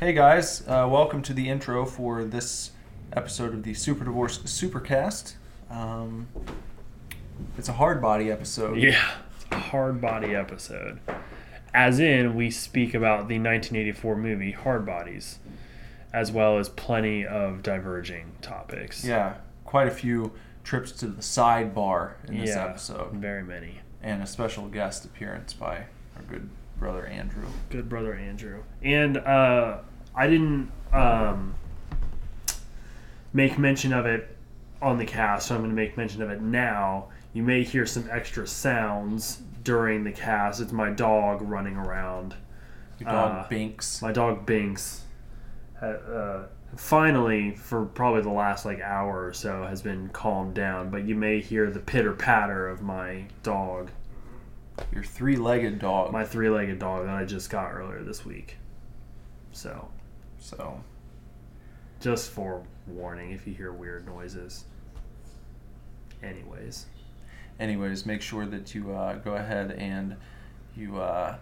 Hey guys, uh, welcome to the intro for this episode of the Super Divorce Supercast. Um, it's a hard body episode. Yeah, it's a hard body episode. As in, we speak about the 1984 movie Hard Bodies, as well as plenty of diverging topics. Yeah, quite a few trips to the sidebar in this Yeah, episode, very many. and a special guest appearance by our good brother Andrew. Good brother Andrew. And uh, I didn't um, make mention of it on the cast, so I'm going to make mention of it now. You may hear some extra sounds during the cast. It's my dog running around. Your dog Uh, Binks. my dog Binks, ha- uh, finally for probably the last like hour or so has been calmed down. But you may hear the pitter patter of my dog, Your three-legged dog. my three-legged dog that I just got earlier this week. So, so just for warning, if you hear weird noises. Anyways, anyways, make sure that you uh, go ahead and you uh,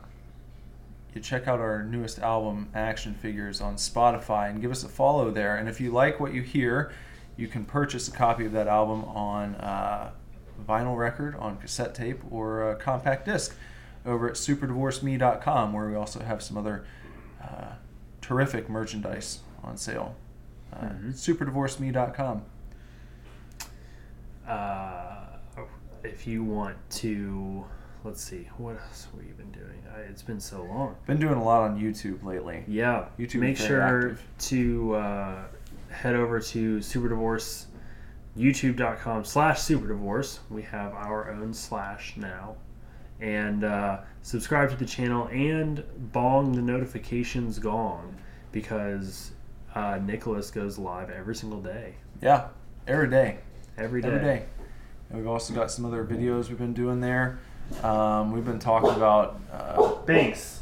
you check out our newest album, Action Figures, on Spotify, and give us a follow there. And if you like what you hear, you can purchase a copy of that album on uh, vinyl record, on cassette tape, or uh compact disc over at superdivorceme.com, where we also have some other uh, terrific merchandise on sale. Uh, Mhm. Superdivorceme.com. uh, if you want to, let's see, what else have we been doing? I, it's been so long. Been doing a lot on YouTube lately. Yeah. YouTube Make is very sure active. to uh, head over to superdivorce youtube.com slash superdivorce. We have our own slash now. And uh, subscribe to the channel and bong the notifications gong because uh, Nicholas goes live every single day. Yeah, every day. Every day. Every day. And we've also got some other videos we've been doing there. Um, we've been talking about. Uh, Thanks.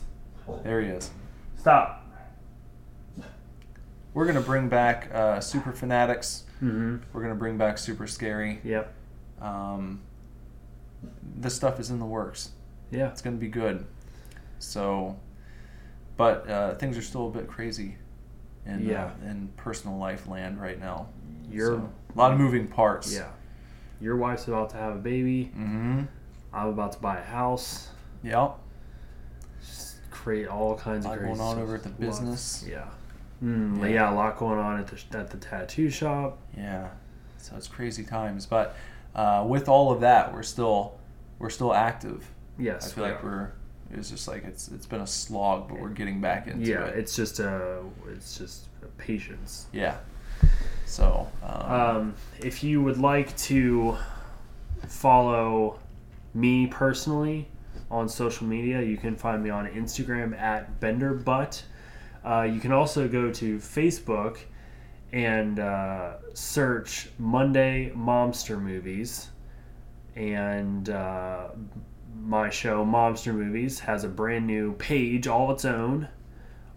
there he is. Stop. We're going to bring back uh, Super Fanatics. Mm-hmm. We're going to bring back Super Scary. Yep. Um, this stuff is in the works. Yeah. It's going to be good. So, but uh, things are still a bit crazy in, Yeah. uh, in personal life land right now. Your, So, a lot of moving parts. yeah. Your wife's about to have a baby. Mm-hmm. I'm about to buy a house. Yep. create all kinds Lot of crazy going on stuff. over at the Lots- business. Yeah. Mm, Yeah. yeah. a lot going on at the at the tattoo shop. Yeah, so it's crazy times. But uh, with all of that, we're still we're still active. I Yes, feel we like are. we're it's just like it's it's been a slog, but we're getting back into yeah. it. It's just a it's just a patience. yeah. So um, Um, if you would like to follow me personally on social media, you can find me on Instagram at BenderButt. Uh, you can also go to Facebook and uh, search Monday Momster Movies. And uh, my show, Momster Movies, has a brand new page all its own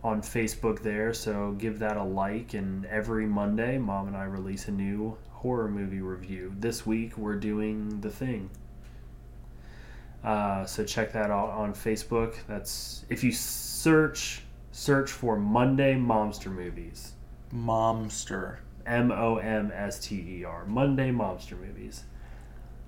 on Facebook there, so give that a like. And every Monday, mom and I release a new horror movie review. This week, we're doing The Thing. Uh, so check that out on Facebook. That's if you search search for Monday Momster Movies. momster. M O M S T E R. Monday Momster Movies.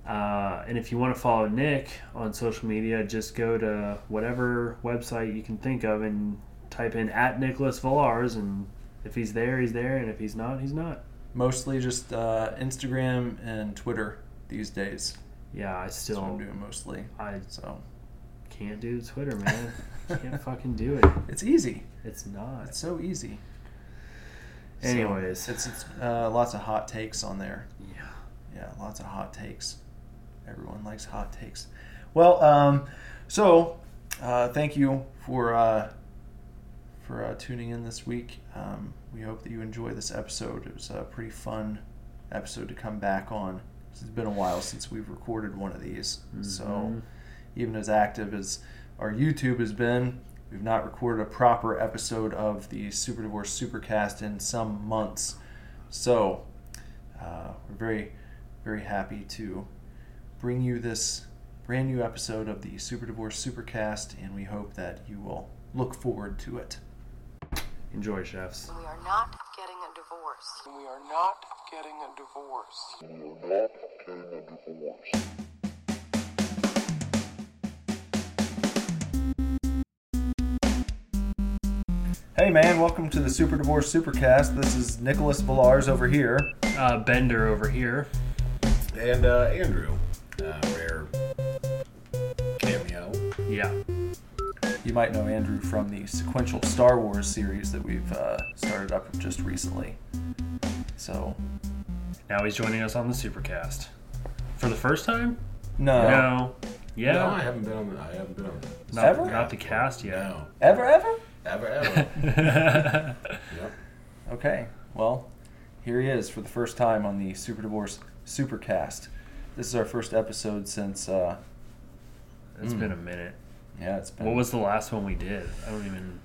Uh, and if you want to follow Nick on social media, just go to whatever website you can think of and type in at Nicholas Villars. And if he's there, he's there. And if he's not, he's not. Mostly just uh, Instagram and Twitter these days. Yeah, I That's what I'm still doing mostly. I So can't do Twitter, man. Can't fucking do it. it's easy. It's not. It's so easy. So, Anyways, it's it's uh, lots of hot takes on there. yeah. Yeah, lots of hot takes. Everyone likes hot takes. Well, um, so uh, thank you for uh, for uh, tuning in this week. Um, we hope that you enjoy this episode. It was a pretty fun episode to come back on. It's been a while since we've recorded one of these, so Mhm. even as active as our YouTube has been, we've not recorded a proper episode of the Super Divorce Supercast in some months. So uh, we're very, very happy to bring you this brand new episode of the Super Divorce Supercast, and we hope that you will look forward to it. Enjoy, chefs. We are not getting a divorce. We are not getting a divorce. Hey man, welcome to the Super Divorce Supercast. This is Nicholas Villars over here. Uh, Bender over here. And uh, Andrew, uh, rare cameo. Yeah. You might know Andrew from the sequential Star Wars series that we've uh, started up just recently. So, Now he's joining us on the Supercast. For the first time? no. No. Yeah. No, I haven't been on. The, I haven't been on. not, Ever? not the cast The, yet. no, Ever, ever? ever, ever. yep. Okay, well, here he is for the first time on the Super Divorce Supercast. This is our first episode since, uh, It's been Hmm. a minute. yeah, it's been. What was the last one we did? I don't even.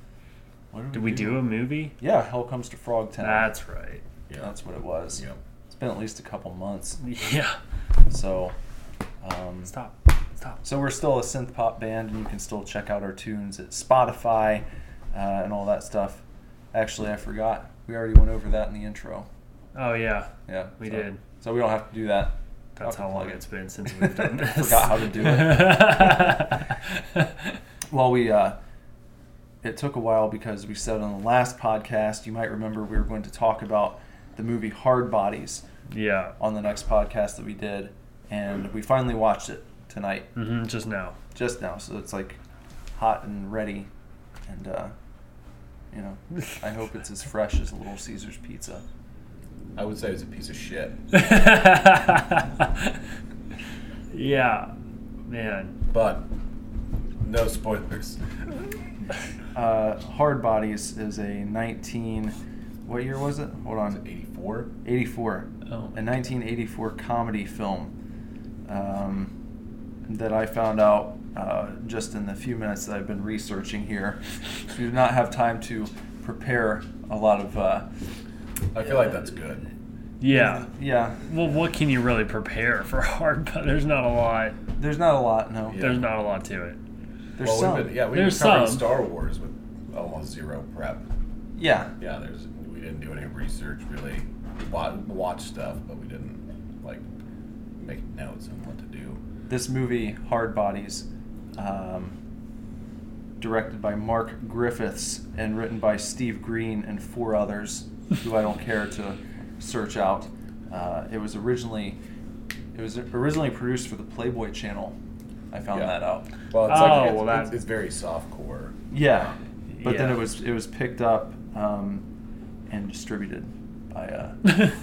what Did we do a movie? Yeah, Hell Comes to Frog Town. That's right. Yeah. That's what it was. Yep. It's been at least a couple months. Yeah. So, um, Stop. Stop. so we're still a synth pop band, and you can still check out our tunes at Spotify uh, and all that stuff. Actually, I forgot. We already went over that in the intro. Oh yeah. Yeah, We so- did. So we don't have to do that. That's I'll how long plug it. it's been since we've done this. Forgot how to do it. Well, we uh, it took a while because we said on the last podcast, you might remember we were going to talk about the movie Hard Bodies yeah. on the next podcast that we did, and we finally watched it tonight hmm just now. just now, so it's like hot and ready, and uh, you know, I hope it's as fresh as Little Caesar's pizza. I would say it's a piece of shit, yeah. Man. but no spoilers. Uh, Hard Bodies is a 19. What year was it? Hold on. Eighty-four. 84. Oh. A 1984 comedy film um, that I found out uh, just in the few minutes that I've been researching here. We did not have time to prepare a lot of. Uh, I feel like that's good. Yeah. yeah, Well, what can you really prepare for hard? But there's not a lot. there's not a lot, no. Yeah. There's not a lot to it. There's well, some. we've been, yeah, we've There's been covering some. Star Wars with almost zero prep. yeah. Yeah, there's we didn't do any research really. Watch, watch stuff, but we didn't like make notes on what to do. This movie, Hard Bodies, um, directed by Mark Griffiths and written by Steve Green and four others who I don't care to search out. Uh, it was originally it was originally produced for the Playboy Channel. I found Yeah. that out. Well, it's Oh, like it's, well, it's- that- it's very soft core. Yeah, but then Yeah. it was it was picked up um, and distributed by a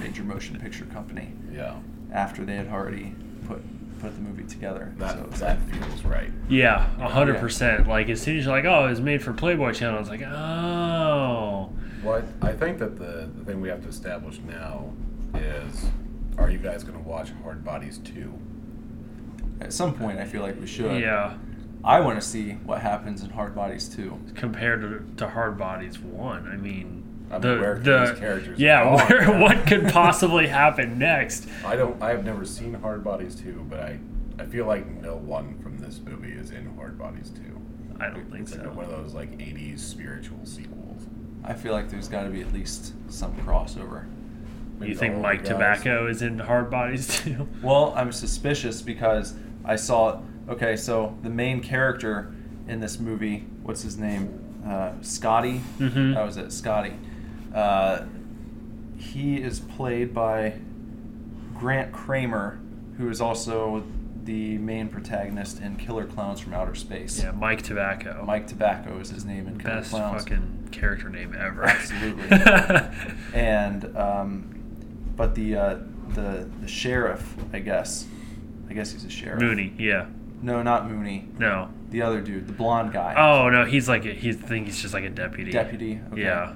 major motion picture company Yeah, after they had already put put the movie together. that so it was that like, feels right. Yeah, a hundred percent. Like as soon as you're like, oh, it's made for Playboy Channel, it's like, oh, What I think that the, the thing we have to establish now is, are you guys gonna watch Hard Bodies two? at some point, I feel like we should. yeah. I want to see what happens in Hard Bodies too. Compared to, to Hard Bodies one, I mean, I mean, the where could the these characters yeah, go? where, what could possibly happen next? I don't. I have never seen Hard Bodies two, but I I feel like no one from this movie is in Hard Bodies two. I don't think It's like one so. of those like '80s spiritual sequels. I feel like there's got to be at least some crossover. Maybe You the think old Mike guys- Tobacco is in Hard Bodies too? Well, I'm suspicious because I saw. Okay, so the main character in this movie, what's his name? Uh, Scotty. Mhm. That was it, Scotty. Uh, he is played by Grant Kramer, who is also the main protagonist in Killer Clowns from Outer Space. Yeah, Mike Tobacco. Mike Tobacco is his name in Killer best Clowns. fucking character name ever. Absolutely. and um, but the uh, the the sheriff, I guess, I guess he's a sheriff. Mooney, yeah, No, not Mooney. no. The other dude, the blonde guy. Oh no, he's like a, he's I think he's just like a deputy. Deputy. Okay. Yeah,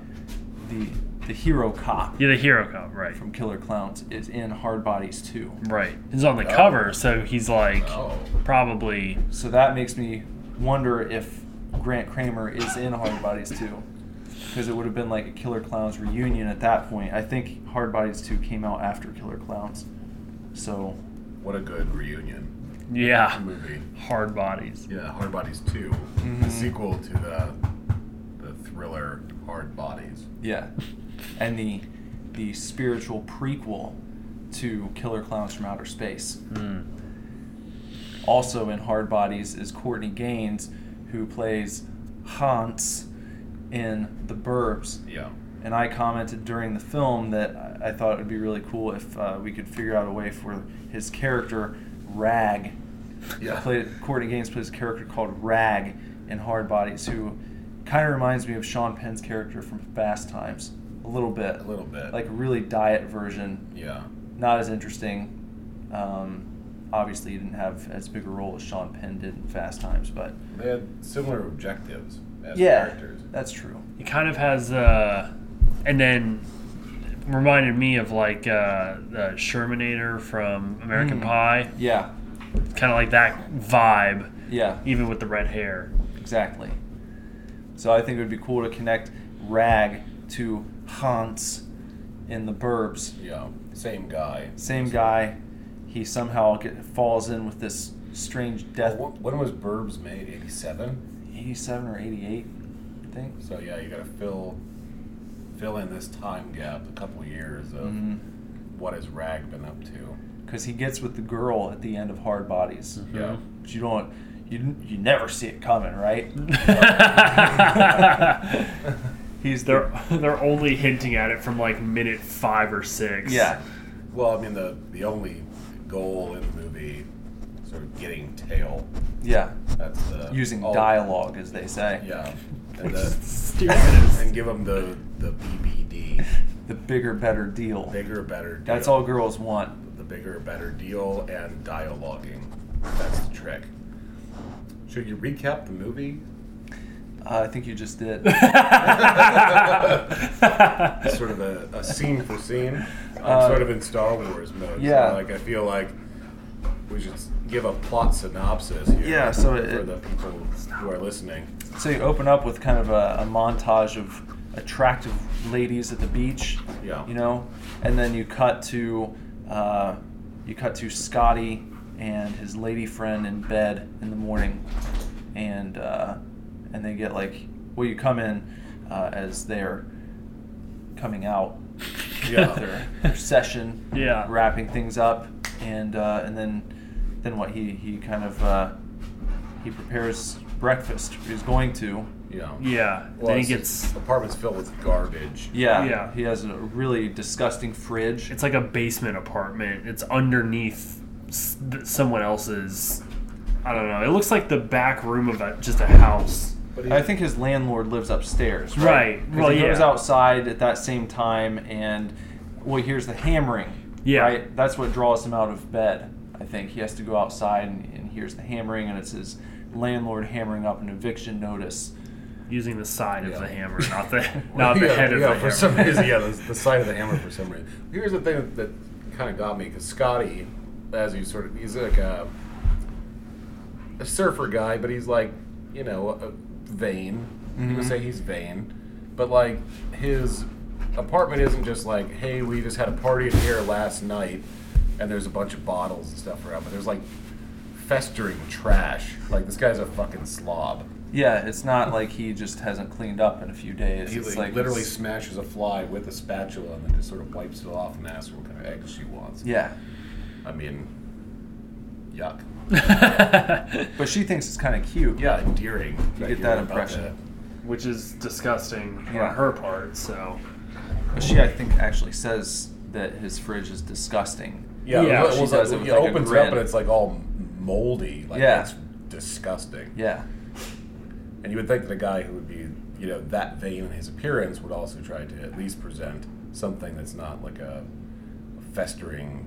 The the hero cop yeah, the hero cop, right? from Killer Clowns is in Hard Bodies too. Right. He's on the Oh. cover, so he's like Oh, probably So that makes me wonder if Grant Kramer is in Hard Bodies too. Because it would have been like a Killer Clowns reunion at that point. I think Hard Bodies 2 came out after Killer Clowns. So, what a good reunion yeah, movie. hard bodies. Mm-hmm. Yeah, Hard Bodies 2 the sequel to the the thriller Hard Bodies. Yeah, and the the spiritual prequel to Killer Clowns from Outer Space. Also in Hard Bodies is Courtney Gaines, who plays Hans in The Burbs. Yeah. And I commented during the film that I I thought it would be really cool if uh, we could figure out a way for his character Rag Yeah. played Courtney Gaines plays a character called Rag in Hard Bodies, who kind of reminds me of Sean Penn's character from Fast Times a little bit, a little bit. like a really diet version, yeah. not as interesting. Um, obviously, he didn't have as big a role as Sean Penn did in Fast Times, but They had similar objectives as yeah, characters. that's true. It kind of has, uh, and then reminded me of like uh, the Shermanator from American Mm. Pie, Yeah, kind of like that vibe, yeah. even with the red hair. Exactly. So I think it would be cool to connect Rag to Hans in the Burbs. Yeah. Same guy. Same guy. He somehow get, falls in with this strange death. Wh- When was Burbs made? 87? 87 or 88, I think. So yeah, you gotta fill fill in this time gap, a couple years of Mm-hmm. what has Rag been up to. Because he gets with the girl at the end of Hard Bodies. Yeah. But you don't, you, you never see it coming, right? He's they're they're only hinting at it from like minute five or six. Yeah. Well, I mean the the only goal in the movie, sort of getting tail. Yeah. That's the Using all- dialogue, as they say. Oh. Yeah. Which And, is the, stupid. and give them the the BBD, The bigger, better deal. bigger better. Deal. That's all girls want. the bigger, better deal and dialoguing. That's the trick. Should you recap the movie? Uh, I think you just did. Sort of a, a scene for scene. I'm Uh, sort of in Star Wars mode. so, yeah. like I feel like we should s- give a plot synopsis here. Yeah, so it- for the people who are listening. So you open up with kind of a, a montage of attractive ladies at the beach. Yeah. You know, and then you cut to uh, you cut to Scotty and his lady friend in bed in the morning, and uh, and they get like well you come in uh, as they're coming out Yeah. their, their session. Yeah. Wrapping things up, and uh, and then then what he he kind of uh, he prepares breakfast. He's going to. Yeah. yeah. Well, then he it's- gets. the apartment's filled with garbage. Yeah. Yeah. He has a really disgusting fridge. It's like a basement apartment. It's underneath s- th- someone else's. I don't know. It looks like the back room of a, just a house. But he, I think his landlord lives upstairs. Right. Right. 'Cause Well, he goes yeah. outside at that same time, and well, here's the hammering. Yeah. Right. That's what draws him out of bed. I think he has to go outside, and, and here's the hammering, and it's his landlord hammering up an eviction notice. Using the side Yeah. of the hammer, not the not the Yeah, head of yeah, the for hammer. some reason, yeah, the, the side of the hammer for some reason. Here's the thing that kind of got me because Scotty, as you sort of, he's like a, a surfer guy, but he's like, you know, a, vain. You Mm-hmm. would say he's vain, but like his apartment isn't just like, hey, we just had a party in here last night, and there's a bunch of bottles and stuff around, but there's like festering trash. Like this guy's a fucking slob. Yeah, it's not like he just hasn't cleaned up in a few days. He it's like, like literally smashes a fly with a spatula and then just sort of wipes it off and asks her what kind of eggs she wants. Yeah, I mean, yuck. but she thinks it's kind of cute. Yeah, endearing. You get I hear that about impression. Which is disgusting Yeah. on her part. So But she, I think, actually says that his fridge is disgusting. Yeah, Yeah, it was- she was does like- it with yeah, like a opens grin. up and it's like all moldy. Like Yeah. it's disgusting. Yeah. And you would think that a guy who would be, you know, that vain in his appearance would also try to at least present something that's not like a festering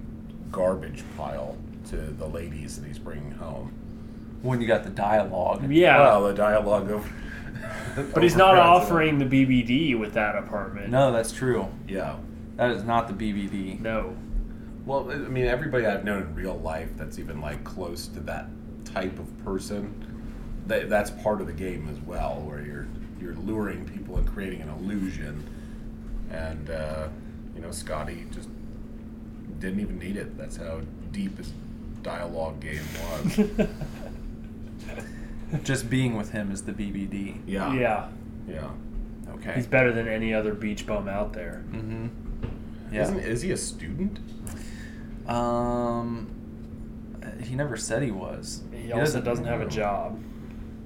garbage pile to the ladies that he's bringing home. When you got the dialogue. yeah, Well, the dialogue of. but he's not offering the BBD with that apartment. No, that's true. Yeah. That is not the BBD. No. Well, I I mean, everybody I've known in real life that's even like close to that type of person, that that's part of the game as well, where you're you're luring people and creating an illusion, and uh, you know, Scotty just didn't even need it. That's how deep his dialogue game was. Just being with him is the BBD. Ah. yeah. Yeah. Yeah. Okay. He's better than any other beach bum out there. mm-hmm. Yeah. Isn't, is he a student? Um, uh, he never said he was. He also doesn't have a job.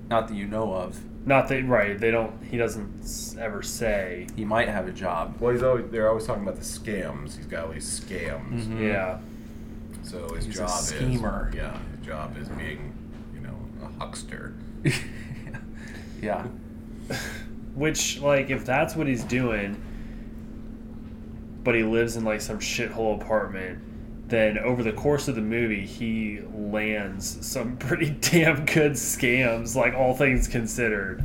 Not that you know of. Not that right. They don't. He doesn't s- ever say. He might have a job. Well, he's always they're always talking about the scams. He's got all these Mm-hmm. scams. Mhm. Yeah. So his He's a job schemer. is yeah, his job is being you know a huckster. yeah. Which, like, if that's what he's doing, but he lives in like some shithole apartment, then over the course of the movie, he lands some pretty damn good scams. Like all things considered.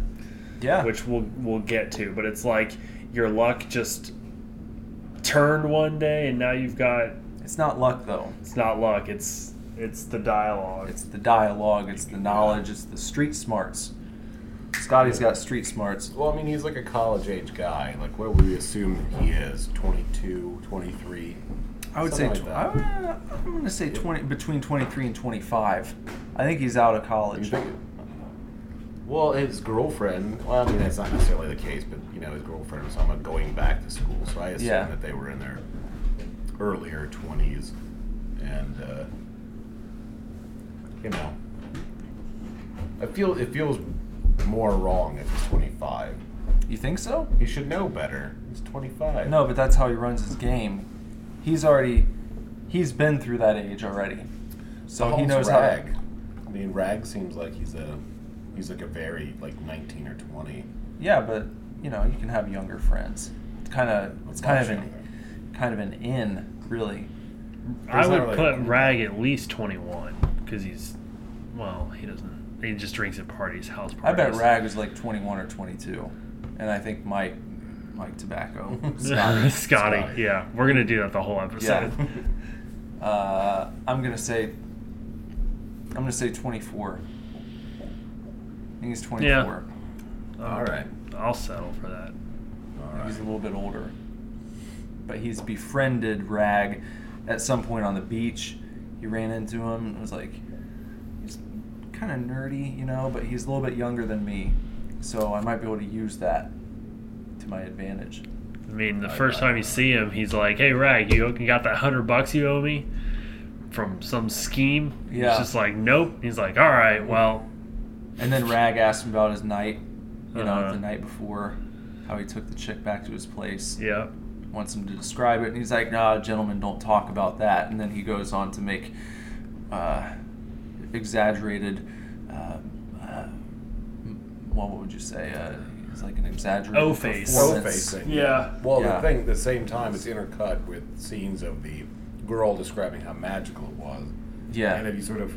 Yeah. which we'll we'll get to. But it's like your luck just turned one day, and now you've got it's not luck though. it's not luck. It's it's the dialogue. It's the dialogue. It's the knowledge. It's the street smarts. Scotty's got street smarts. Well, I mean, he's like a college age guy. Like what would we assume he is? 22, 23. I would say Something tw- like that. I, am going to say 20 between 23 and 25. I think he's out of You college. think- Well, his girlfriend. Well, I mean, that's not necessarily the case, but you know, his girlfriend was someone going back to school, so I assume Yeah. that they were in their earlier twenties, and uh, you know, I feel it feels more wrong if he's twenty five. You think so? He should know better. He's twenty five. No, but that's how he runs his game. He's already he's been through that age already. So he knows how Rag. to, I mean, Rag seems like he's a he's like a very like nineteen or twenty. Yeah, but you know, you can have younger friends. It's kind of it's kind of an kind of an in, really. I It's would not really- put Rag at least twenty one because he's well, he doesn't. He just drinks at parties, house I parties. bet Rag was like 21 or 22. And I think Mike Mike Tobacco Scotty, Scotty, Scotty. yeah, we're gonna do that the whole episode. Um, uh, I'm going to say I'm going to say 24. I think he's 24. All right. I'll settle for that. All He's right. a little bit older. But he's befriended Rag at some point on the beach. He ran into him and was like, he's kind of nerdy, you know, but he's a little bit younger than me. So I might be able to use that to my advantage. I mean, the Right, first right, time you right. see him, he's like, "Hey, Rag, you got that hundred bucks you owe me from some scheme?" Yeah. He's just like, "Nope." He's like, "All right, well, And then Rag asked him about his night, you know, Uh-huh. the night before, how he took the chick back to his place. yeah." wants him to describe it, and he's like, "Nah, gentlemen, don't talk about that." And then he goes on to make uh, exaggerated. Uh, uh, m- well, what would you say? Uh, it's like an exaggerated O-face. performance. O-facing. Yeah. Well, Yeah. the thing, at the same time, it's intercut with scenes of the girl describing how magical it was. And Yeah, if you sort of.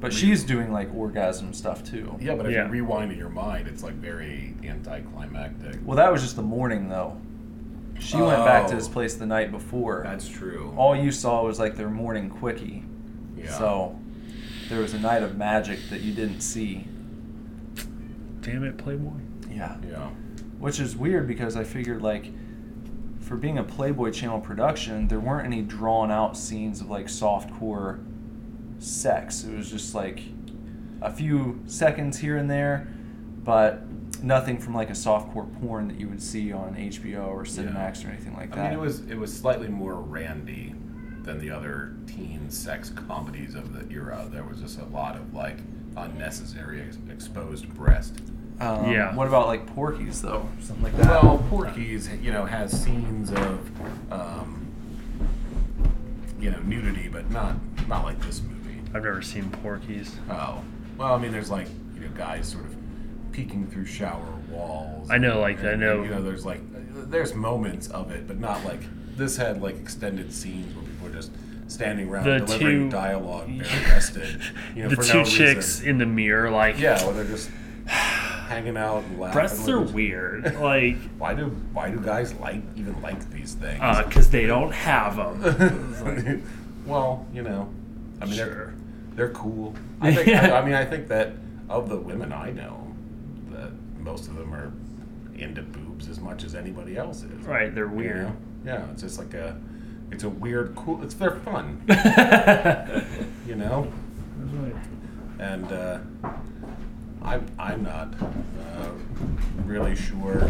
but she's doing like orgasm stuff too. Yeah, but if Yeah. you rewind in your mind, it's like very anticlimactic. Well, that was just the morning though. She went back to Oh. his place the night before. true. All you saw was like their morning quickie. yeah. So there was a night of magic that you didn't see. Damn it, Playboy. Yeah. Yeah. Which is weird because I figured like for being a Playboy Channel production, there weren't any drawn out scenes of like softcore sex. It was just like a few seconds here and there, but nothing from like a softcore porn that you would see on HBO or Cinemax or anything like I that. mean, it was it was slightly more randy than the other teen sex comedies of the era. There was just a lot of like unnecessary ex- exposed breast. Um, Yeah. What about like Porky's though? Something like that. Well, Porky's, you know, has scenes of, um, you know, nudity, but not not like this movie. I've never seen Porky's. Oh, well, I mean, there's like you know guys sort of peeking through shower walls. I know, like, I know- You know, there's like there's moments of it, but not like this had like extended scenes where people were just standing around The delivering two- dialogue, bare arrested. You know, the for two no chicks Reason. in the mirror, like, Yeah, where they're just hanging out and laughing. breasts are Like, weird, like, Why do why do guys like even like these things? because uh, they don't have them. well, you know, I mean, Sure. they're, they're cool. I, think, I, I mean, I think that of the women I know, that most of them are into boobs as much as anybody else is. right, they're You weird. know? Yeah, it's just like a, it's a weird, cool. It's they're fun, you know, and uh, I'm I'm not uh, really sure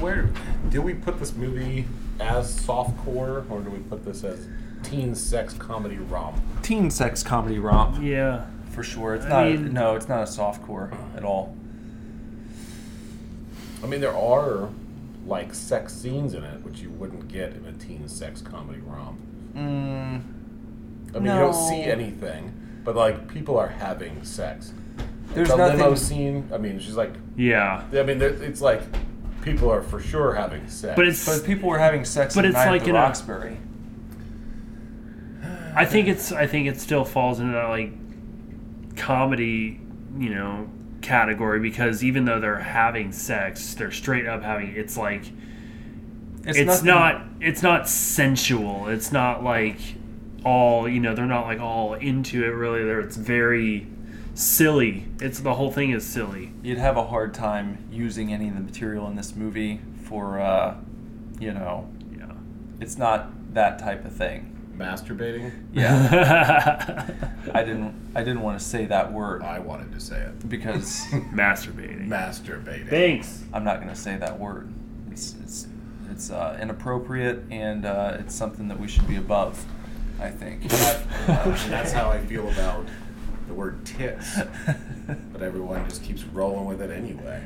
where did we put this movie as softcore, or do we put this as teen sex comedy romp? Teen sex comedy romp Yeah. for sure. It's I not. mean- no, it's not a softcore at all. I mean, there are like sex scenes in it, which you wouldn't get in a teen sex comedy romp. Mm, I mean, you don't No. see anything, but like people are having sex. There's the limo nothing- scene. I mean, she's like. Yeah. I mean, there- it's like people are for sure having sex. But it's. but people were having sex. But at it's night like at the in a- Roxbury. I think it's. I think it still falls into that like comedy, you know, category because even though they're having sex, they're straight up having. It's like it's, nothing- not. It's not sensual. It's not like all you know. They're not like all into it really. They're. It's very silly. It's the whole thing is silly. You'd have a hard time using any of the material in this movie for, uh, you know, Yeah. it's not that type of thing. masturbating. Yeah, I I didn't. I didn't want to say that word I wanted to say it. because masturbating. Masturbating. Thanks. I'm not going to say that word. It's it's it's uh, inappropriate and uh, it's something that we should be above. I think. Uh, And that's how I feel about the word tits. But everyone just keeps rolling with it anyway.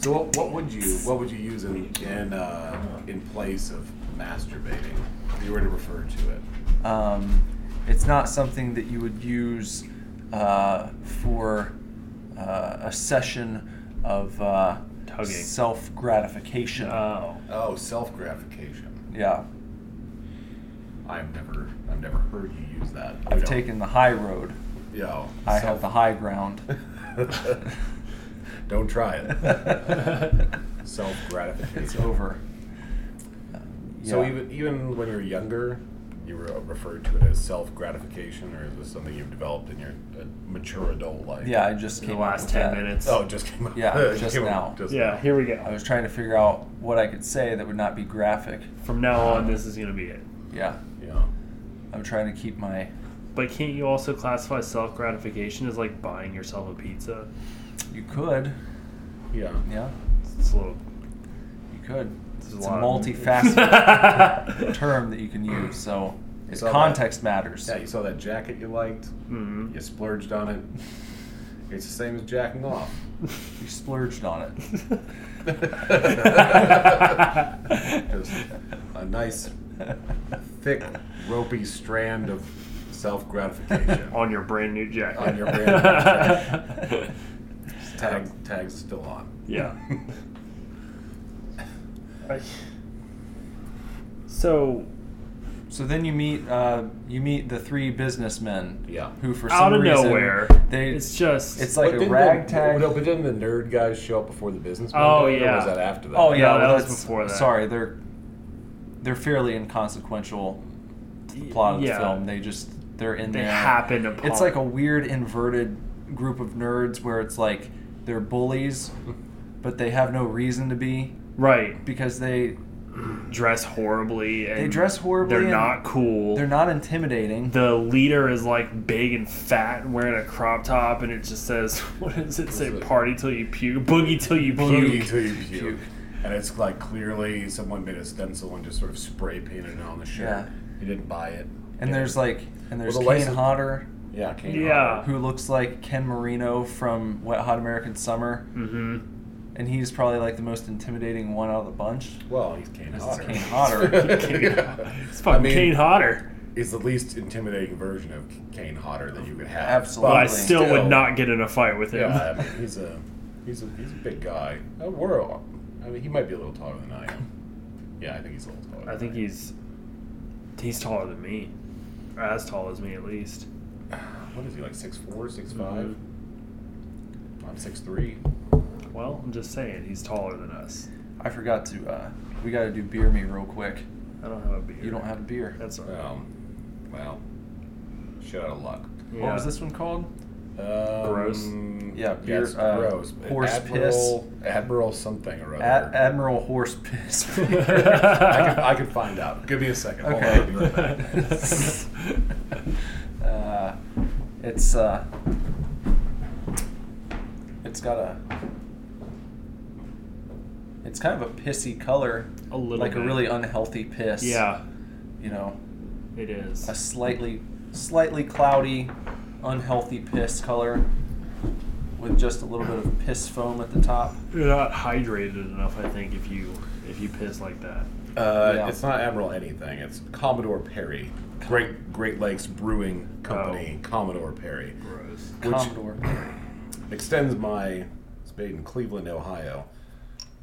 So what, what would you what would you use in in, uh, in place of masturbating if you were to refer to it? um, it's not something that you would use uh, for uh, a session of uh, Tugging. self gratification. Oh. Oh, self gratification. yeah, I've never I've never heard you use that. I I've don't- taken the high road. Yeah. I have the high ground. the. don't try it. it's self gratification. It's over. Uh, So yeah. even even when you were younger, you were referred to it as self gratification, or is this something you've developed in your uh, mature adult life? yeah, I just In came the up last with 10 that. minutes. Oh, it just came up. Yeah, it just came up now. Just Yeah, here we I go. was trying to figure out what I could say that would not be graphic. From now on, this is going to be it. Yeah, Yeah. I'm trying to keep my But can't you also classify self gratification as like buying yourself a pizza? You could, Yeah. yeah, It's a little. you could. It's, a a lot of- multifaceted term that you can use, so it's It's all context matters. Yeah, you saw that jacket you liked. Mhm. You splurged on it. It's the same as jacking off. You splurged on it. Just a nice, thick, ropey strand of self gratification. On your brand new jacket. On your brand new jacket. Tags tags still on. yeah. I- So, So then you meet uh, you meet the three businessmen. Yeah. Who for out some of reason nowhere, they it's just. it's like But a didn't ragtag. The, no, but didn't the nerd guys show up before the businessmen? Oh, did, Or yeah. was that after that? oh yeah, No, that well, was that's- before that. Sorry, they're they're fairly inconsequential to the plot of Yeah. the film. They just they're in They there. happen upon. It's like a weird inverted group of nerds where it's like they're bullies, but they have no reason to be Right. because they Dress horribly. And they dress horribly. They're and not cool. They're not intimidating. the leader is like big and fat and wearing a crop top and it just says what does it say party till you puke boogie till you Boogie puke till you puke. Puke. And it's like clearly someone made a stencil and just sort of spray painted it on the shirt. Yeah. He didn't buy it. and Yeah. there's like and there's the Kane license- Hodder yeah, Kane Yeah. Hodder. who looks like Ken Marino from Wet Hot American Summer, hmm and he's probably like the most intimidating one out of the bunch. Well, he's Kane This is Hodder. Kane Hodder. it's fucking I mean, kane hotter It's the least intimidating version of Kane Hodder that you could have. Absolutely. but i probably still would still- not get in a fight with him Yeah, I mean, he's a he's a he's a big guy. Uh, we're all- I mean, he might be a little taller than I am. Yeah, I think he's a little taller. i than think am. he's he's taller than me or as tall as me at least What is he like? Six four, six five? Mm-hmm. I'm six three. well i'm just saying he's taller than us I forgot to. Uh, we got to do beer me real quick. i don't have a beard You don't have a beer. that's all right Um, well, shit out of luck. yeah. What was this one called? Gross? Um, Yeah, beer- yes, uh, gross. horse Admiral, Admiral something or other. Ad- Admiral Horse Piss. I, could, I could find out. Give me a second. Hold on, Okay. I'll be right back. uh, it's uh, it's got a It's kind of a pissy color, A little like bit. a really unhealthy piss. Yeah, You know, it is. a slightly, slightly cloudy, unhealthy piss color, with just a little bit of piss foam at the top. You're not hydrated enough, I think, if you if you piss like that. Uh, Yeah. It's not Admiral anything. It's Commodore Perry, Great Great Lakes Brewing Company. Oh. Commodore Perry, Gross. Which- Commodore. extends my it's made in Cleveland, Ohio,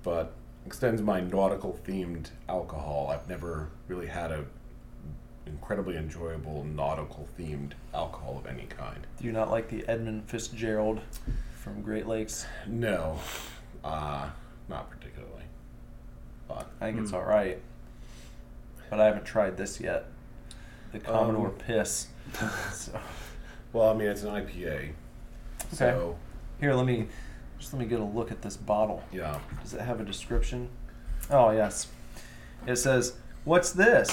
but extends my nautical themed alcohol. I've never really had a incredibly enjoyable nautical themed alcohol of any kind. Do you not like the Edmund Fitzgerald from Great Lakes? No, uh, not particularly. But I think it's all right, but I haven't tried this yet. The Oh. Commodore piss. So, well, I mean, it's an IPA, so Here, let me just let me get a look at this bottle. yeah. Does it have a description? Oh yes. It says, "What's this?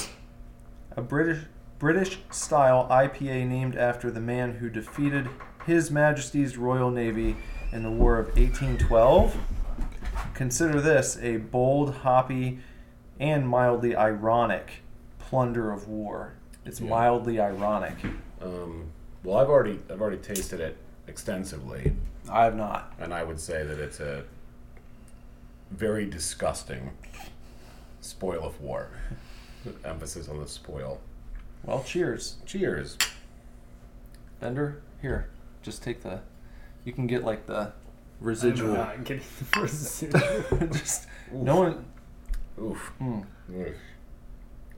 A British British style IPA named after the man who defeated His Majesty's Royal Navy in the War of 1812. Consider this a bold, hoppy, and mildly ironic plunder of war. It's Yeah. mildly ironic. Um, well, I've already I've already tasted it extensively, I have not. and I would say that it's a very disgusting spoil of war. Emphasis on the spoil. Well, cheers, Cheers. Bender. Here, just take the. You can get like the residual. not getting the residual. just no one Oof. Hmm. Oof.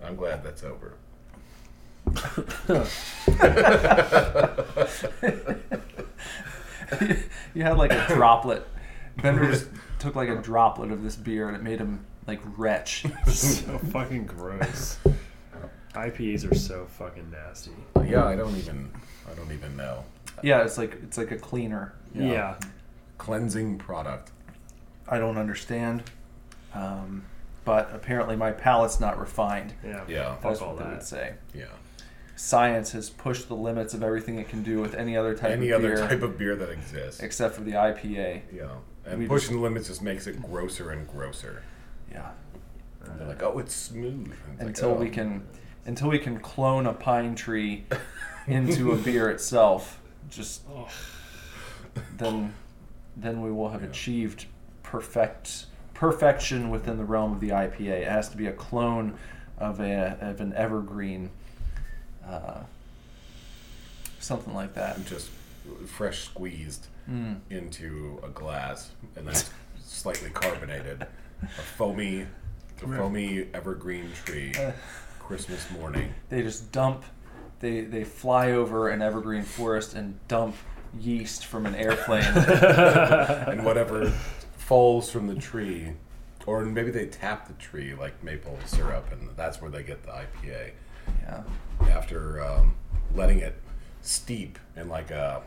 I'm glad that's over. you had like a droplet bender just took like a droplet of this beer and it made him like retch so fucking gross. IPAs are so fucking nasty. Yeah, I don't even I don't even know. yeah it's like it's like a cleaner Yeah. Cleansing product. i don't understand um, but apparently my palate's not refined Yeah. Yeah. that's Fuck all what they that. would say Yeah. science has pushed the limits of everything it can do with any other type Any of other beer type of beer that exists. except for the ipa Yeah. And We just- pushing the limits just makes it grosser and grosser. yeah And they're like, oh, it's smooth. And it's like, until "Oh." we can until we can clone a pine tree into a beer itself just then then we will have achieved perfect perfection within the realm of the IPA it has to be a clone of a of an evergreen uh, something like that just fresh squeezed Hmm. into a glass and then it's slightly carbonated. A foamy, a foamy evergreen tree. Uh. Christmas morning. they just dump they they fly over an evergreen forest and dump yeast from an airplane And whatever falls from the tree, or maybe they tap the tree like maple syrup, and that's where they get the IPA yeah after um, letting it steep in like a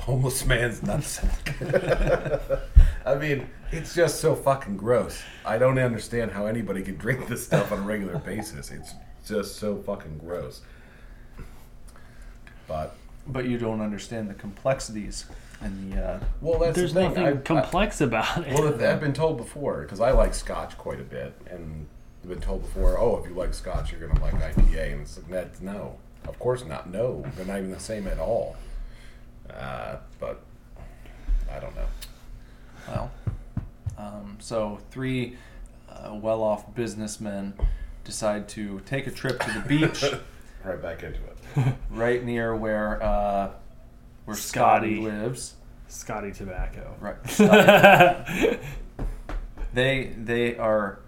homeless man's nutsack. I mean, it's just so fucking gross. I don't understand how anybody could drink this stuff on a regular basis. It's just so fucking gross. But but you don't understand the complexities and the uh, well, that's There's the thing. nothing I- I- complex about it. Well, I've- I've been told before because I like Scotch quite a bit, and I've been told before, oh, if you like Scotch, you're gonna like IPA, and it's like that. No, of course not. No, they're not even the same at all. Uh, but I don't know. well. Um, so three uh, well-off businessmen decide to take a trip to the beach Right back into it. right near where uh, where Scotty. Scotty lives. Scotty Tobacco. Right. they they are.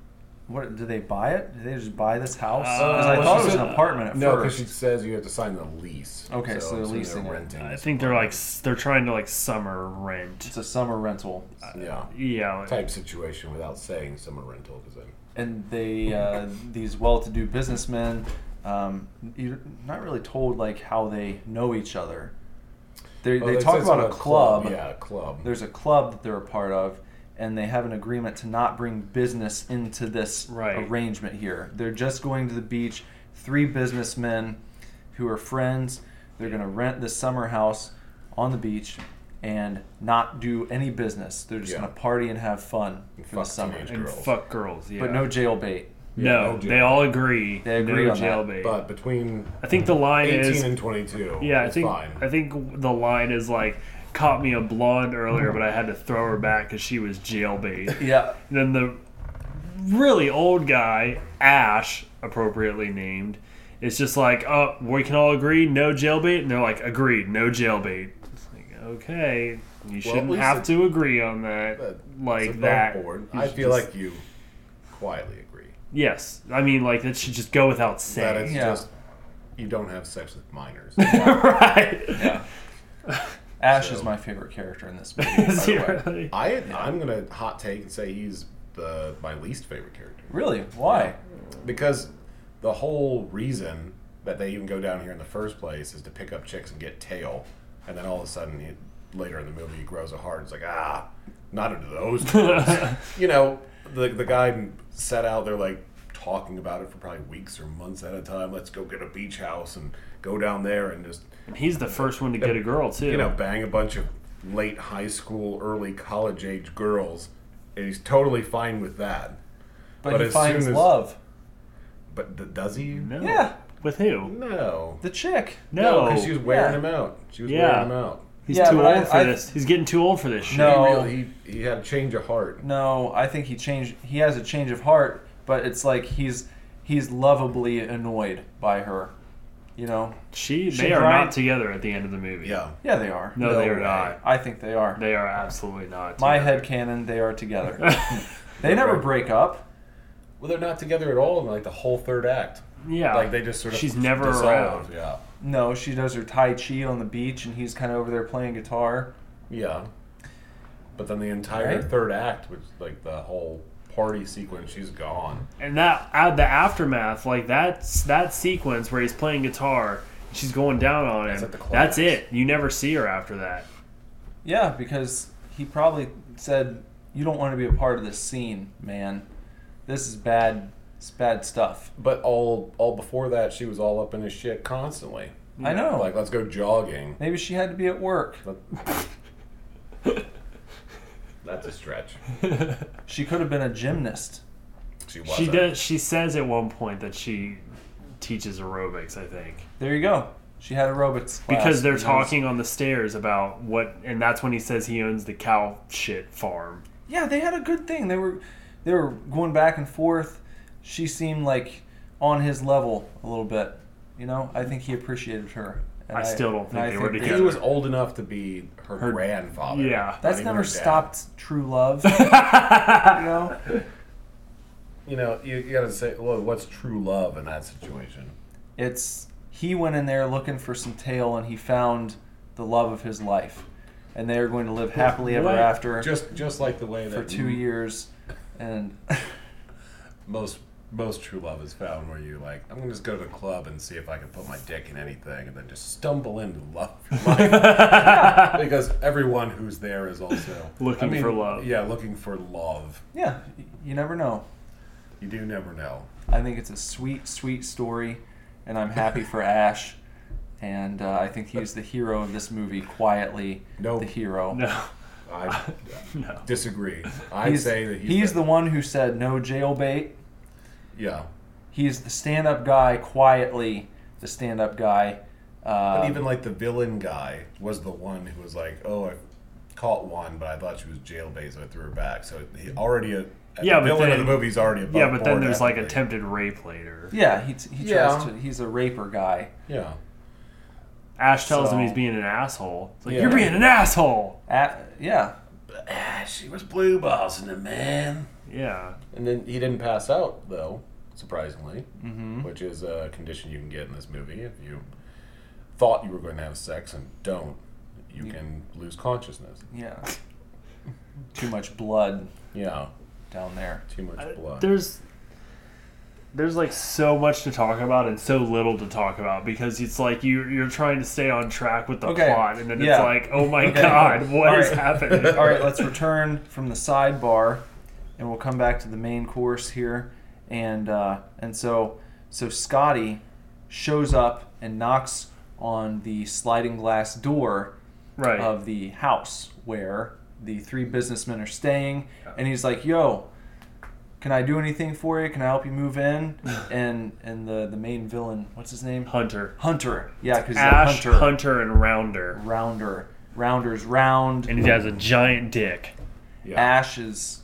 What do they buy it? Did they just buy this house? 'Cause I Uh, well, thought she it was an said- apartment at no, because first. she says you have to sign the lease. Okay, so they're I'm assuming leasing it. renting. I this think they're like apartment. s- they're trying to like summer rent. It's a summer rental, yeah Yeah. type situation without saying summer rental because then and they uh, these well-to-do businessmen. Um, you're not really told like how they know each other. They, Oh, they it talk says about on a club. Yeah, a club. There's a club that they're a part of, and they have an agreement to not bring business into this Right. arrangement here. They're just going to the beach. Three businessmen who are friends. They're going to rent this summer house on the beach, and not do any business. They're just Yeah. gonna party and have fun for the fuck summer, teenage and girls. fuck girls. Yeah, but no jailbait. no, no they jail. all agree. They agree no on that, jailbait. But between I think the line 18 is and 22, yeah. I it's think fine. I think the line is like caught me a blonde earlier, but I had to throw her back because she was jailbait. Yeah, And then the really old guy, Ash, appropriately named, is just like, oh, we can all agree, no jailbait. And they're like, agreed, no jailbait. It's like, okay, you shouldn't least have it- to agree on that But it's like above that. board. You I should feel just- like you quietly agree yes, I mean like that should just go without that it's saying, Yeah. just you don't have sex with minors. right? Ash So- is my favorite character in this movie. Is he By the way, really? I I'm gonna hot take and say he's the my least favorite character really? Why? because the whole reason that they even go down here in the first place is to pick up chicks and get tail, and then all of a sudden he, later in the movie he grows a heart. It's like ah, not into those. girls." you know, the the guy set out there like talking about it for probably weeks or months at a time. Let's go get a beach house and go down there and just And he's the first one to get a girl too. you know, bang a bunch of late high school, early college age girls, and he's totally fine with that. But, But he as finds soon as- love. But th- does he? No. Yeah. With who? No. The chick. No, because she was wearing Yeah. him out. She was Yeah. wearing him out. he's Yeah, too old but I- for I- this. He's getting too old for this shit. No. He, really, he, he had a change of heart. No, I think he changed. He has a change of heart, but it's like he's he's lovably annoyed by her. You know? She, She they are cried- not together at the end of the movie. Yeah. Yeah, they are. No, No they are way. not. I think they are. They are absolutely not. My together. head canon, they are together. they never break up. Well, they're not together at all in like the whole third act. yeah. Like they just sort of She's never dissolve. around. Yeah. No, she does her tai chi on the beach, and he's kind of over there playing guitar. Yeah. But then the entire Right. third act, which like the whole party sequence, she's gone. And that out the aftermath, like that's that sequence where he's playing guitar, she's going down on him. That's at the climax. that's it. You never see her after that. Yeah, because he probably said, "You don't want to be a part of this scene, man. This is bad. It's bad stuff." But all all before that, she was all up in his shit constantly. I know. Like, let's go jogging. Maybe she had to be at work. That's a stretch. She could have been a gymnast. She wasn't. She does. She says at one point that she teaches aerobics. I think There you go. She had aerobics class. because they're There's- talking on the stairs about what, and that's when he says he owns the cow shit farm. Yeah, they had a good thing. They were they were going back and forth. She seemed like on his level a little bit. You know, I think he appreciated her. And I still don't and think they were He together. was old enough to be her, grandfather. Yeah. Not That's even never her dad. stopped true love. you know. You know, you, you gotta say, well, what's true love in that situation? it's he went in there looking for some tail and he found the love of his life and they are going to live happily ever What? after Just just like the way that for two years and most most true love is found where you like, I'm gonna just go to the club and see if I can put my dick in anything, and then just stumble into the love of your life. because everyone who's there is also Looking for love. Yeah, looking for love. yeah y- you never know You do never know. i think it's a sweet sweet story and i'm happy for ash and uh, i think he's the hero of this movie quietly Nope. the hero No. I No. disagree. I He's- say that he's, he's the one who said no jailbait yeah. he's the stand-up guy quietly the stand-up guy uh, But even like the villain guy was the one who was like, "Oh, I caught one, but I thought she was jailbait, so I threw her back." So he already a Yeah, the but villain of then- the movie's already above Yeah, but then board there's like ethically. attempted rape later. Yeah, he, t- he Yeah. tries to. He's a raper guy. Yeah, Ash tells So- him he's being an asshole. It's like, Yeah. you're being an asshole! At, yeah, she was blue balls in the man. Yeah. And then he didn't pass out though, surprisingly, mm-hmm. which is a condition you can get in this movie if you thought you were going to have sex and don't, you can lose consciousness. yeah. Too much blood Yeah, down there. too much blood. There's there's like so much to talk about and so little to talk about because it's like you you're trying to stay on track with the Okay. plot and then Yeah. it's like, oh my god, what All is right. happening? All right, let's return from the sidebar, and we'll come back to the main course here. And uh, and so so Scotty shows up and knocks on the sliding glass door Right. of the house where the three businessmen are staying, and he's like, "Yo, can I do anything for you? Can I help you move in?" and and the the main villain, what's his name? Hunter. Hunter. Yeah, because Ash, Hunter. Hunter. and Rounder. Rounder. Rounder's round. And he has a giant dick. Yeah. Ash is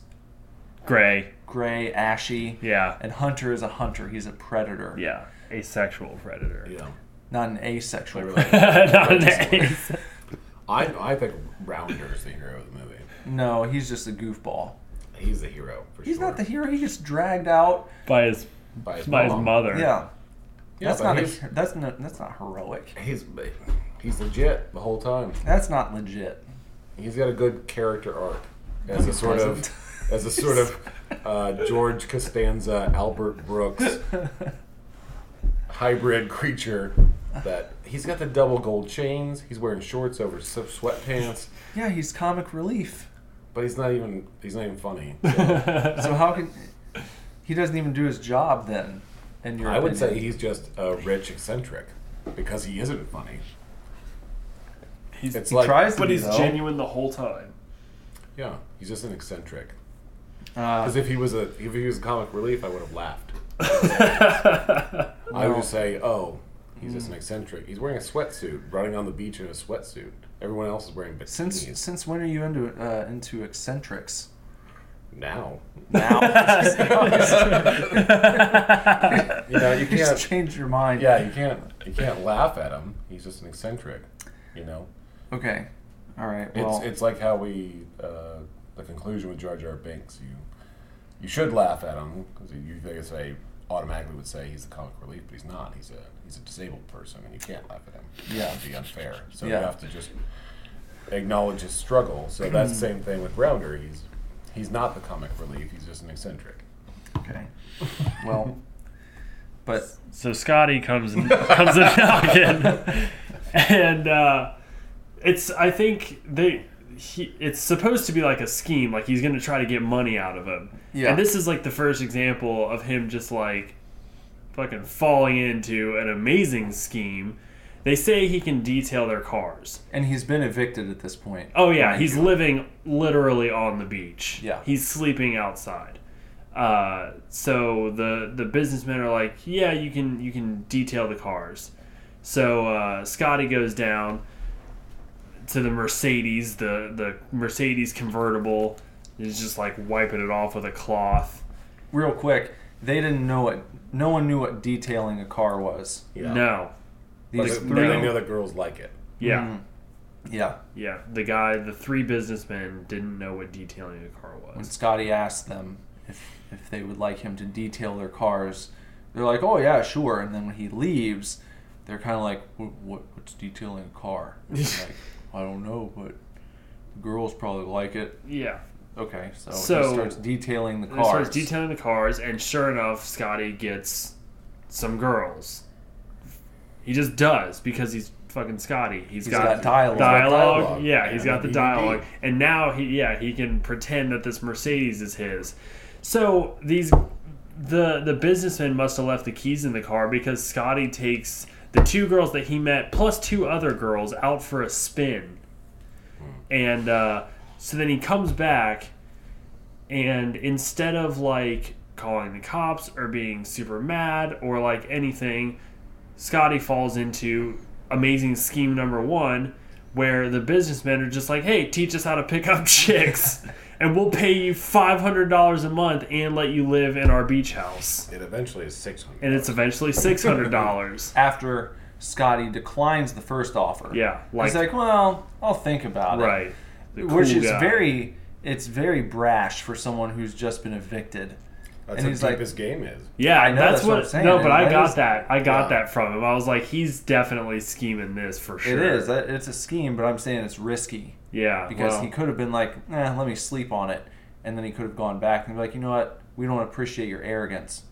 Gray. gray, ashy. Yeah. And Hunter is a hunter. He's a predator. Yeah. Asexual predator. yeah. Not an asexual. Really. predator. Not an ace. I I think Rounder's the hero of the movie. No, he's just a goofball. He's the hero for He's sure. not the hero. He gets dragged out. By his by his, by his mom. mother. Yeah, Yeah, that's but not a, he's, that's no, that's not heroic. he's he's legit the whole time. That's not legit. He's got a good character arc as he a sort of doesn't. as a sort of uh, George Costanza, Albert Brooks hybrid creature. That he's got the double gold chains. He's wearing shorts over s- sweatpants, Yeah, he's comic relief. but he's not even he's not even funny. So So how can he doesn't even do his job then? And your I would say opinion? he's just a rich eccentric because he isn't funny. He's, It's he like tries to but be, he's though. genuine the whole time. yeah, he's just an eccentric. Uh, Because if he was a if he was comic relief, I would have laughed. I would just say, oh, he's just Hmm. an eccentric. He's wearing a sweatsuit, running on the beach in a sweatsuit. Everyone else is wearing bikinis. since since when are you into uh, into eccentrics? now, Now you know, you you just can't. changed your mind. Yeah, you can't. You can't laugh at him. He's just an eccentric. You know, Okay. All right. it's Well. it's like how we uh, the conclusion with Jar Jar Binks. You you should laugh at him because you think it's a automatically would say he's a comic relief, but he's not. He's a he's a disabled person, and you can't laugh at him. Yeah. It'd be unfair. So Yeah. you have to just acknowledge his struggle. So that's the same thing with Rounder. He's he's not the comic relief. He's just an eccentric. okay. Well. But so Scotty comes and comes in knocking, and uh, it's I think they he, it's supposed to be like a scheme, like he's going to try to get money out of him. Yeah. And this is like the first example of him just like fucking falling into an amazing scheme. They say he can detail their cars. and he's been evicted at this point. Oh yeah, he's living literally on the beach. Yeah. he's sleeping outside. Uh, so the the businessmen are like, yeah, you can you can detail the cars. So uh, Scotty goes down to the Mercedes, the the Mercedes convertible. He's just like wiping it off with a cloth. real quick, they didn't know what no one knew what detailing a car was. Yeah. No, But These they- three- they know that girls like it. yeah, Yeah. yeah. The guy, the three businessmen didn't know what detailing a car When was. Scotty asked them if if they would like him to detail their cars, they're like, "Oh yeah, sure." And then when he leaves, they're kind of like, what, "What what's detailing a car?" And he's like, "I don't know, but the girls probably like it." Yeah. Okay, so, So- he starts detailing the As far cars. as detailing the cars, and sure enough, Scotty gets some girls. He just does because he's fucking Scotty. he's He's got got, dialogue. dialogue. Dialogue. Yeah, he's got the DVD. dialogue, and now he yeah he can pretend that this Mercedes is his. So these the the businessman must have left the keys in the car because Scotty takes the two girls that he met plus two other girls out for a spin, and uh, so then he comes back, and instead of like calling the cops or being super mad or like anything, Scotty falls into amazing scheme number one, where the businessmen are just like, "Hey, teach us how to pick up chicks, and we'll pay you five hundred dollars a month and let you live in our beach house." It eventually is six hundred. And it's eventually six hundred dollars. After Scotty declines the first offer, Yeah, he's like like, "Well, I'll think about it." right, The which cool is guy. very it's very brash for someone who's just been evicted. That's and how he's deep like- his game is. Yeah, I know, that's, that's what. what I'm saying, No, but and I that got is- that. I got Yeah. that from him. I was like, he's definitely scheming this for sure. It is. That- It's a scheme, but I'm saying it's risky Yeah, because well, he could have been like, eh, let me sleep on it, and then he could have gone back and be like, you know what, we don't appreciate your arrogance.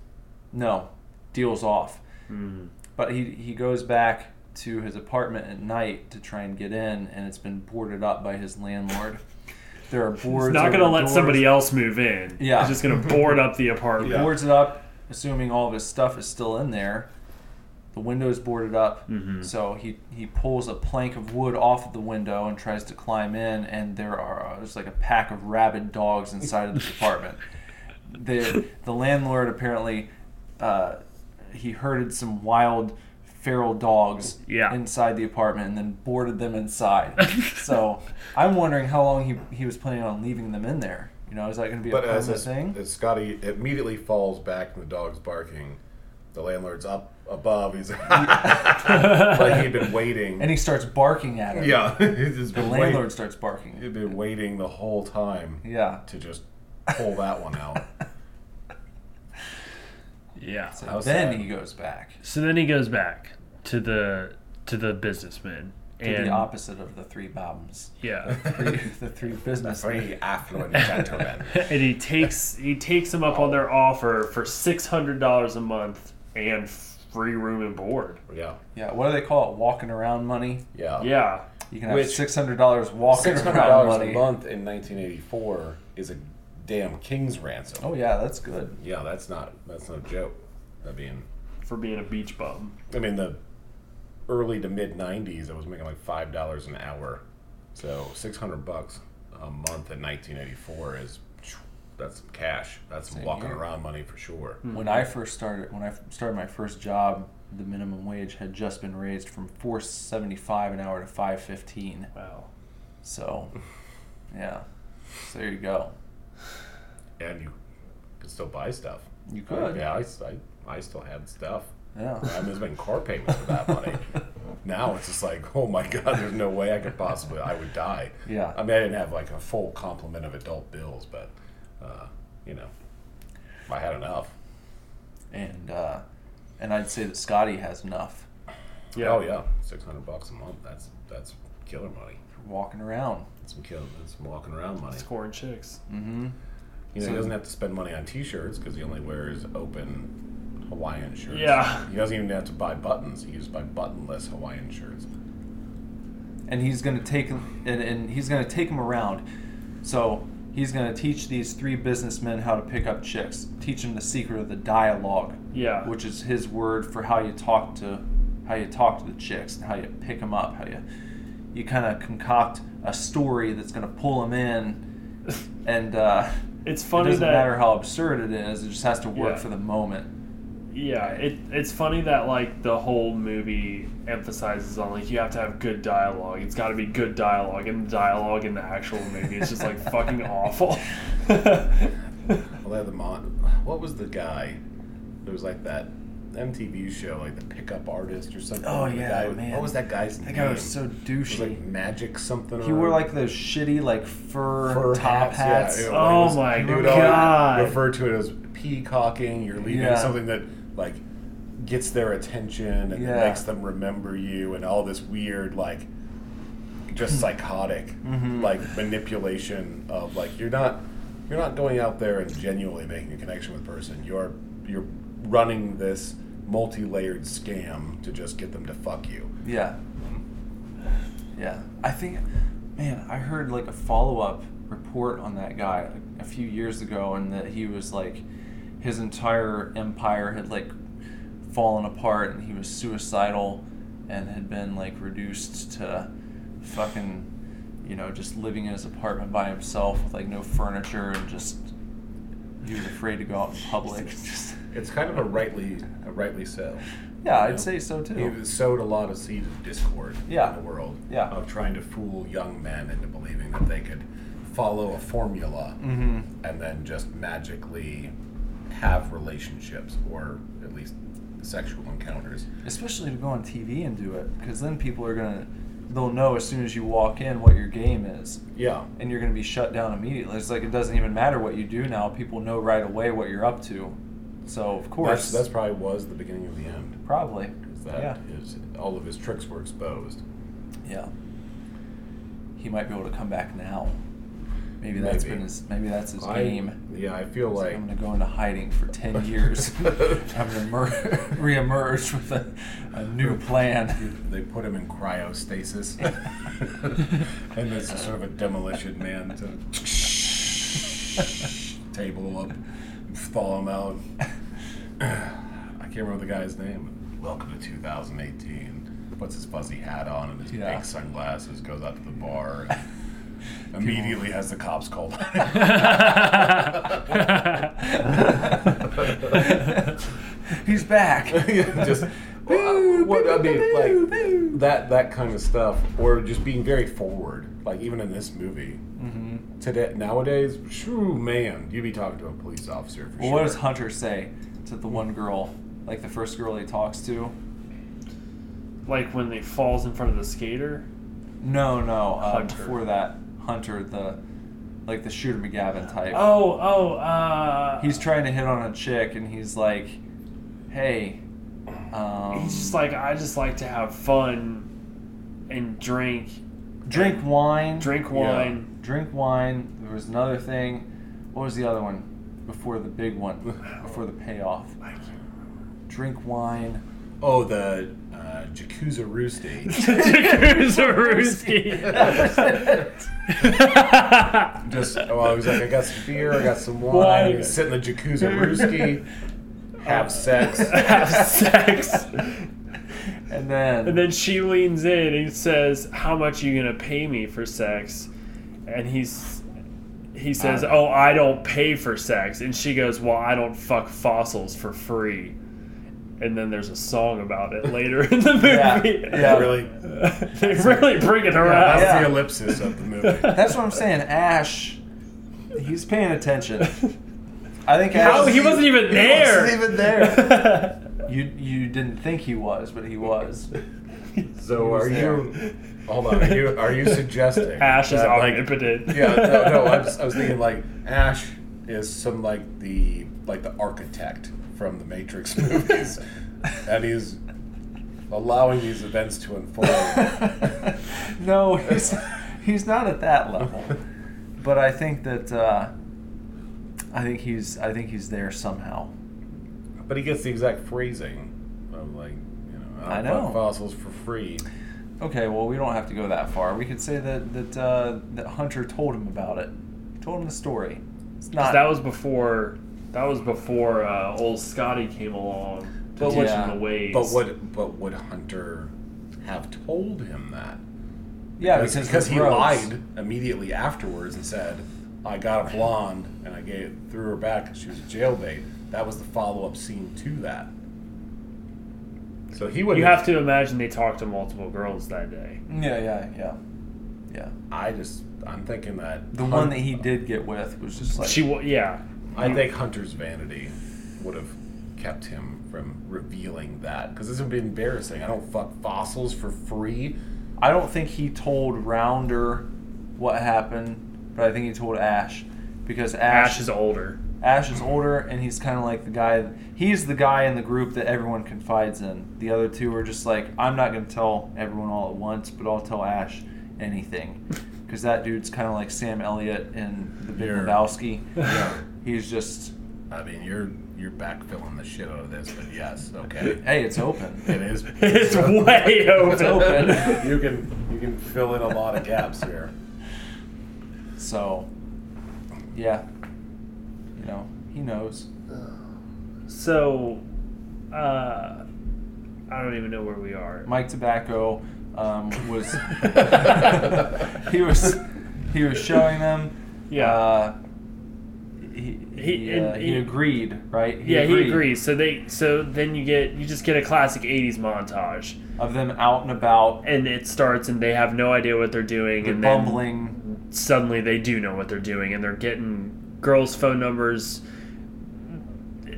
No, deals off. Hmm. But he he goes back to his apartment at night to try and get in, and it's been boarded up by his landlord. There are boards. He's not over gonna the let doors. somebody else move in. Yeah. he's just gonna board up the apartment. Yeah. boards it up, assuming all of his stuff is still in there, The window's boarded up, so he he pulls a plank of wood off of the window and tries to climb in, and there are uh, there's like a pack of rabid dogs inside of the apartment. the The landlord apparently uh, he herded some wild feral dogs Yeah. inside the apartment and then boarded them inside. so I'm wondering how long he he was planning on leaving them in there. You know, is that going to be a But as, permanent as, thing? as Scotty immediately falls back and the dog's barking, the landlord's up above. He's like he'd been waiting. and he starts barking at him. yeah, he's just The been landlord waiting. starts barking. He'd been waiting the whole time Yeah. to just pull that one out. Yeah. So How then sad. he goes back So then he goes back to the to the businessman to and the opposite of the three bombs. yeah, Three, the three businessmen. Three affluent gentlemen. and he takes he takes them up on their offer for six hundred dollars a month and free room and board. Yeah, Yeah, what do they call it? Walking around money. yeah. Yeah. You can have Which- six hundred dollars walking Six hundred around dollars money. a month in 1984 is a damn king's ransom. Oh yeah, that's good. Yeah, that's not that's no joke. I mean, For being a beach bum. I mean the early to mid '90s, I was making like five dollars an hour, so six hundred bucks a month in 1984 is that's some cash. That's some walking year. around money for sure. When I first started, when I f- started my first job, the minimum wage had just been raised from four seventy five an hour to five fifteen. Wow. So, yeah, so there you go. And you can still buy stuff. You could, Yeah, I, s- I- I still had stuff. yeah. I was making car payments with that money. now it's just like, oh my god, there's no way I could possibly. I would die. Yeah. I mean, I didn't have like a full complement of adult bills, but uh, you know, I had enough. and uh, and I'd say that Scotty has enough Yeah. Oh yeah, six hundred bucks a month. That's that's killer money. for walking around. That's some kill. That's some walking around money. Scoring chicks. You know, he doesn't have to spend money on T-shirts because he only wears open Hawaiian Mm. shirts. Yeah. He doesn't even have to buy buttons. He just buy buttonless Hawaiian shirts. and he's going to take him and, and he's going to take him around so he's going to teach these three businessmen how to pick up chicks teach them the secret of the dialogue Yeah. which is his word for how you talk to how you talk to the chicks and how you pick them up how you you kind of concoct a story that's going to pull them in and uh, It's it funny doesn't that matter how absurd it is it just has to work Yeah. for the moment yeah, it, it's funny that like the whole movie emphasizes on like you have to have good dialogue. It's got to be good dialogue, and the dialogue in the actual movie is just like fucking awful. Well, they had the mon. What was the guy? There was like that MTV show, like the pickup artist or something. Oh, The yeah, guy with- man. What was that guy's that name? guy was so It was douchey like magic something. he or wore like those shitty like fur, top hats, yeah, it Oh was- my he would always God. Refer to it as peacocking. You're leaving Yeah. something that like gets their attention and Yeah. makes them remember you, and all this weird like just psychotic Mm-hmm. like manipulation of like you're not you're not going out there and genuinely making a connection with a person. You're you're running this multi-layered scam to just get them to fuck you. Yeah. Yeah. I think, man, I heard like a follow up report on that guy like, a few years ago, and that he was like, his entire empire had like fallen apart, and he was suicidal, and had been like reduced to fucking, you know, just living in his apartment by himself with like no furniture and just. He was afraid to go out in public. Just- It's kind of a rightly a rightly so. yeah, Yeah. I'd say so too. He sowed a lot of seeds of discord Yeah. in the world Yeah. of trying to fool young men into believing that they could follow a formula Mm-hmm. and then just magically have relationships or at least sexual encounters. especially to go on TV and do it, because then people are gonna, they'll know as soon as you walk in what your game is, Yeah. and you're gonna be shut down immediately. It's like it doesn't even matter what you do now; people know right away what you're up to. So of course, That's, that's probably was the beginning of the end. probably 'cause yeah, That is all of his tricks were exposed. yeah. He might be able to come back now. Maybe that's Maybe. been his. Maybe that's his I- game. yeah, I feel It's like, like I'm gonna go into hiding for ten years. I'm gonna mer- reemerge with a, a new plan. They put him in cryostasis, and it's sort of a demolition man to table up, thaw him out. I can't remember the guy's name. "Welcome to 2018." Puts his fuzzy hat on and his Yeah. big sunglasses, goes out to the bar, and immediately has the cops called. on him. He's back. just uh, Boo, what I boo, mean, boo, like boo. that that kind of stuff, or just being very forward, like even in this movie. Mm-hmm. Today, nowadays, shoo, man, you'd be talking to a police officer for Well, sure. what does Hunter say to the one girl, like the first girl he talks to? Like when they falls in front of the skater. No, no. Uh, Hunter. before that, Hunter, the like the shooter McGavin type. Oh, oh, uh. He's trying to hit on a chick, and he's like, "Hey, um, He's just like, I just like to have fun and drink, drink wine, drink wine. drink wine." There was another thing. What was the other one before the big one? Before the payoff. Drink wine. Oh, the uh, Jacuzza Roosty. Just oh, I was like, I got some beer, I got some wine, Wine. sit in the Jacuzza Roosty, have sex. have sex. And then, And then she leans in and says, "How much you gonna pay me for sex?" And he's he Uh. says, "Oh, I don't pay for sex." And she goes, "Well, I don't fuck fossils for free." And then there's a song about it later in the Yeah, movie. yeah. Really, they really bring it around. that's Yeah. the ellipsis of the movie. that's what I'm saying. Ash, he's paying attention. I think How- Ash. Oh, he wasn't even there. wasn't even there. you you didn't think he was, but he was. So was are there. you? Hold on. Are you are you suggesting Ash is that, like- omnipotent. yeah. No. No. I was, I was thinking like Ash is some like the like the architect from the Matrix movies, and he's allowing these events to unfold. no, he's he's not at that level. But I think that uh, I think he's I think he's there somehow. But he gets the exact phrasing of like you know I, I don't know. fuck fossils for free. Okay, well we don't have to go that far. We could say that that uh, that Hunter told him about it. Told him the story. It's not that was before. That was before uh, old Scotty came along to But teach what- him the ways. But would but would Hunter have told him that? yeah That's because, because he Rose- lied immediately afterwards and said, "I got a blonde and I gave threw her back because she was a jailbait." That was the follow up scene to that. So he would. You have to imagine they talked to multiple girls that day. Yeah, yeah, yeah, yeah. I just. I'm thinking that The Hun- one that he did get with was just like She, wa- yeah, I think Hunter's vanity would have kept him from revealing that because this would be embarrassing. I don't fuck fossils for free. I don't think he told Rounder what happened, but I think he told Ash because Ash, Ash is older. Ash is older and he's kind of like the guy. He's the guy in the group that everyone confides in. The other two are just like, I'm not gonna tell everyone all at once, but I'll tell Ash anything, because that dude's kind of like Sam Elliott in The Big Yeah. Lebowski. Yeah. He's just, I mean, you're you're backfilling the shit out of this, but yes, okay. hey, it's open. It is. It's way It's over. open. open. you can you can fill in a lot of gaps here. So, yeah, you know, he knows. So, uh, I don't even know where we are. Mike Tobacco um, was he was he was showing them. Yeah. Uh, he he, He- uh, and he he- agreed, right? yeah, he agrees. So they, so then you get, you just get a classic '80s montage, Of them out and about, and it starts, and they have no idea what they're doing, they're and then bumbling. suddenly they do know what they're doing and they're getting girls' phone numbers.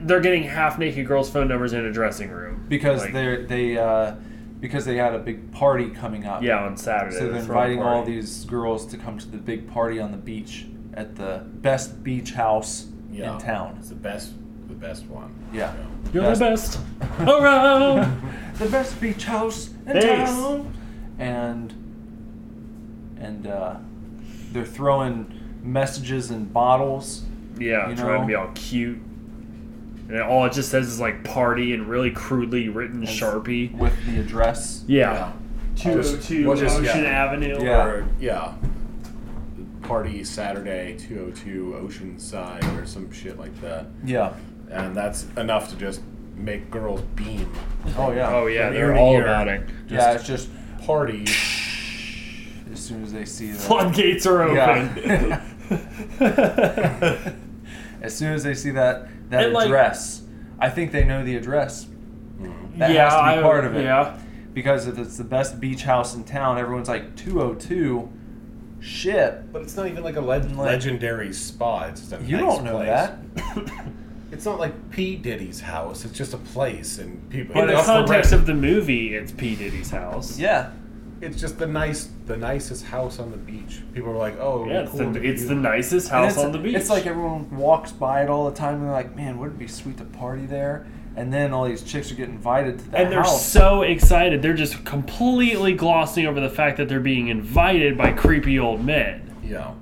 They're getting half naked girls' phone numbers in a dressing room. because Like, they're they uh, because they had a big party coming up. Yeah, on Saturday. So they're throwing a inviting all party. these girls to come to the big party on the beach at the best beach house Yeah. in town. It's the best the best one. Yeah. You're the best around. the best beach house in Thanks. town. And and uh, they're throwing messages in bottles. Yeah, You trying know? to be all cute. And all it just says is like party in really crudely written Sharpie. with the address. Yeah. Just- well, just- yeah. Avenue. Yeah. Or, yeah. Party Saturday, 202 Oceanside, or some shit like that. Yeah, And that's enough to just make girls beam. Oh yeah. Oh yeah, From they're ear to all ear. about it. Yeah, it's just Party. as soon as they see the Floodgates are open. Yeah. as soon as they see that that And, like- address, I think they know the address That yeah, has to be I- part of it. Yeah, because if it's the best beach house in town, everyone's like 202. Shit, But it's not even like a leg- Like- legendary spot. It's just a you nice don't know place. that. It's not like P Diddy's house. It's just a place, and people. in But the it's, it's- context of the movie, it's P Diddy's house. Yeah, it's just the nice, the nicest house on the beach. People are like, "Oh, Yeah, it's, cool, the, it's the you- nicest And house it's- on the beach. It's like everyone walks by it all the time, and they're like, "Man, wouldn't it be sweet to party there?" And then all these chicks are getting invited to that and they're house. so excited. They're just completely glossing over the fact that they're being invited by creepy old men. Yeah,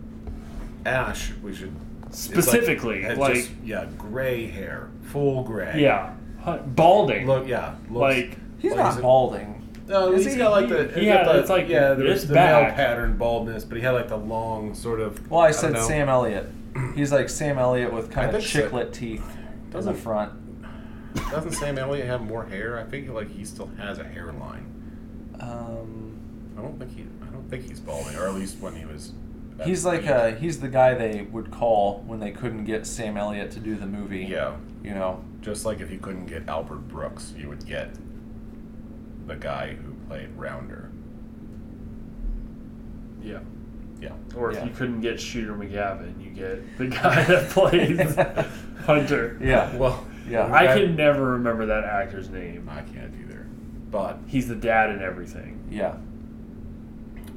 Ash, we should it's like- Specifically, has like- just- yeah, gray hair, full gray. Yeah, Huh, balding. look, yeah, looks, like He's like, is not it- balding. No, Is he's he- got like the he- he's yeah, got the- it's like- yeah, there it's was the male back. pattern baldness, but he had like the long sort of. Well, I don't said know. Sam Elliott. He's like Sam Elliott with kind I of think so. chiclet teeth in the Doesn't- front. Doesn't Sam Elliott have more hair? I think like he still has a hairline. Um, I don't think he. I don't think he's balding, or at least when he was. at he's like peak. uh, he's the guy they would call when they couldn't get Sam Elliott to do the movie. Yeah, You know, just like if you couldn't get Albert Brooks, you would get the guy who played Rounder. yeah. Yeah. Or if Yeah. you couldn't get Shooter McGavin, you get the guy that plays Hunter. yeah. Well, Yeah. I can never remember that actor's name. I can't either. But He's the dad in everything. Yeah.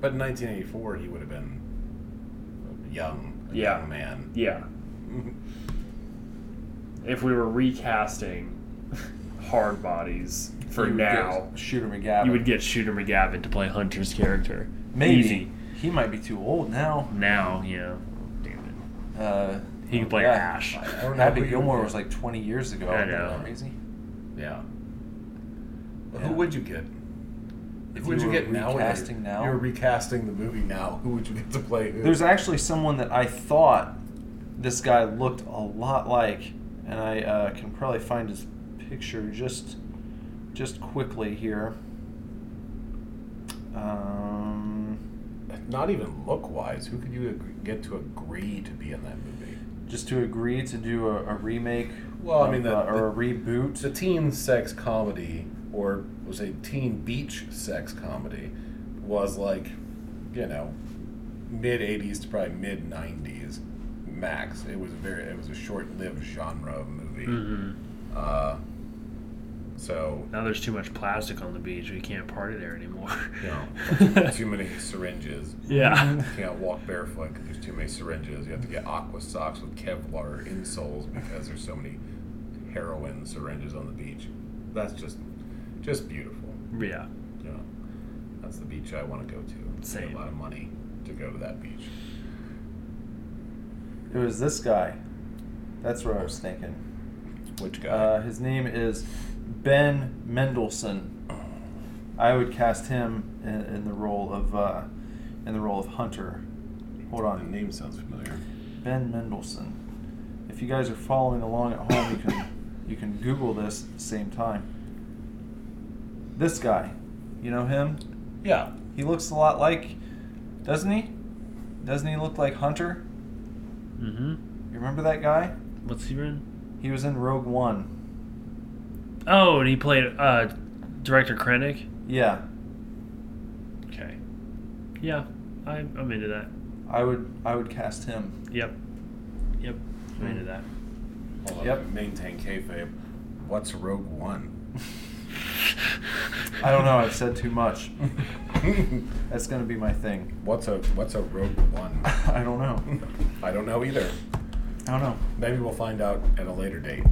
but in 1984, he would have been a young, a Yeah. young man. Yeah. Mm-hmm. If we were recasting Hard Bodies for You would now, get Shooter McGavin. you would get Shooter McGavin to play Hunter's character. maybe Easy. he might be too old now. Now, yeah. Damn Uh, it. He could play yeah. Ash. I don't know who Happy you Gilmore would was get. like 20 years ago. I Isn't that know. Crazy. yeah. But Yeah. Who would you get? If who would you you, were get now? recasting now? You're recasting the movie now. Who would you get to play? Who? There's actually someone that I thought this guy looked a lot like, and I uh, can probably find his picture just just quickly here. Um, not even look wise. Who could you ag- get to agree to be in that movie? just to agree to do a, a remake. Well, I of, mean, the- uh, or a the- reboot. It's a teen sex comedy, or we'll say teen beach sex comedy, was like, you know, mid '80s to probably mid '90s max. It was a very, it was a short-lived genre of movie. Uh, so Now there's too much plastic on the beach. We can't party there anymore. you know, too many syringes. yeah. You can't walk barefoot because there's too many syringes. You have to get aqua socks with Kevlar insoles because there's so many heroin syringes on the beach. That's just, just beautiful. Yeah. Yeah, that's the beach I want to go to. Save Same. A lot of money to go to that beach. It was this guy. That's what I was thinking. Which guy? Uh, his name is Ben Mendelsohn. I would cast him in, in the role of uh, in the role of Hunter. Hold the on, name sounds familiar. Ben Mendelsohn. If you guys are following along at home, you can you can Google this at the same time. This guy, you know him. Yeah. He looks a lot like, doesn't he? Doesn't he look like Hunter? Mm-hmm. You remember that guy? What's he in? He was in Rogue One. Oh, and he played uh, director Krennic. Yeah, Okay. Yeah, I, I'm into that. I would I would cast him. Yep. Yep. I'm into that. Hold on. Yep. Maintain kayfabe. What's Rogue One? I don't know. I've said too much. what's That's gonna be my thing. a What's a Rogue One? I don't know. I don't know either. I don't know. Maybe we'll find out at a later date.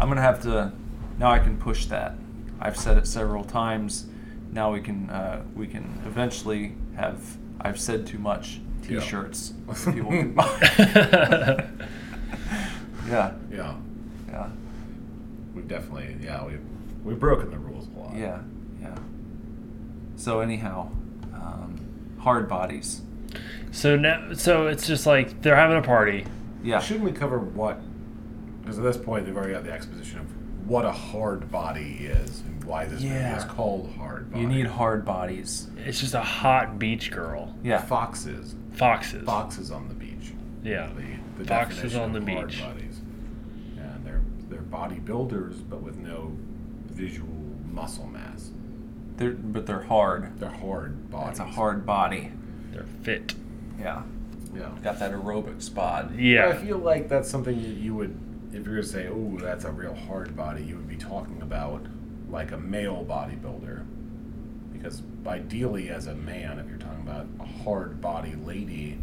I'm gonna have to. Now I can push that. I've said it several times. Now we can uh, we can eventually have I've said too much Yeah. T-shirts that people can buy. yeah, Yeah, yeah, we've definitely yeah we we've broken the rules a lot. yeah, yeah. So anyhow, um, hard bodies. so now, so it's just like they're having a party. Yeah. Shouldn't we cover what? Because at this point, they've already got the exposition of what a hard body is and why this Yeah. movie is called Hard Body. You need hard bodies. It's just a hot beach girl. Yeah. foxes. Foxes. Foxes on the beach. Yeah. The, the Foxes definition on of the hard beach. Bodies. Yeah, and they're they're bodybuilders, but with no visual muscle mass. They're, but they're hard. They're hard bodies. It's a hard body. They're fit. Yeah. Yeah. Got that aerobic spot. I Yeah. feel like that's something that you would, if you were to say, "Oh, that's a real hard body," you would be talking about like a male bodybuilder, because ideally, as a man, if you're talking about a hard body lady,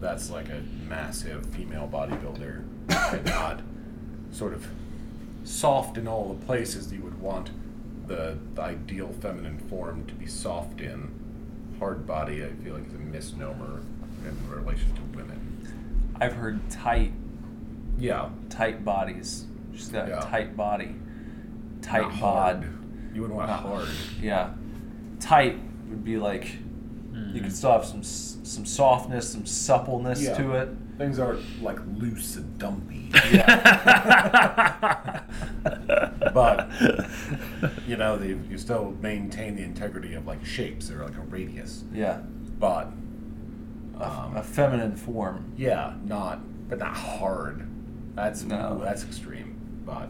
that's like a massive female bodybuilder, and not sort of soft in all the places that you would want the, the ideal feminine form to be soft in. Hard body, I feel like, is a misnomer in relation to women. I've heard tight, Yeah, tight bodies. She's got Yeah. a tight body. Tight Not bod. You wouldn't want Not hard. Yeah. Tight would be like Hmm. you could still have some s- some softness, some suppleness Yeah. to it. Things are like loose and dumpy. but you know, they, you still maintain the integrity of like shapes. They're like a radius, Yeah. but Um. a feminine form. yeah, not but not hard. That's No. ooh, that's extreme. But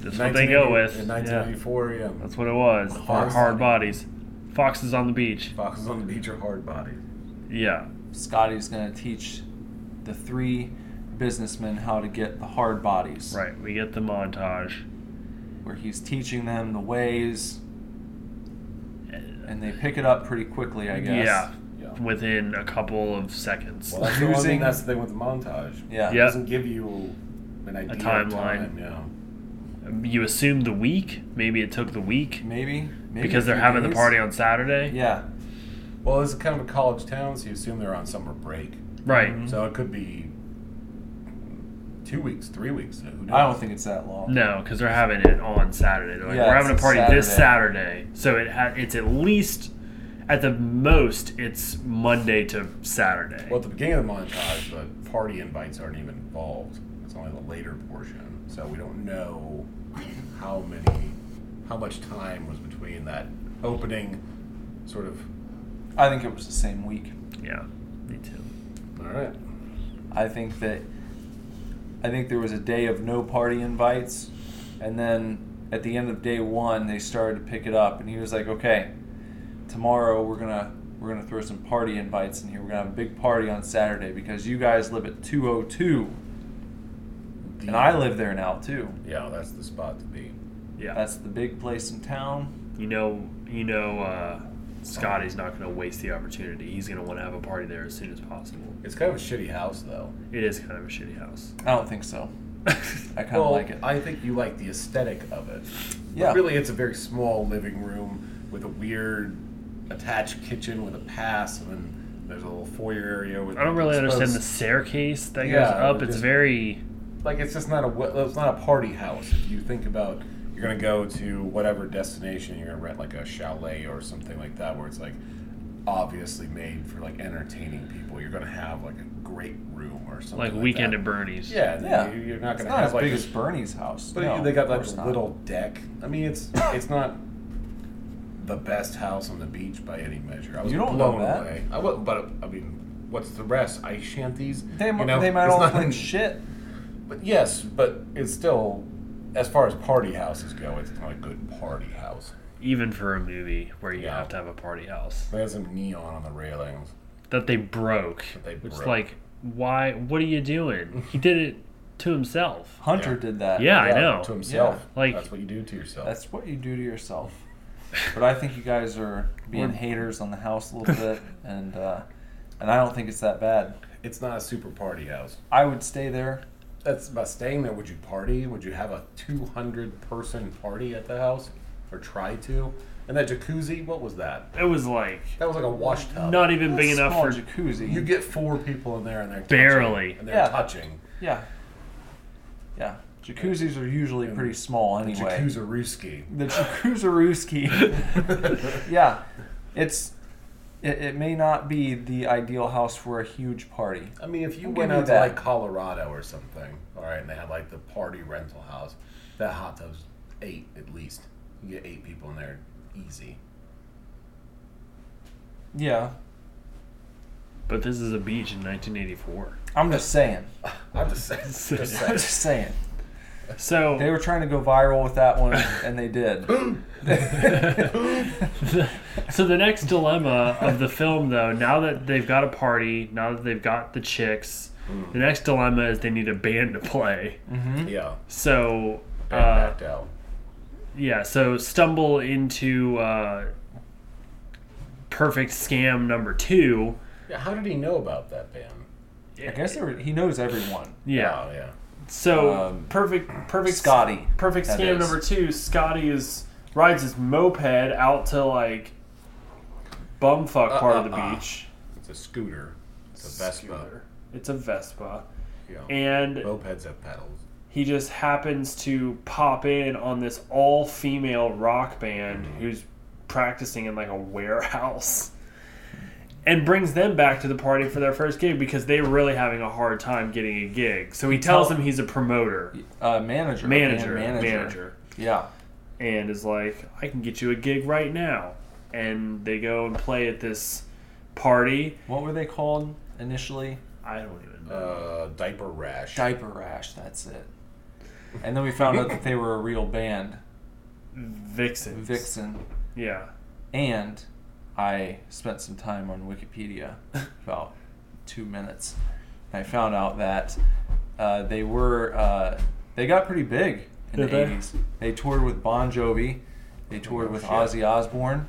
That's what they go 1980 with. in Yeah. 1984. Yeah. That's what it was. Hard, Fox. hard bodies. Foxes on the beach. Foxes on the beach are hard bodies. Yeah. Scotty's going to teach the three businessmen how to get the hard bodies. Right. We get the montage. Where he's teaching them the ways, and they pick it up pretty quickly, I guess. Yeah. Yeah. Within a couple of seconds. Well, that's the only Using- thing. That's the thing with the montage. Yeah. It Yeah. doesn't give you an idea timeline. Time, yeah. You assume the week. Maybe it took the week Maybe. Maybe because a they're few having the days. party on Saturday. Yeah. Well, this is kind of a college town, so you assume they're on summer break. Right. Mm-hmm. So it could be two weeks, three weeks. Who knows? I don't think it's that long. No, because they're having it on Saturday. They're like, Yeah, we're having a it's a party this Saturday, so it ha- it's at least, at the most, it's Monday to Saturday. Well, at the beginning of the montage, the party invites aren't even involved. It's only the later portion, so we don't know how many, how much time was between that opening, sort of. I think it was the same week. yeah, me too. All right. I think that I think there was a day of no party invites, and then at the end of day one, they started to pick it up, and he was like, "Okay, tomorrow we're gonna we're gonna throw some party invites in here. We're gonna have a big party on Saturday because you guys live at 202, and I live there now too. Yeah, that's the spot to be. Yeah, That's the big place in town. you know, you know, uh, Scotty's not going to waste the opportunity. He's going to want to have a party there as soon as possible. It's kind of a shitty house, though. It is kind of a shitty house. I don't think so. I kind of like it. I think you like the aesthetic of it. Yeah. But really, it's a very small living room with a weird attached kitchen with a pass, and then there's a little foyer area with. I don't really understand the exposed- staircase that Yeah, goes up. it It's just- very Like, it's just not a we- it's not a party house. If you think about, you're gonna go to whatever destination, you're gonna rent like a chalet or something like that, where it's like obviously made for like entertaining people. You're gonna have like a great room or something. like weekend that. at Bernie's. Yeah, and yeah, then you- you're not it's gonna not have as like big this as Bernie's house. But no, you- they got of like course a not. little deck. I mean, it's it's not the best house on the beach by any measure. I was You don't know blown that. away. I was, but I mean, what's the rest? Ice shanties. They, you mi- know? they might It's all not- play shit. But yes, but it's still, as far as party houses go, it's not a good party house. Even for a movie where you Yeah. have to have a party house. They had some neon on the railings. that they broke. they which broke. like, why? What are you doing? He did it to himself. Hunter Yeah. did that. Yeah, I Yeah, know. To himself, Yeah, like- that's what you do to yourself. That's what you do to yourself. But I think you guys are being haters on the house a little bit, and uh, and I don't think it's that bad. it's not a super party house. I would stay there. That's about staying there. Would you party? Would you have a 200 person party at the house? Or try to? And that jacuzzi, what was that? It was like That was like a wash tub. not even big enough Small for. jacuzzi. You get four people in there and they're touching, Barely. And they're Yeah. touching. yeah, yeah. Jacuzzis are usually pretty small anyway. Jacuzzaruski. The jacuzzaruski. yeah, it's it, it may not be the ideal house for a huge party. I mean, if you I'll went give you out to that. like Colorado or something, all right, and they had like the party rental house, That hot tub's eight at least. You get eight people in there easy. Yeah, But this is a beach in 1984. I'm just saying. I'm just saying. Just I'm saying. just saying. So They were trying to go viral with that one, and they did. so the next dilemma of the film though now that they've got a party now that they've got the chicks Mm. the next dilemma is they need a band to play Yeah. so Band uh, backed out. yeah so stumble into uh, perfect scam number two Yeah, how did he know about that band? I guess they were, he knows everyone. yeah Oh, yeah. so Um, perfect perfect Scotty. perfect That scam is. number two scotty is rides his moped out to like bumfuck Uh, part of uh, the uh. beach It's a scooter. It's a Vespa. Scooter. It's a Vespa. Yeah. And Mopeds have pedals. he just happens to pop in on this all female rock band who's practicing in like a warehouse and brings them back to the party for their first gig because they're really having a hard time getting a gig. So he tells them he's a promoter, Uh, manager. manager, band manager, Yeah. and is like, I can get you a gig right now. And they go and play at this party. What were they called initially? I don't even know. Uh, diaper rash. Diaper Rash. That's it. And then we found out that they were a real band, Vixens. Vixen. Yeah. And I spent some time on Wikipedia, about two minutes. And I found out that uh, they were uh, they got pretty big in Did the they? Oh, eighties. They toured with Bon Jovi. They toured with shit. Ozzy Osbourne.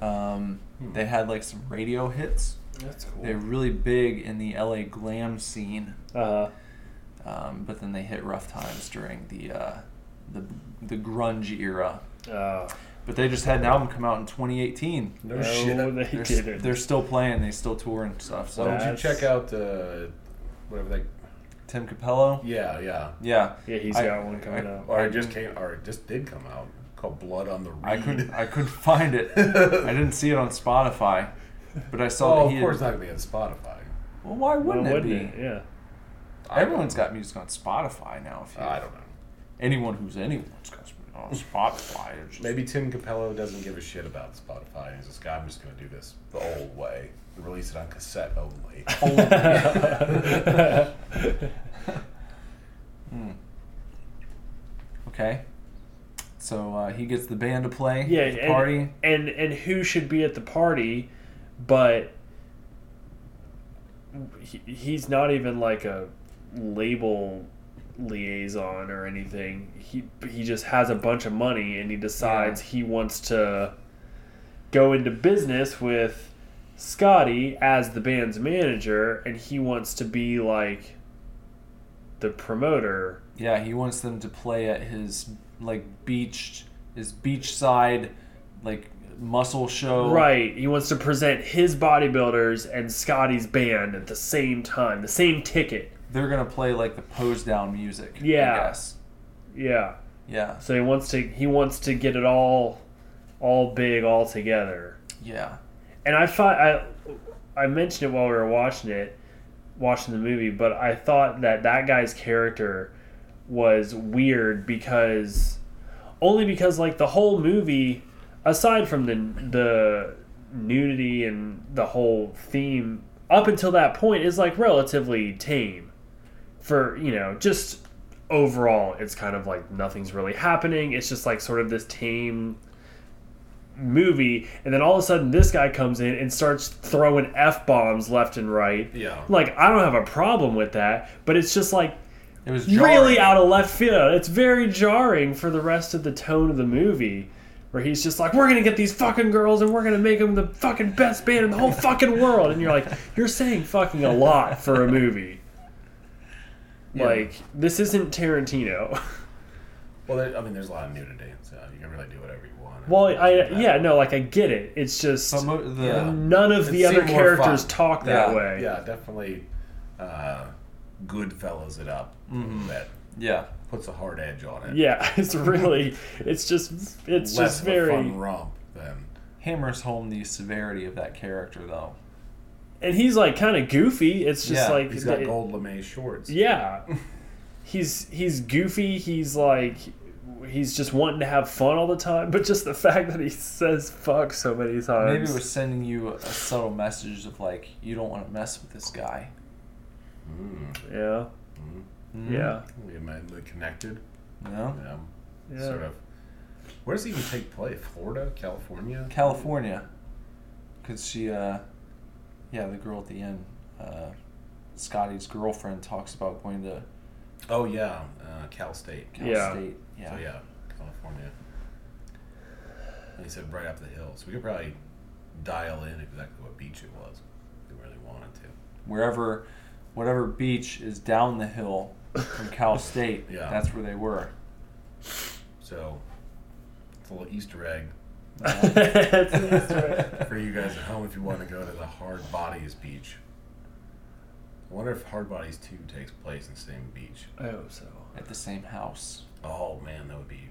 Um, Hmm. They had like some radio hits. That's cool. They're really big in the LA glam scene. Uh, Um, but then they hit rough times during the uh, the the grunge era. uh, But they just had an album come out in 2018. no, they They're, s- didn't. they're still playing. They still tour and stuff. So Why don't you That's- check out uh, whatever they? Tim Capello. Yeah, yeah. Yeah. yeah, he's I- got one coming I- up. Or it just came, or it just did come out called Blood on the Reed. I couldn't. I couldn't find it. I didn't see it on Spotify. But I saw. oh, that he of course, Had, not gonna be on Spotify. Well, why Well, wouldn't it be? it? Yeah. Everyone's got music on Spotify now. If you, I don't know. Anyone who's anyone's got music on Spotify. It's just- Maybe Tim Capello doesn't give a shit about Spotify. He's just, I'm just gonna do this the old way, and release it on cassette only. Okay. So uh, he gets the band to play. Yeah, at the and, party. and and who should be at the party, but he, he's not even like a label liaison or anything. He he just has a bunch of money and he decides he wants to go into business with Scotty as the band's manager and he wants to be like the promoter. Yeah, he wants them to play at his like beach, his beachside, like muscle show. Right. He wants to present his bodybuilders and Scotty's band at the same time, the same ticket. They're gonna play like the pose down music. Yeah. I guess. Yeah. Yeah. So he wants to he wants to get it all all big all together. Yeah. And I thought I I mentioned it while we were watching it, watching the movie, but I thought that that guy's character was weird because only because like the whole movie aside from the the nudity and the whole theme up until that point is like relatively tame for you know just overall it's kind of like nothing's really happening it's just like sort of this tame movie and then all of a sudden this guy comes in and starts throwing f-bombs left and right Yeah. like i don't have a problem with that but it's just like It was really jarring. out of left field. It's very jarring for the rest of the tone of the movie, where he's just like, "We're gonna get these fucking girls, and we're gonna make them the fucking best band in the whole fucking world," and you're like, "You're saying fucking a lot for a movie." Like this isn't Tarantino. Well, there, I mean, there's a lot of nudity, so you can really do whatever you want. Well, I yeah no like I get it. It's just But mo- the none of the It other seemed more fun. characters talk that Yeah, way. yeah, definitely. Uh, good fellows it up. That yeah. puts a hard edge on it. Mm-hmm. Yeah, it's really it's just it's less just of a very fun romp than Hammers home the severity of that character though. and he's like kind of goofy. It's just Yeah, like he's got it- gold lame shorts. Yeah. he's he's goofy. He's like he's just wanting to have fun all the time. But just the fact that he says fuck so many times. Maybe it was sending you a subtle message of like, you don't want to mess with this guy. Hmm? yeah. Yeah. Mm, We might be connected. No, Yeah. Hmm? Yeah. Sort of. Where does it even take place? Florida, California? California. Cause she, uh, yeah, the girl at the end, uh, Scotty's girlfriend talks about going to Oh yeah, uh, Cal State. Cal Cal Yeah. State. Yeah. So yeah, California. And he said right up the hill, so we could probably dial in exactly what beach it was if we really wanted to. wherever, whatever beach is down the hill from Cal State, Yeah. that's where they were. So it's a little Easter egg It's an Easter egg. for you guys at home if you want to go to the Hard Bodies Beach. I wonder if Hard Bodies Two takes place in the same beach. I hope so. At the same house. Oh man, that would be.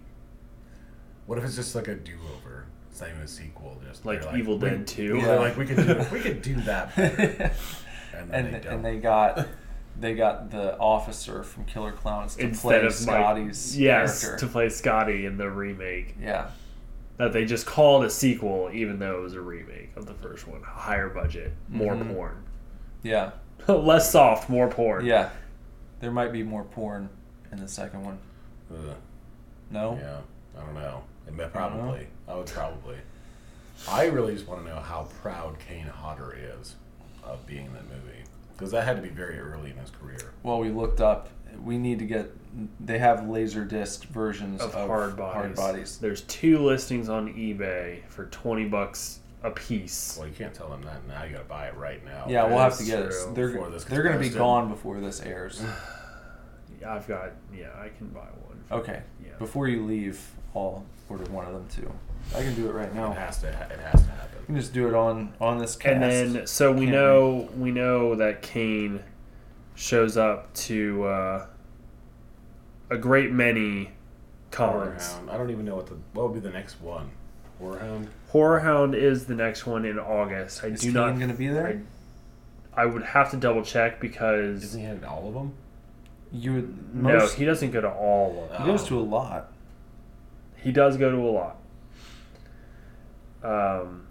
What if it's just like a do-over? It's not even a sequel. Just Like they're Evil we- Dead 2. They're like we could do we could do that. Better. and And then they and, don't. they got they got the officer from Killer Clowns to Instead play of Scotty's Mike, yes, character. to play Scotty in the remake yeah. that they just called a sequel, even though it was a remake of the first one, higher budget, more Mhm. porn, Yeah. less soft, more porn. Yeah. There might be more porn in the second one. Ugh. No? Yeah, I don't know. It may- don't know. probably. I would probably. I really just want to know how proud Kane Hodder is of being in that movie because that had to be very early in his career. Well, we looked up. We need to get. They have laser disc versions of of, hard bodies. Bodies. There's two listings on eBay for twenty bucks a piece. Well, you can't tell them that now. You got to buy it right now. Yeah, we'll have to That's get true. it. They're Before this they're going to be comparison. gone before this airs. I've got yeah, I can buy one. for- Okay. Yeah. Before you leave, I'll order one of them too. I can do it right now. It has to. ha- It has to You happen. can just do it on on this cast. and then so we Can't know we know that Kane shows up to uh, a great many cons. Warhound. I don't even know what the what would be the next one. Warhound. Horror Hound is the next one in August. I is do Kane not. going to be there? I, I would have to double check because Isn't he in all of them? you would no, most. he doesn't go to all of them. he goes to a lot. He does go to a lot. Um,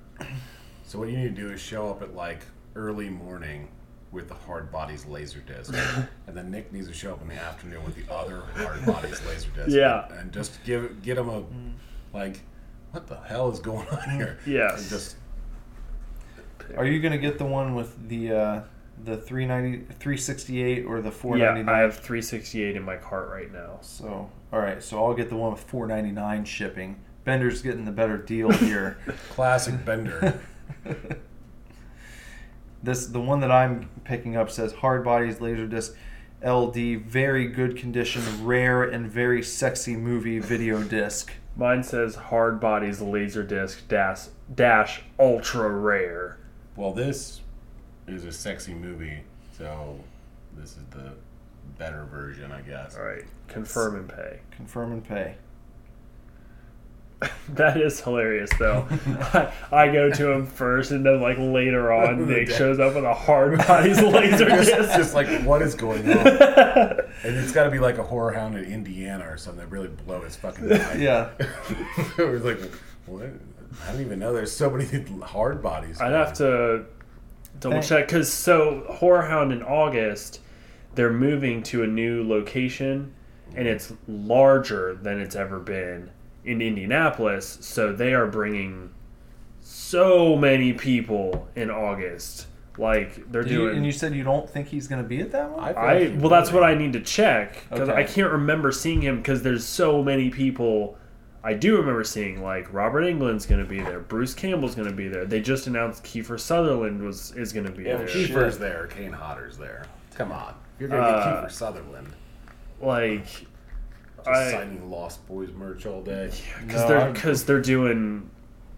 So what you need to do is show up at like early morning with the hard bodies laser disc, and then Nick needs to show up in the afternoon with the other hard bodies laser disc. Yeah. and just give get him a like, what the hell is going on here? Yes. And just Are you going to get the one with the uh, the 390, 368 or the four yeah, ninety I nine? have 368 in my cart right now. So all right, so I'll get the one with four ninety nine shipping. Bender's getting the better deal here. classic Bender. this the one that I'm picking up says hard bodies laserdisc LD very good condition rare and very sexy movie video disc. Mine says Hard Bodies Laserdisc dash, dash Ultra Rare. well, this is a sexy movie, so this is the better version, I guess. All right, confirm and pay. Confirm and pay. That is hilarious, though. I, I go to him first, and then like later on, Nick shows up with a Hard Bodies It's Laserdisc. just like what is going on? And it's got to be like a horror hound in Indiana or something that really blow his fucking mind. Yeah. it was like, what? I don't even know. There's so many hard bodies. I'd have to double Thank- check because so Horror Hound in August, they're moving to a new location, and it's larger than it's ever been in Indianapolis. So they are bringing so many people in August. Like they're Did you- doing. and you said you don't think he's going to be at that one? feel like I he well, that's really- what I need to check because Okay. I can't remember seeing him because there's so many people. I do remember seeing like Robert England's going to be there, Bruce Campbell's going to be there. They just announced Kiefer Sutherland was is going to be If there. Kiefer's there, Kane Hodder's there. Come on, you're gonna get Uh, Kiefer Sutherland Like, just I signing Lost Boys merch all day. because No, they're I'm- because they're doing.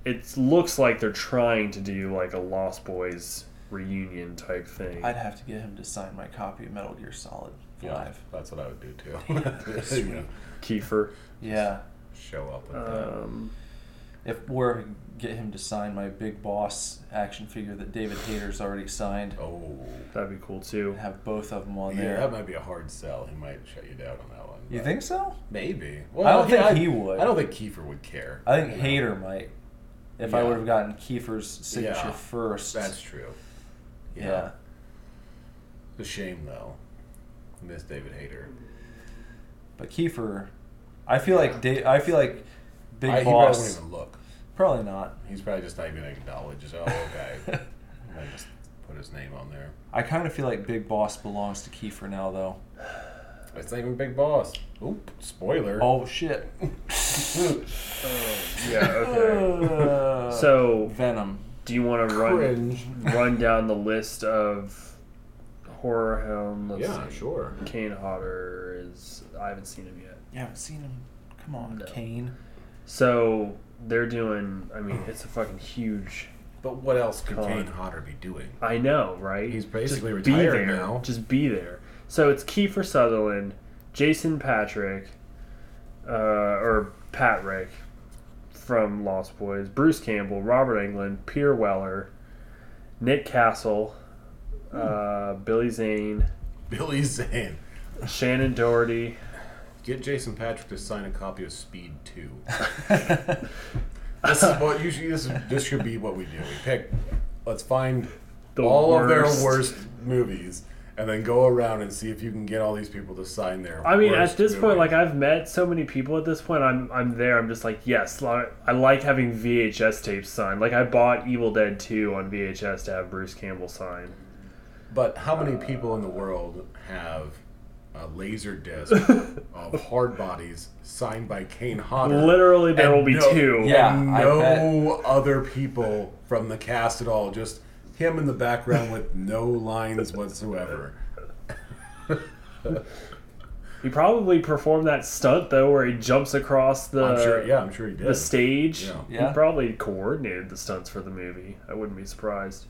It looks like they're trying to do like a Lost Boys reunion type thing. I'd have to get him to sign my copy of Metal Gear Solid 5. Yeah. that's what I would do too. You know, Kiefer. yeah. Uh, show up with that. Um, if or get him to sign my big boss action figure that David Hayter's already signed. Oh, That'd be cool too. and Have both of them on yeah, there. that might be a hard sell. He might shut you down on that one. you but think so? Maybe. Well, don't think yeah, he would. I don't think Kiefer would care. I think You know, Hater might. If I Yeah. would have gotten Kiefer's signature Yeah. first. That's true. yeah. It's a shame though. Miss David Hayter. But Kiefer, I feel like da- I feel like Big I, He probably Boss won't even look. probably not. He's probably just not even gonna acknowledge. Just, oh, okay. I just put his name on there. I kind of feel like Big Boss belongs to Kiefer now though. It's not even Big Boss. Oop, spoiler. Oh shit. yeah, Uh, So, Venom. do you want to run run down the list of horror film? Let's Yeah, see. sure. Kane Hodder is. I haven't seen him yet. You haven't seen him. Come on, No. Kane. So they're doing. I mean, it's a fucking huge. But what else could Come Kane on. Hodder be doing? I know, right? He's basically Just retired be there. now. Just be there. So it's Kiefer Sutherland, Jason Patrick, uh, or Pat Rick from Lost Boys, Bruce Campbell, Robert Englund, Peter Weller, Nick Castle, Hmm. uh, Billy Zane, Billy Zane. Shannon Doherty. Get Jason Patrick to sign a copy of Speed Two. Uh-huh. this is what usually this is, this should be what we do. We pick. Let's find The all of worst. their worst movies, and then go around and see if you can get all these people to sign their. I mean, worst at this point, movie. like I've met so many people. At this point, I'm I'm there. I'm just like, yes, li- I like having VHS tapes signed. Like I bought Evil Dead Two on VHS to have Bruce Campbell sign. But how many uh, people in the world have a laser disc of hard bodies signed by Kane Hodder? Literally, there And will be no- two. Yeah, and I no other people from the cast at all. Just him in the background with no lines whatsoever. He probably performed that stunt though, where he jumps across the I'm sure. Yeah, I'm sure he did. Uh, the stage. Yeah. Yeah. He probably coordinated the stunts for the movie. I wouldn't be surprised.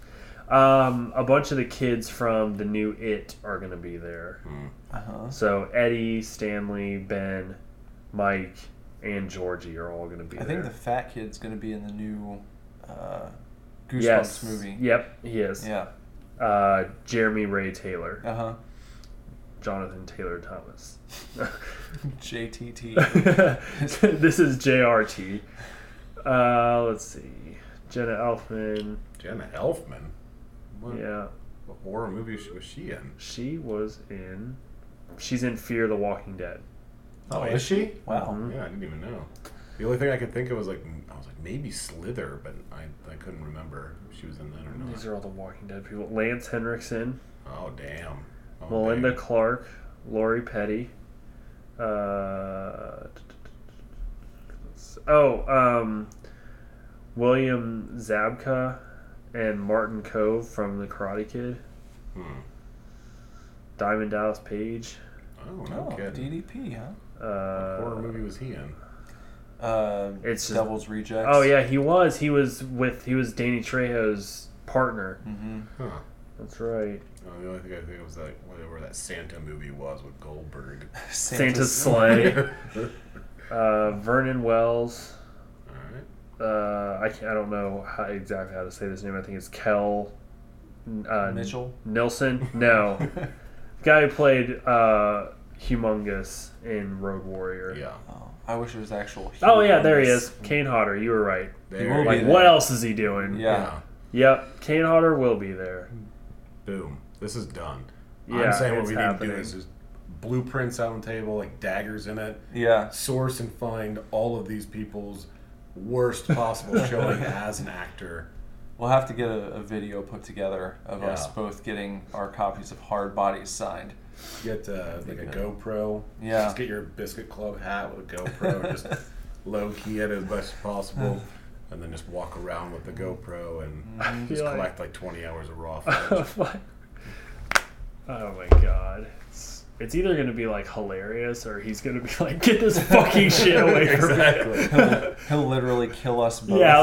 Um, a bunch of the kids from the new It are going to be there. Uh-huh. So Eddie, Stanley, Ben, Mike, and Georgie are all going to be I there. think the fat kid's gonna be in the new uh, Goosebumps yes. movie. Yep, he is. Yeah. Uh, Jeremy Ray Taylor, Uh huh. Jonathan Taylor Thomas. JTT. this is JRT. Uh, let's see. Jenna Elfman. Jenna Elfman. What, Yeah. what horror movie was she in? She was in. She's in Fear the Walking Dead. Oh, is she? Wow. Yeah, I didn't even know. The only thing I could think of was like I was like maybe Slither, but I, I couldn't remember if she was in that or not. These are all the Walking Dead people. Lance Henriksen, Oh damn. Oh, Melinda dang. Clark, Lori Petty. Uh, oh, um, William Zabka and Martin Cove from The Karate Kid. Hmm. Diamond Dallas Page. Oh no Oh, kidding. DDP, huh? What Uh, horror movie was he in? Uh, It's just- Devil's Rejects. oh yeah, he was. He was with. He was Danny Trejo's partner. Mm-hmm. Huh. That's right. Oh, the only thing I think of was like whatever that Santa movie was with Goldberg. Santa's All sleigh. right. Uh, Vernon Wells. Uh, I can I don't know how, exactly how to say this name. I think it's Kel. Uh, Mitchell. Nilsson. No, guy who played uh, Humongous in Road Warrior. Yeah. Oh, I wish it was actual. Oh yeah, there he humongous. is. Kane Hodder. You were right. There will be it is. Like there. what else is he doing? Yeah. Yep. Kane Hodder will be there. Boom. This is done. Yeah, I'm saying what it's we need to happening. do is just blueprints out on the table, like daggers in it, Yeah. source and find all of these people's worst possible showing as an actor. We'll have to get a, a video put together of Yeah. us both getting our copies of Hard Bodies signed. Get uh, like a GoPro. Yeah. Just get your biscuit club hat with a GoPro and just low key it as much as possible. And then just walk around with the GoPro and just feel Mm-hmm. like- collect like 20 hours of raw footage. oh my god. It's, it's either going to be like hilarious or he's going to be like, get this fucking shit away from Exactly. He'll literally kill us both. me. Yeah,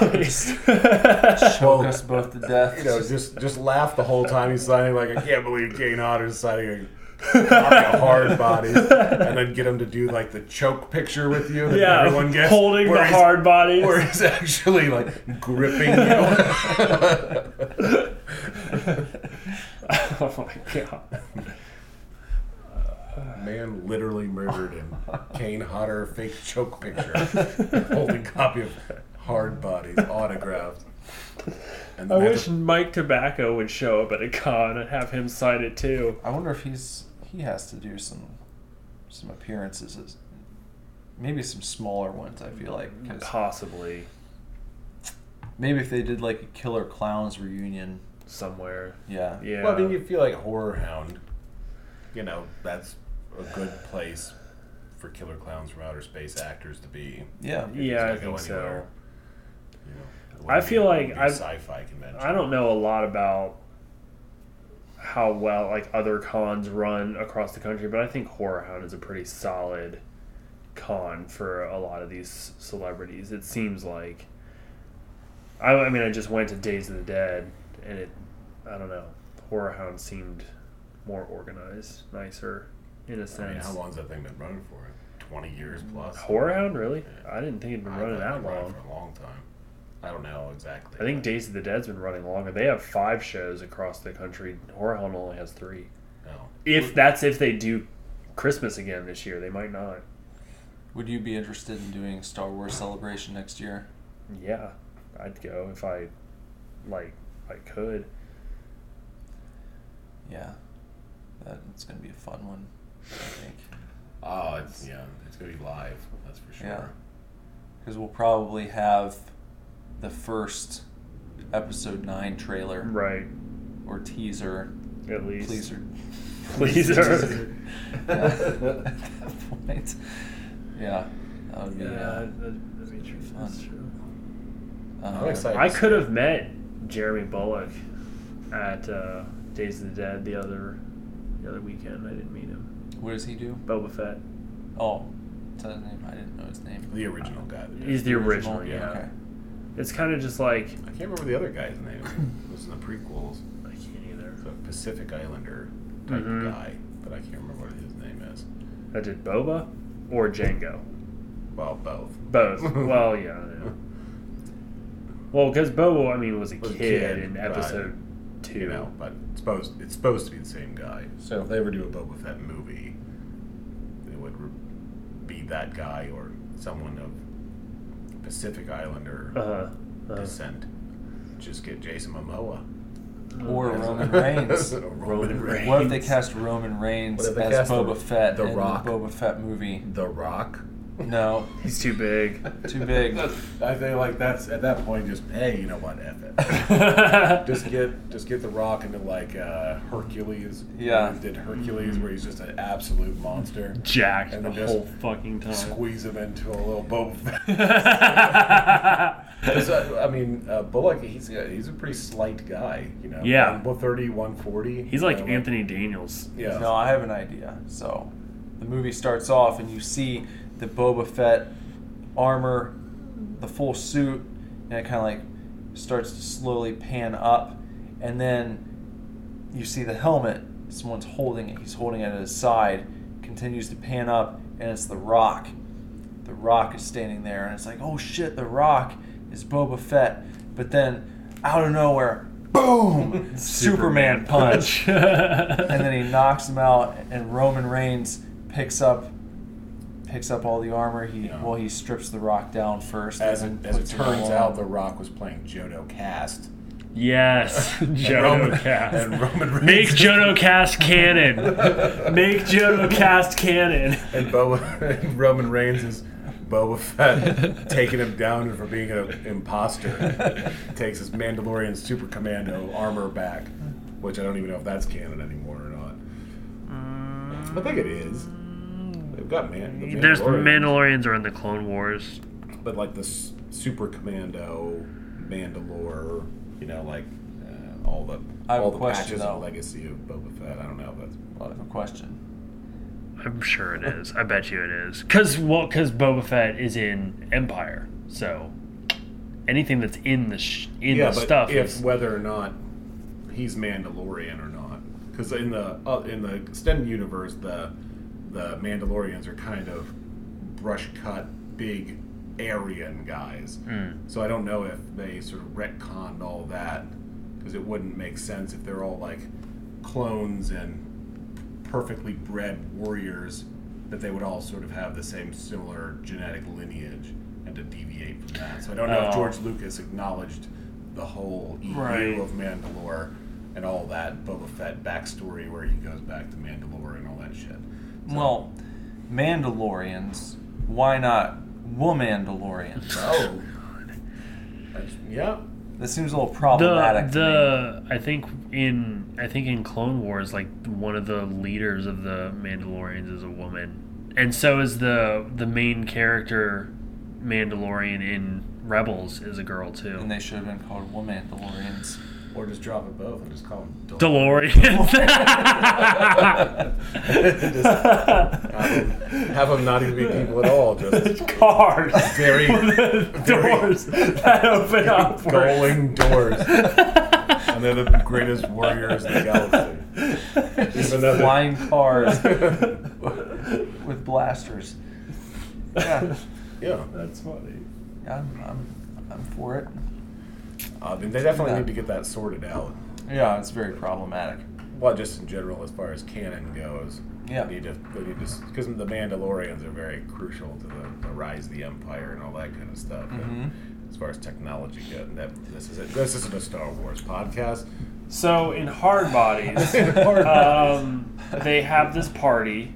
literally. Choke us both to death. you know, just just laugh the whole time he's signing. Like I can't believe Kane Hodder's signing like a hard body, and then get him to do like the choke picture with you. That Yeah, everyone gets holding where the he's- hard body. where he's actually like gripping you. oh my god. Man literally murdered him. Kane Hodder fake choke picture, holding copy of Hard Bodies autographed. And I then had wish to- Mike Tobacco would show up at a con and have him sign it too. I wonder if he's he has to do some some appearances, as, maybe some smaller ones. I feel like 'cause Mm. Possibly maybe if they did like a Killer Clowns reunion, somewhere. yeah, Yeah. Well, I mean, you feel like Horror Hound. You know, that's a good place for killer clowns from outer space actors to be. yeah. It's yeah, I gonna go think so. anywhere. You know, it I feel wouldn't like be a I've- sci-fi convention. I don't know a lot about how well like other cons run across the country, but I think Horror Hound is a pretty solid con for a lot of these celebrities. It seems like. I, I mean, I just went to Days of the Dead, and it, I don't know, Horror Hound seemed more organized, nicer, in a I mean, sense. how long's that thing been running for? Twenty years plus. Horror Hound, really? I didn't think it'd been I've running been that running long. for a long time. I don't know exactly. Uh, I think Days of the Dead's been running longer. They have five shows across the country. Horror Hound only has three. No. If that's if they do Christmas again this year, they might not. Would you be interested in doing Star Wars Celebration next year? Yeah, I'd go if I like I could. Yeah, that it's gonna be a fun one. I think Oh, it's yeah, it's gonna be live. That's for sure. Yeah. because we'll probably have the first episode nine trailer Right. or teaser, At least. pleaser, Pleaser. yeah. at that point. Yeah, that would be. Yeah, uh, that'd, that'd be true. That's true. uh, I'm excited. I could have met Jeremy Bullock at uh, Days of the Dead the other the other weekend. I didn't meet him. What does he do? Boba Fett. Oh, is that his name? I didn't know his name. The original guy. that did it. He's the original. Original? yeah. Okay. It's kind of just like I can't remember the other guy's name. It was in the prequels. I can't either. It's a Pacific Islander type Mhm. of guy, but I can't remember what his name is. I did Boba or Django. Well, both. Both. well, yeah. yeah. Well, because Bobo, I mean, was a, Was a kid, kid, in right. episode two. You know, but it's supposed it's supposed to be the same guy. So if they ever do a Boba Fett movie, it would re- be that guy or someone of Pacific Islander Uh-huh. Uh, descent. Just get Jason Momoa. Or Roman Reigns. Or Roman Roman Reigns. What if they cast Roman Reigns What if they as cast Boba The- Fett The in Rock? the Boba Fett movie? The Rock. No, He's too big. too big. I think like that's at that point just hey, you know what, F Just it. just get just get the rock into like uh, Hercules. Yeah. He did Hercules where he's just an absolute monster. jacked And the just whole fucking time. Squeeze him into a little Boba Fett. 'Cause, uh, I mean, uh, Bullock, he's a, he's a pretty slight guy, you know. Yeah. 130, 140. He's like you know, Anthony Daniels. Yeah. No, I have an idea. So, the movie starts off and you see the Boba Fett armor, the full suit, and it kind of like starts to slowly pan up, and then you see the helmet. Someone's holding it. He's holding it at his side. Continues to pan up, and it's the Rock. The Rock is standing there, and it's like, oh shit, The Rock is Boba Fett. But then, out of nowhere, boom! Superman punch and then he knocks him out and roman reigns picks up picks up all the armor he Yeah. well he strips the rock down first As it, and as it puts turns on. out, The Rock was playing Jodo Cast. yes, Jodo Roman- Cast. and Roman Reigns. Make Jodo Cast canon. Make Jodo Cast canon. And Boba, and Roman Reigns is Boba Fett taking him down for being an imposter. Takes his Mandalorian Super Commando armor back, which I don't even know if that's canon anymore or not. I think it is. They've got man. The There's Mandalorian. Mandalorians are in the Clone Wars. but like the S- Super Commando, Mandalore, you know, like uh, all the I have all a the question, patches though. and legacy of Boba Fett. I don't know if that's i have a question I'm sure it is. I bet you it is. Cause well, cause Boba Fett is in Empire, so anything that's in the sh- in yeah, the but stuff if is whether or not he's Mandalorian or not, because in the uh, in the extended universe, the the Mandalorians are kind of brush cut, big Aryan guys. Hmm. So I don't know if they sort of retconned all that because it wouldn't make sense if they're all like clones and perfectly bred warriors that they would all sort of have the same similar genetic lineage and to deviate from that. So I don't know Oh. if George Lucas acknowledged the whole EU Right. of Mandalore and all that Boba Fett backstory where he goes back to Mandalore and all that shit. Well, Mandalorians. Why not Womandalorians? Oh, That's- yeah. That seems a little the problematic. to me. the I think in I think in Clone Wars, like one of the leaders of the Mandalorians is a woman, and so is the the main character Mandalorian in Rebels is a girl too. And they should have been called Womandalorians. Or just drop it both and just call him Dol- DeLorean. Have them not even be people at all. Just Cars. very The doors that open up. were- rolling doors. and they're the greatest warriors in the galaxy. Even though they're- Flying cars with blasters. Yeah, yeah, That's funny. yeah I'm, I'm, I'm for it. I mean, they definitely Yeah. need to get that sorted out. Yeah, it's very problematic. Well, just in general, as far as canon goes, Yeah. they need to they need to because the Mandalorians are very crucial to the, the rise of the Empire and all that kind of stuff. Mm-hmm. And As far as technology goes, and that this is it. This isn't a Star Wars podcast. So in Hard Bodies, um, they have this party.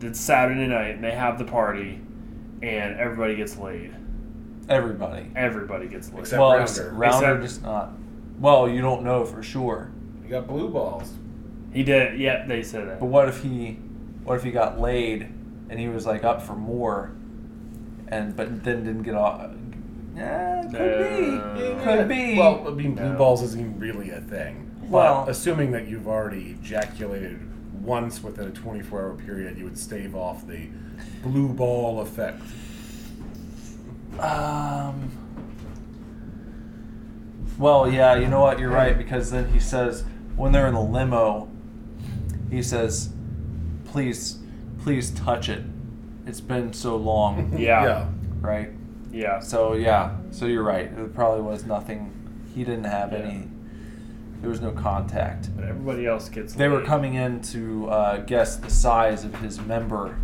It's Saturday night, and they have the party, and everybody gets laid. Everybody. Everybody gets laid. Except- Well, Rounder. Rounder, Rounder Except- just not. Well, you don't know for sure. You got blue balls. he did. Yeah, they said But that. what if he, what if he got laid and he was like up for more, and but then didn't get off? Yeah, could be. No. Could be. Well, uh, I mean, blue No. balls isn't really a thing. Well- But assuming that you've already ejaculated once within a 24 hour period, you would stave off the blue ball effect. Um. Well, yeah, you know what? You're right because then he says when they're in the limo, he says, "Please, please touch it. It's been so long, Yeah, right?" yeah. So yeah, so you're right. It probably was nothing. He didn't have Yeah. any. There was no contact. But everybody else gets. They were laid. coming in to uh, guess the size of his member.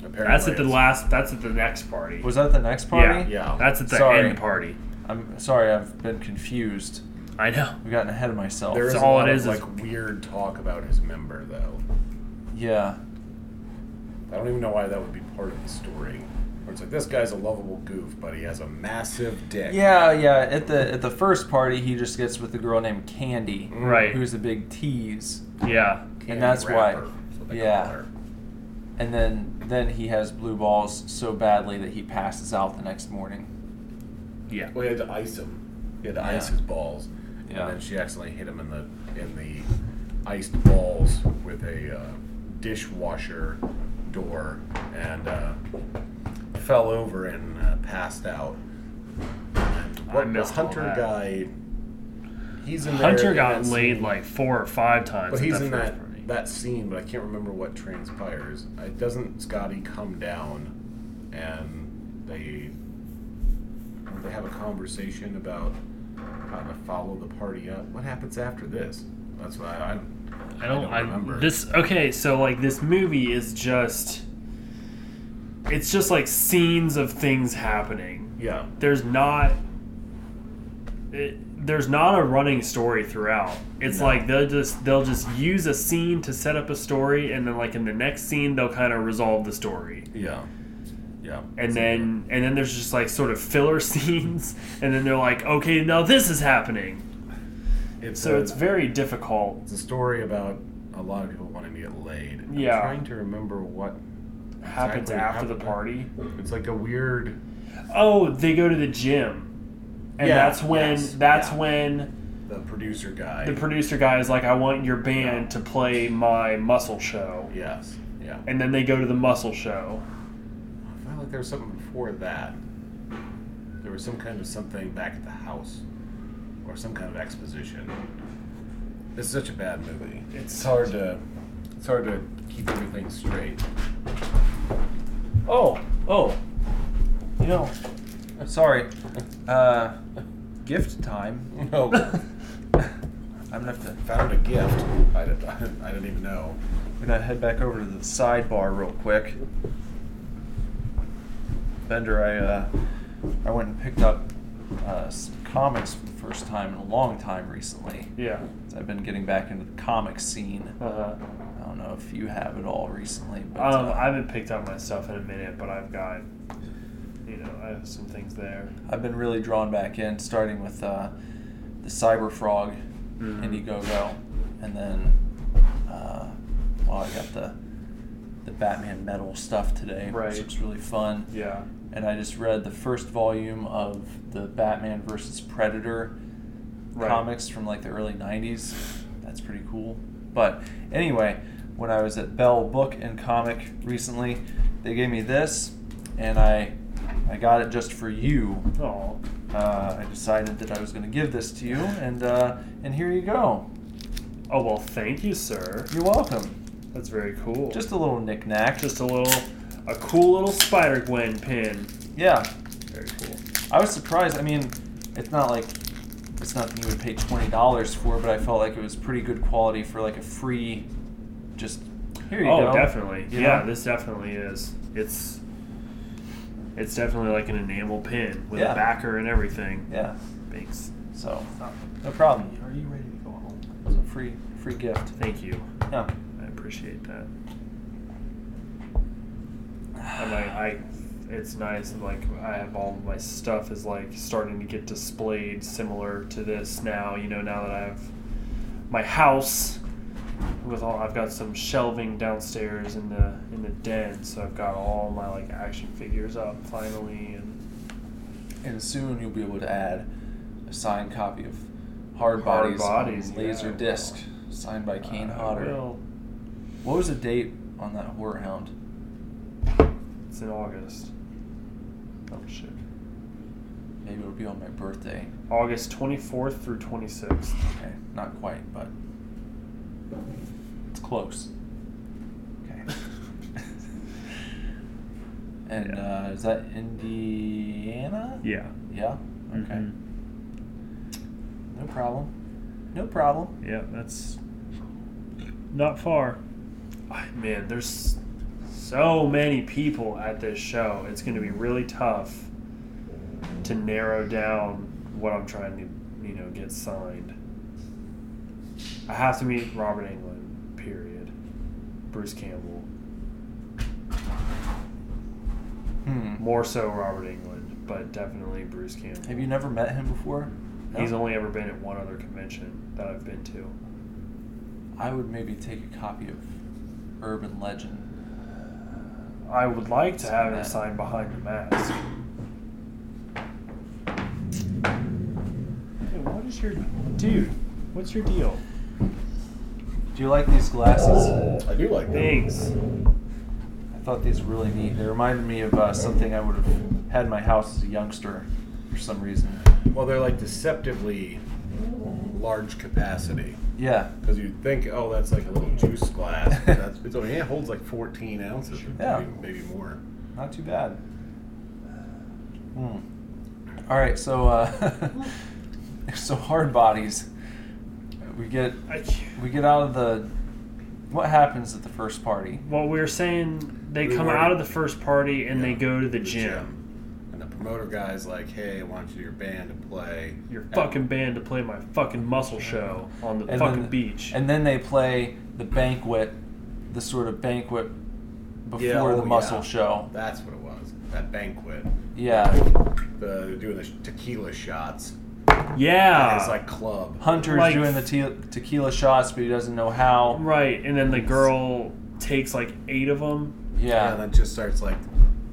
Apparently, That's at the it's- last. That's at the next party. Was that the next party? Yeah. That's at the Sorry. end party. I'm sorry. I've been confused. I know. I've gotten ahead of myself. There is So a all lot it of, is is- like weird talk about his member, though. Yeah. I don't even know why that would be part of the story. Where it's like this guy's a lovable goof, but he has a massive dick. Yeah, yeah. At the at the first party, he just gets with a girl named Candy, Right. who's a big tease, yeah. Candy that's why- wrapper, is what they yeah. call her. and then then he has blue balls so badly that he passes out the next morning. Yeah. Well, he had to ice him. He had to Yeah. ice his balls, Yeah. and then she accidentally hit him in the in the iced balls with a uh, dishwasher door, and uh, fell over and uh, passed out. And I what the missed all hunter that. guy. He's in there Hunter in got that laid scene, like four or five times. But at he's the in first that party. that scene, but I can't remember what transpires. It doesn't Scotty come down, and they they have a conversation about how to follow the party up. What happens after this? That's why I, I don't. don't I, remember. This okay. So like this movie is just. It's just like scenes of things happening. yeah There's not. It, there's not a running story throughout. It's No. like they'll just they'll just use a scene to set up a story, and then like in the next scene they'll kind of resolve the story. yeah yeah. and then and then there's just like sort of filler scenes and then they're like okay now this is happening it's so a- it's very difficult it's a story about a lot of people wanting to get laid. I'm Yeah. trying to remember what happens Exactly. after the Happened. party it's like a weird. oh they go to the gym and Yeah, that's when yes, that's yeah. when The producer guy. the producer guy is like i want your band to play my muscle show yes. Yeah. and then they go to the muscle show I felt like there was something before that. There was some kind of something back at the house, or some kind of exposition. It's such a bad movie. It's- It's hard to it's hard to keep everything straight. Oh, oh, You know, sorry. Uh, gift time. No, I'm gonna have to. found a gift. I didn't, I didn't, I didn't even know. I'm gonna head back over to the sidebar real quick. Bender, I uh, I went and picked up uh, s- comics for the first time in a long time recently. yeah. I've been getting back into the comic scene. Uh-huh. I don't know if you have at all recently, but Um, uh, I haven't picked up my stuff in a minute, but I've got, you know, I have some things there. I've been really drawn back in, starting with uh, the Cyber Frog Mhm. Indiegogo, and then uh, well, I got the the Batman metal stuff today, Right. which looks really fun. Yeah. And I just read the first volume of the Batman versus Predator Right. comics from like the early '90s. That's pretty cool. But anyway, when I was at Bell Book and Comic recently, they gave me this, and I I got it just for you Oh, uh, I decided that I was going to give this to you, and uh, and here you go. oh well, thank you, sir. You're welcome. That's very cool. Just a little knickknack. just a little, a cool little Spider Gwen pin. yeah. Very cool. I was surprised. I mean, it's not like it's nothing you would pay twenty dollars for, but I felt like it was pretty good quality for like a free. Just here you oh, go. definitely. You yeah, know? this definitely is. It's it's definitely like an enamel pin with Yeah. a backer and everything. Yeah. Thanks. So no problem. Are you ready to go home? It was a free free gift. Thank you. Yeah. I appreciate that. And I, I it's nice and like I have all my stuff is like starting to get displayed similar to this now, you know, now that I have my house with all I've got some shelving downstairs in the in the den, so I've got all my like action figures up finally and And soon you'll be able to add a signed copy of Hard Hard Bodies, on Bodies, yeah, Uh, laser I will. disc signed by Kane I Hodder. will. What was the date on that horror hound? It's in August. Oh shit. Maybe it'll be on my birthday. August twenty fourth through twenty sixth. Okay, not quite, but it's close. Okay. and uh, is that Indiana? Yeah. Mm-hmm. Yeah. Okay. No problem. No problem. Yeah, that's not far. Man, there's so many people at this show. It's going to be really tough to narrow down what I'm trying to, you know, get signed. I have to meet Robert Englund, period. Bruce Campbell. Hmm. More so Robert Englund, but definitely Bruce Campbell. Have you never met him before? No? He's only ever been at one other convention that I've been to. I would maybe take a copy of Urban Legend. I would like to have Yeah. it signed behind the mask. Hey, what is your dude? What's your deal? Do you like these glasses? I do like them. Thanks. I thought these were really neat. They reminded me of uh, something I would have had in my house as a youngster for some reason. Well, they're like deceptively large capacity. Yeah, Because you'd think, oh, that's like a little juice glass. but That's, it's only, it holds like 14 ounces, or Yeah. maybe, maybe more. not too bad. Hmm. All right, so uh, so hard bodies. We get I can't- we get out of the. What happens at the first party? Well, we were saying they We come were- out of the first party and they Yeah, go to the gym. And the promoter guy's like, hey, I want you your band to play. Your at- fucking band to play my fucking muscle show on the And fucking then, beach. And then they play the banquet, the sort of banquet before Yeah, oh, the muscle yeah. show. That's what it was. That banquet. Yeah, The, they're doing the sh- tequila shots. Ah. yeah. it's like club. Hunter's Like- doing the te- tequila shots, but he doesn't know how. right, and then the girl takes like eight of them. Yeah, And then just starts like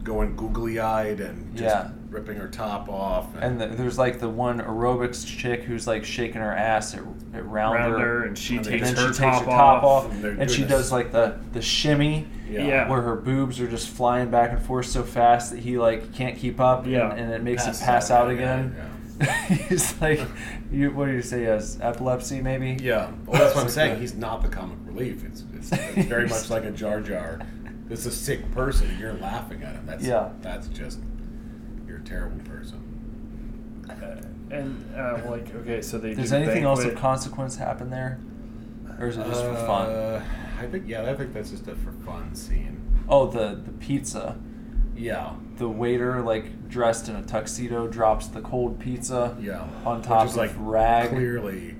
going googly eyed and just Yeah. ripping her top off. And the, there's like the one aerobics chick who's like shaking her ass at, at Rounder. Around her, and she And takes and her then she takes top her top off. off, and they're and, doing she this. does like the, the shimmy yeah. where her boobs are just flying back and forth so fast that he like can't keep up, Yeah. and, and it makes him Passes pass out, out yeah, again. yeah. he's like, you, what do you say? Yes, epilepsy maybe. Yeah, well, that's what I'm saying. He's not the comic relief. It's, it's, it's very much like a Jar Jar. This is a sick person, and you're laughing at him. That's Yeah. That's just you're a terrible person. And uh, like, okay, so they. Does do the anything else of banquet. consequence happen there, or is it just for fun? Uh, I think yeah, I think that's just a for fun scene. Oh, the the pizza. Yeah, The waiter, like dressed in a tuxedo, drops the cold pizza. yeah. On Which top is, of rag. Clearly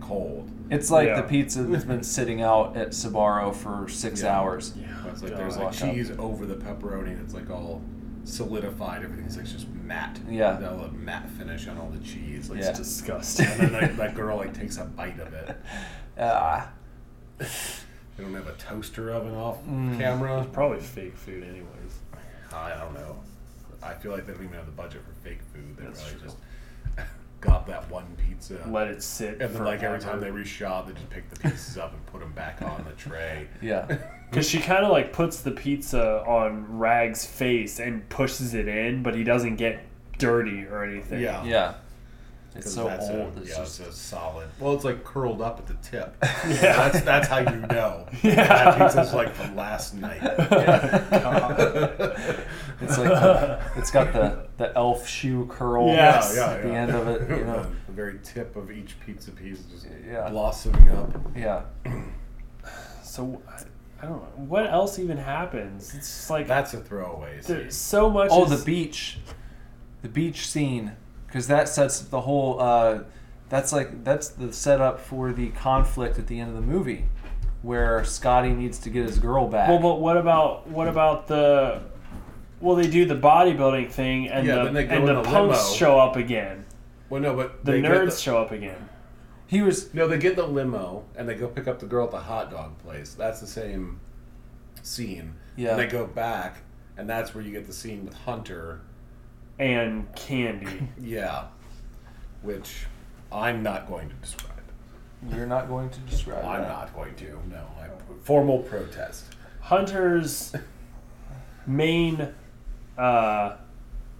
cold. It's like Yeah. the pizza that's been sitting out at Sabaro for six Yeah. hours. It's like Yeah. there's like Walk up. cheese over the pepperoni that's like all solidified. Everything's like just matte. Yeah. That little matte finish on all the cheese. Like Yeah. it's disgusting. and then like, that girl like takes a bite of it. Ah, They don't have a toaster oven off camera. Probably fake food, anyways. I don't know. I feel like they don't even have the budget for fake food. They That's probably true. just got that one pizza. Let it sit. and then like every time they reshot, they just pick the pieces up and put them back on the tray. yeah. Because she kind of like puts the pizza on Rag's face and pushes it in, but he doesn't get dirty or anything. Yeah. Yeah. It's 'Cause so that's old. A, it's yeah, just it's a solid. Well, it's like curled up at the tip. that's that's how you know. That pizza's like from last night. it's like the, it's got the, the elf shoe curl Yes. Yeah, yeah, at the yeah. end of it, you know. the very tip of each pizza piece is just Yeah. blossoming up. Yeah. So I- I don't know what else even happens. It's just like That's a throwaway. Scene. there's so much. Oh, is- the beach, the beach scene, because that sets the whole. Uh, that's like that's the setup for the conflict at the end of the movie, where Scotty needs to get his girl back. Well, but what about what about the? Well, they do the bodybuilding thing, and Yeah, the then they go and in the the punks limo. show up again. Well, no, but The they get nerds show up again. he was. No, they get the limo and they go pick up the girl at the hot dog place. That's the same scene. Yeah. And they go back, and that's where you get the scene with Hunter. And Candy. Yeah. Which I'm not going to describe. You're not going to describe. I'm that. not going to. No. I, formal protest. Hunter's main uh,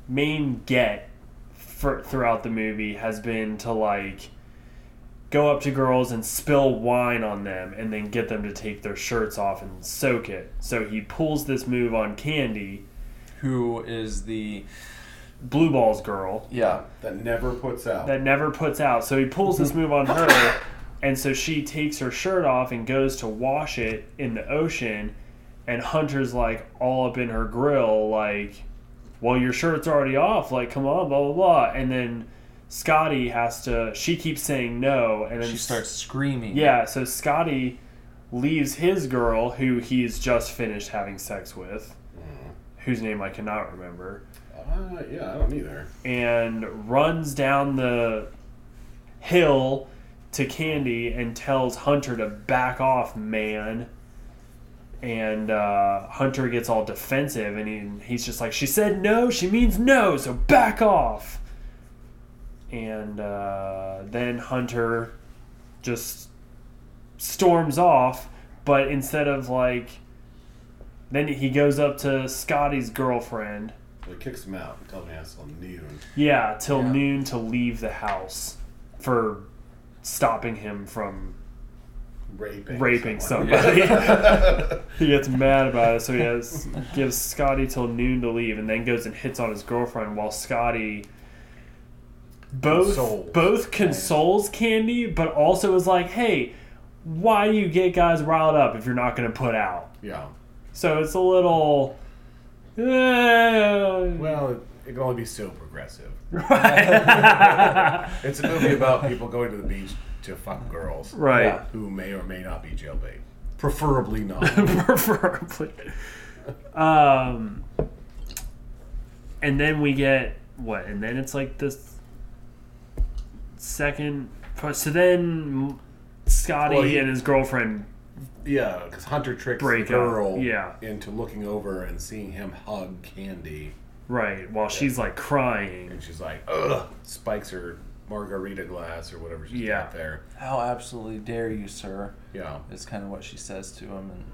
main get for, throughout the movie has been to like go up to girls and spill wine on them and then get them to take their shirts off and soak it. So he pulls this move on Candy, Who is the? Blue Balls girl, Yeah. That never puts out. that never puts out. So he pulls this move on her, and so she takes her shirt off and goes to wash it in the ocean, and Hunter's like all up in her grill, like, well, your shirt's already off, like, come on, blah, blah, blah. And then Scotty has to, she keeps saying no, and then She starts screaming. Yeah, so Scotty leaves his girl, who he's just finished having sex with, Mm-hmm. whose name I cannot remember Uh, yeah, I don't either. and runs down the hill to Candy and tells Hunter to back off, man. And uh, Hunter gets all defensive and he, he's just like, She said no, she means no, so back off. And uh, then Hunter just storms off, but instead of like, then he goes up to Scotty's girlfriend So he kicks him out and tells me that's on noon. yeah, till Yeah. noon to leave the house for stopping him from Raping. raping someone. somebody. he gets mad about it, so he has, gives Scotty till noon to leave, and then goes and hits on his girlfriend while Scotty both Consoles. both consoles Candy, but also is like, "Hey, why do you get guys riled up if you're not going to put out?" Yeah. So it's a little. eh, Well, it, it can only be so progressive. right. It's a movie about people going to the beach to fuck girls. Who may or may not be jailbait. Preferably not. preferably. Um, and then we get what? And then it's like this second. pro- So then Scotty Well, he- and his girlfriend. yeah, because Hunter tricks Break the girl up, yeah. into looking over and seeing him hug Candy. Right, while she's like crying. And she's like, ugh, spikes her margarita glass or whatever she's Yeah. got there. How absolutely dare you, sir? Yeah. Is kind of what she says to him, and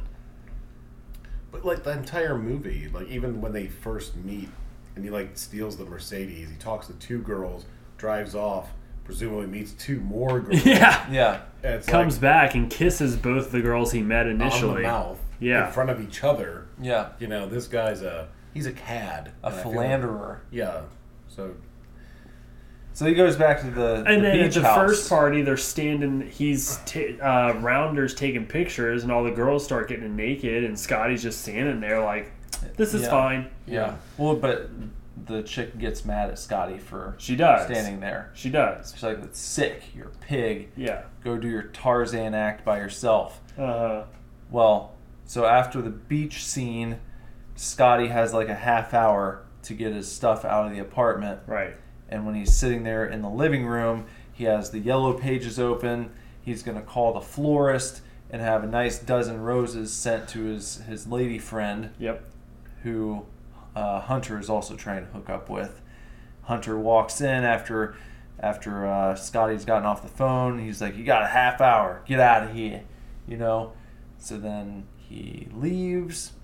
But like the entire movie, like even when they first meet and he like steals the Mercedes. He talks to two girls, drives off, presumably meets two more girls. Yeah. Yeah. And it's Comes like, back and kisses both the girls he met on the initially. mouth, Yeah. in front of each other. Yeah. You know, this guy's a he's a cad, A and I feel like- philanderer. yeah, so So he goes back to the, And the then at beach the house. first party, they're standing. He's t- uh, Rounders taking pictures, and all the girls start getting naked, and Scotty's just standing there like, "This is Yeah. fine." Yeah. Well, but the chick gets mad at Scotty for She does. standing there. She does. She's like, "That's sick. You're a pig. Yeah. Go do your Tarzan act by yourself." Uh, Well, so after the beach scene, Scotty has like a half hour to get his stuff out of the apartment. right. And when he's sitting there in the living room, he has the yellow pages open. He's going to call the florist and have a nice dozen roses sent to his, his lady friend, Yep. who uh, Hunter is also trying to hook up with. Hunter walks in after after uh, Scotty's gotten off the phone. He's like, "You got a half hour. Get out of here," you know. So then he leaves,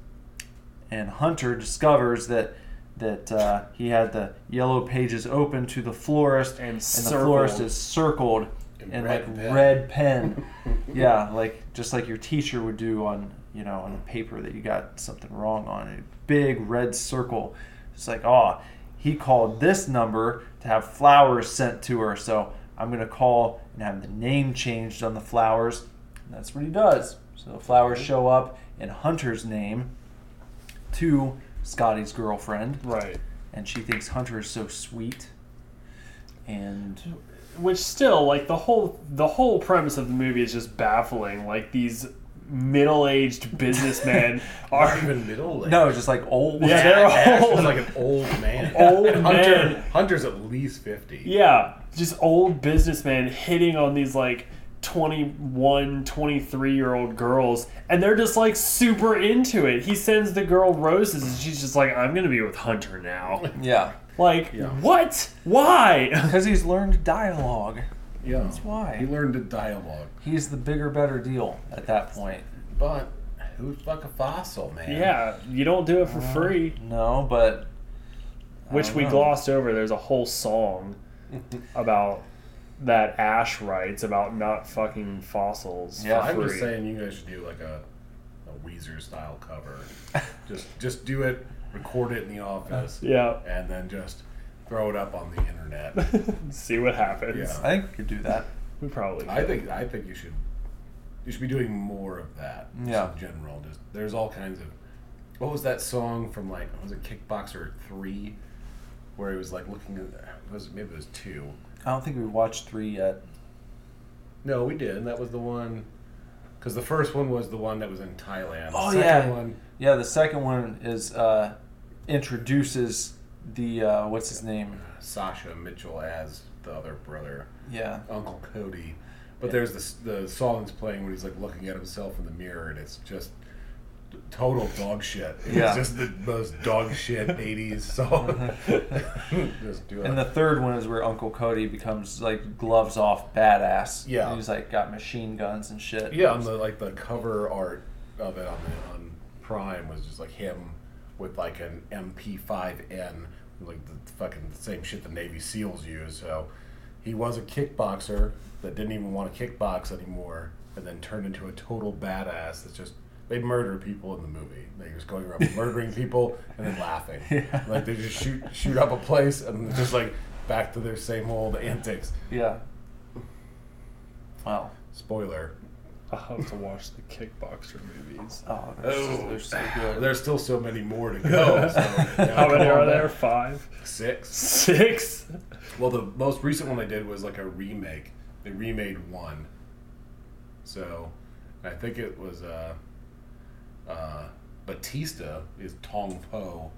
and Hunter discovers that that uh, he had the yellow pages open to the florist, And the circled. florist is circled In in red like pen. red pen. yeah, like just like your teacher would do on you know on a paper that you got something wrong on a big red circle. It's like oh, he called this number to have flowers sent to her, so I'm gonna call and have the name changed on the flowers. And that's what he does. So the flowers show up in Hunter's name to Scotty's girlfriend, Right. and she thinks Hunter is so sweet. And Which still, like the whole the whole premise of the movie is just baffling. Like these middle aged businessmen are even middle age. no, just like old. Yeah, they're Ash old. is like an old man. Old Hunter, man. Hunter's at least fifty. Yeah, just old businessmen hitting on these like 21, 23 year old girls, and they're just like super into it. He sends the girl roses, and she's just like, I'm gonna be with Hunter now. Yeah. Like, what? Why? Because he's learned dialogue. yeah. That's why. he learned to dialogue. He's the bigger, better deal at that point. But who'd fuck a fossil, man? yeah, you don't do it for free, No, but which don't we know. glossed over. There's a whole song about that Ash writes about not fucking fossils. Yeah, I'm for just free. saying you guys should do like a, a Weezer style cover. just just do it, record it in the office, Yeah, and then just throw it up on the internet. see what happens. Yeah. I think we could do that. We probably I think I think you should you should be doing more of that. just Yeah. in general, just there's all kinds of. What was that song from like was it Kickboxer three, where he was like looking at was it- maybe it was two. I don't think we watched three yet. No, we did, and that was the one. Because the first one was the one that was in Thailand. The Oh, second yeah. One, Yeah, the second one is uh, introduces the uh, what's his name? Sasha Mitchell as the other brother, Yeah, Uncle Cody. But there's this the song that's playing when he's like looking at himself in the mirror, and it's just total dog shit. It's Yeah. just the most dog shit '80s song. just do it. and the third one is where Uncle Cody becomes like gloves off badass. Yeah. And he's like got machine guns and shit. yeah, on the like the cover art of it on the, on Prime was just like him with like an MP5N, like the fucking same shit the Navy SEALs use. So he was a kickboxer that didn't even want to kickbox anymore, and then turned into a total badass that's just. They murder people in the movie. They're just going around murdering people and then laughing. Like they just shoot shoot up a place and it's just like back to their same old antics. Yeah. Wow. Spoiler. I'll have to watch the kickboxer movies. Oh, they're, So, they're so good. There's still so many more to go. So, yeah, How many come are on there? back. Five? Six. Six? Well, the most recent one they did was like a remake. They remade one. So, I think it was uh, uh, Batista is Tong Po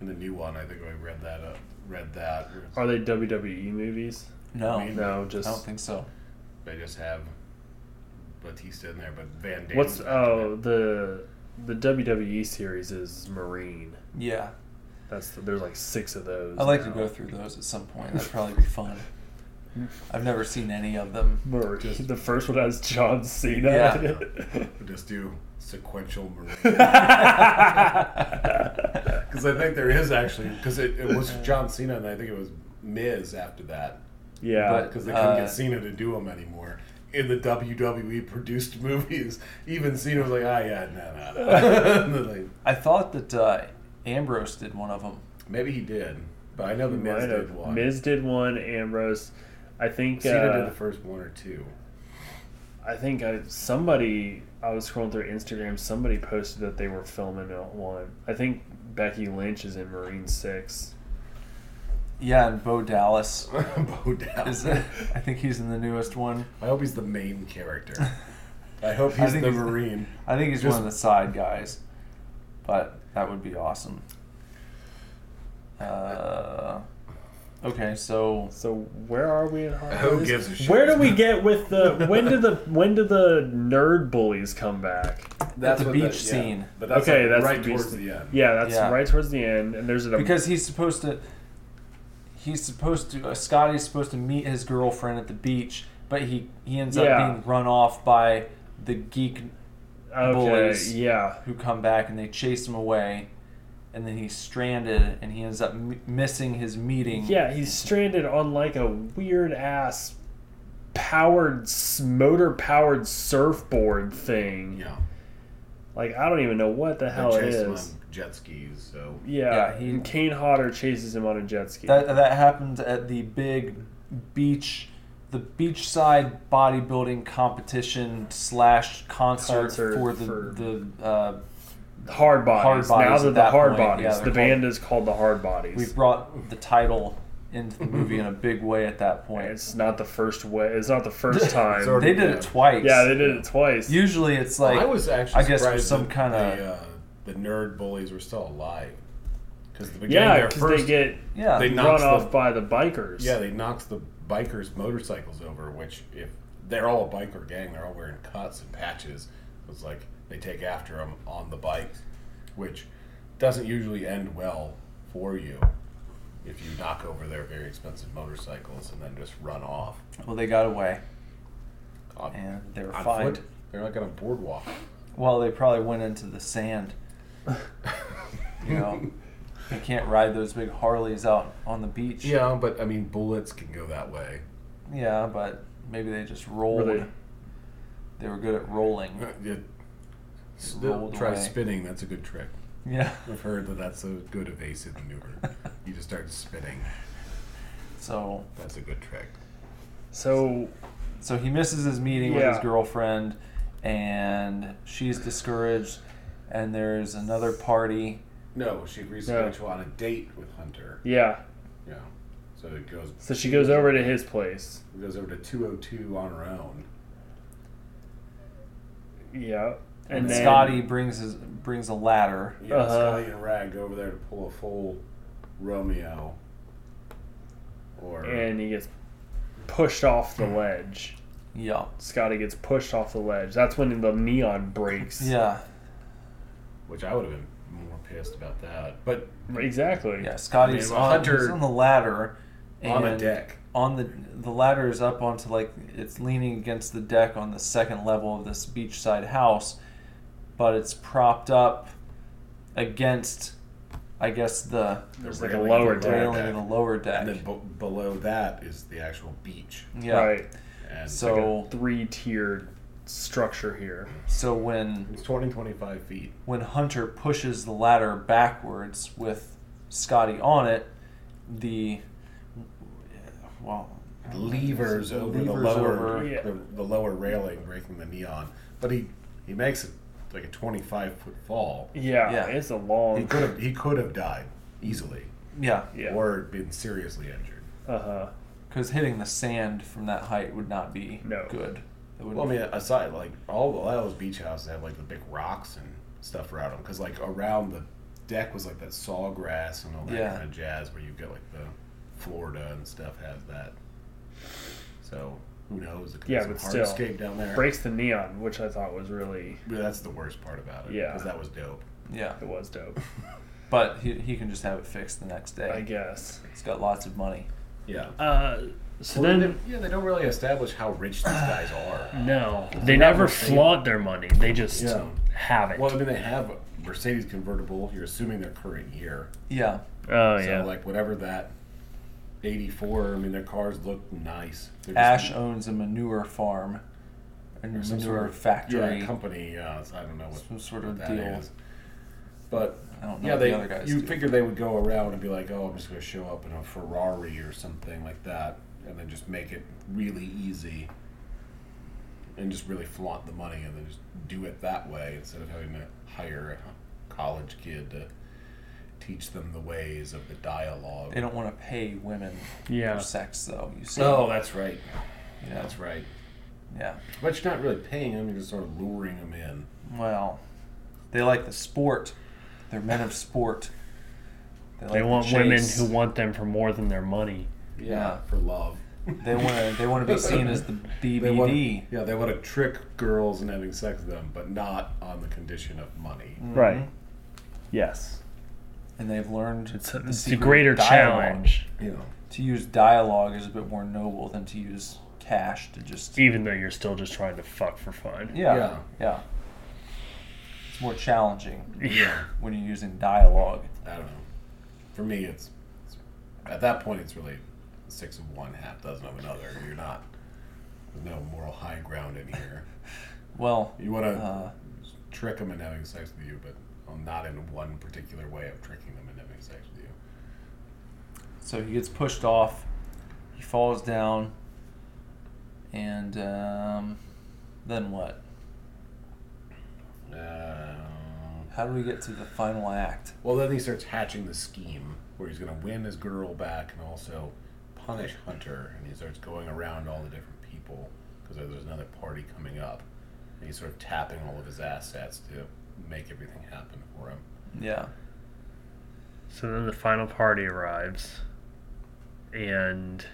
in the new one. I think I read that up. Read that. Are they WWE movies? No, I mean, No, Mm. I don't just. think so. They just have Batista in there, but Van Damme. What's. Oh, the. The WWE series is Marine. Yeah. That's the, there's like six of those. I'd like to now. go through those at some point. That'd probably be fun. I've never seen any of them. Marine. the first one has John Cena. Yeah. in it. Just do sequential. Marine. Because I think there is actually because it, it was John Cena and I think it was Miz after that Yeah. because they couldn't Uh, get Cena to do them anymore. In the WWE produced movies, even Cena was like, "Ah, yeah, no, no." no. And they're like, I thought that uh, Ambrose did one of them. Maybe he did, but I know the He Miz might did have. one. Miz did one. Ambrose. I think. Cena uh, did the first one or two. I think I, somebody I was scrolling through Instagram. Somebody posted that they were filming out one. I think Becky Lynch is in Marine Six. Yeah, and Bo Dallas Bo Dallas. is. I think he's in the newest one. I hope he's the main character. I hope I he's think the he's- Marine. I think he's Just- one of the side guys, but that would be awesome. Uh, okay, so So where are we in Hot Who Wheels? gives a shit? Where do we get with the when do the when do the nerd bullies come back? the what beach yeah. scene. But that's okay, like that's right the beast- towards the end. Yeah, that's Yeah. right towards the end, and there's an because he's supposed to, he's supposed to. Uh, Scotty's supposed to meet his girlfriend at the beach, but he he ends Yeah. up being run off by the geek okay, bullies. yeah. who come back and they chase him away, and then he's stranded and he ends up m- missing his meeting. Yeah, he's stranded on like a weird ass powered motor powered surfboard thing. Yeah. Like I don't even know what the They hell it chased him is. on jet skis, so Yeah, Yeah, he- and Kane Hodder chases him on a jet ski. That that happened at the big beach, the beachside bodybuilding competition slash concert, Concert for the for- the. Uh, hard Hard bodies. now Bodies that at the that hard point, bodies, yeah, the they're band is called the Hard Bodies. we brought the title into the movie in a big way at that point. It's not the first way. It's not the first time. already- They did Yeah. it twice. yeah, they did it twice. Usually, it's like I was actually I guess for surprised some that kind of the, uh, the nerd bullies were still alive because the beginning yeah, there because first they get yeah. they run knocks off the- by the bikers. yeah they knocks the bikers motorcycles over which if they're all a biker gang they're all wearing cuts and patches it was like they take after them on the bikes which doesn't usually end well for you if you knock over their very expensive motorcycles and then just run off well, they got away on, and they were on fined. foot they're not gonna boardwalk Well, they probably went into the sand. you know, you can't ride those big Harleys out on the beach. yeah but i mean bullets can go that way Yeah, but maybe they just rolled. Were they- They were good at rolling. Yeah. rolled try away. spinning. That's a good trick. Yeah. I've heard that that's a good evasive maneuver. you just start spinning. So, That's a good trick. So so he misses his meeting with his Yeah. girlfriend, and she's discouraged. And there's another party. No, she agrees No. to go to on a date with Hunter. yeah, Yeah. So it goes so she goes over to his place. goes over to 202 on her own. Yeah, And, and then, Scotty brings his brings a ladder. Yeah, Uh-huh. Scotty and Rag go over there to pull a full Romeo. Or and he gets pushed off the ledge. Yeah. Scotty gets pushed off the ledge. That's when the neon breaks. Yeah. which I would have been more pissed about that. But exactly. Yeah. Scotty's I mean, on, Hunter- he's on the ladder. on a and- deck. on the the ladder is up onto like it's leaning against the deck on the second level of this beachside house, but it's propped up against, I guess the There's like a railing lower of the deck. railing of the lower deck. And then b- below that is the actual beach. yeah. Right. And it's like a- So Three tiered structure here. so when It's 20, 25 feet. when Hunter pushes the ladder backwards with Scotty on it, the well Levers over the levers lower, over. Yeah. the, the lower railing, breaking the neon. But he he makes it like a twenty five foot fall. Yeah, Yeah. it's a He long. could have he could have died easily, yeah Yeah. or been seriously injured. Uh huh. because hitting the sand from that height would not be No. good. It would Well, I mean, aside like all, all those beach houses have like the big rocks and stuff around them, because like around the deck was like that sawgrass and all that Yeah. kind of jazz, where you get like the Florida and stuff has that. So who knows? It could be Yeah, some but still. hardscape down there. Breaks the neon, which I thought was really. Yeah, That's the worst part about it. Yeah. because that was dope. yeah. It was dope. But he, he can just have it fixed the next day. I guess. He's got lots of money. Yeah. Uh, so Well, then. they- yeah, they don't really establish how rich these guys are. No, they never flaunt their money. They just Yeah. have it. Well, I mean, they have Mercedes convertible, you're assuming their current year. Yeah. Oh so yeah. like whatever that '84. I mean, their cars look nice. They're just- Ash owns a manure farm, a manure some sort of- factory. yeah, company. Uh, I don't know what Some sort what of that deal. is. But I don't know yeah, what they the other guys you do. figure they would go around and be like, oh, I'm just going to show up in a Ferrari or something like that, and then just make it really easy, and just really flaunt the money, and then just do it that way instead of having to hire a college kid to teach them the ways of the dialogue. they don't want to pay women Yeah. for sex, though. You see? oh, that's right. yeah. That's right. Yeah. But you're not really paying them; you're just sort of luring them in. Well, they like the sport. They're men of sport. like They the want women chase. who want them for more than their money. Yeah. for love. They want to. They want to be seen as the They want, BBD. yeah, they want to trick girls and having sex with them, but not on the condition of money. Right. Yes. And they've learned It's a, the it's a secret greater dialogue. challenge, You know, To use dialogue is a bit more noble than to use cash to just. even though you're still just trying to fuck for fun. Yeah. Yeah. Yeah. It's more challenging Yeah. when you're using dialogue. I don't know. For me, it's, it's at that point, it's really six of one, half dozen of another. You're not. There's no moral high ground in here. Well, You want to Uh. trick them in having sex with you, but well, not in one particular way of tricking them in having sex with you. so he gets pushed off. He falls down. And um, then what? Uh, How do we get to the final act? Well, then he starts hatching the scheme where he's going to win his girl back and also punish Hunter. And he starts going around all the different people because there's another party coming up. And he's sort of tapping all of his assets to make everything happen for him. Yeah. So then the final party arrives, and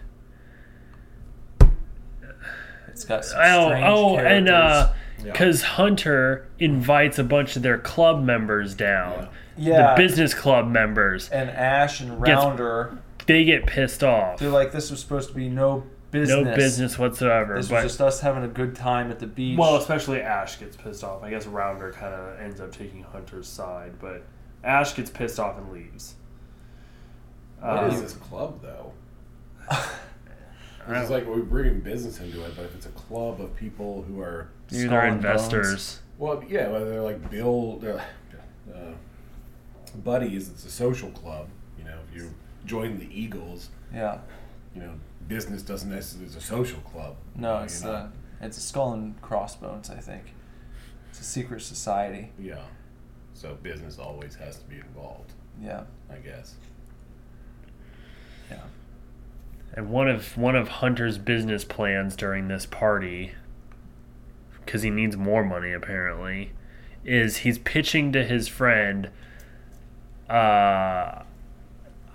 It's got some oh strange oh, characters. and uh, Yeah. because Hunter invites a bunch of their club members down, yeah, the business club members. and Ash and Gets- Rounder. They get pissed off. They're like, this was supposed to be no business. No business whatsoever. This but was just us having a good time at the beach. Well, especially Ash gets pissed off. I guess Rounder kind of ends up taking Hunter's side, but Ash gets pissed off and leaves. What Uh, is this club, though? It's like we're bringing business into it, but if it's a club of people who are, These Skull are and investors. well, yeah, whether they're like Bill, uh, uh, buddies, it's a social club. You know, if you join the Eagles, yeah, you know, business doesn't necessarily is a social club. no, You it's know? uh, it's a skull and crossbones. I think it's a secret society. yeah. So business always has to be involved, Yeah, I guess. yeah. And one of one of Hunter's business plans during this party, because he needs more money apparently, is he's pitching to his friend, uh,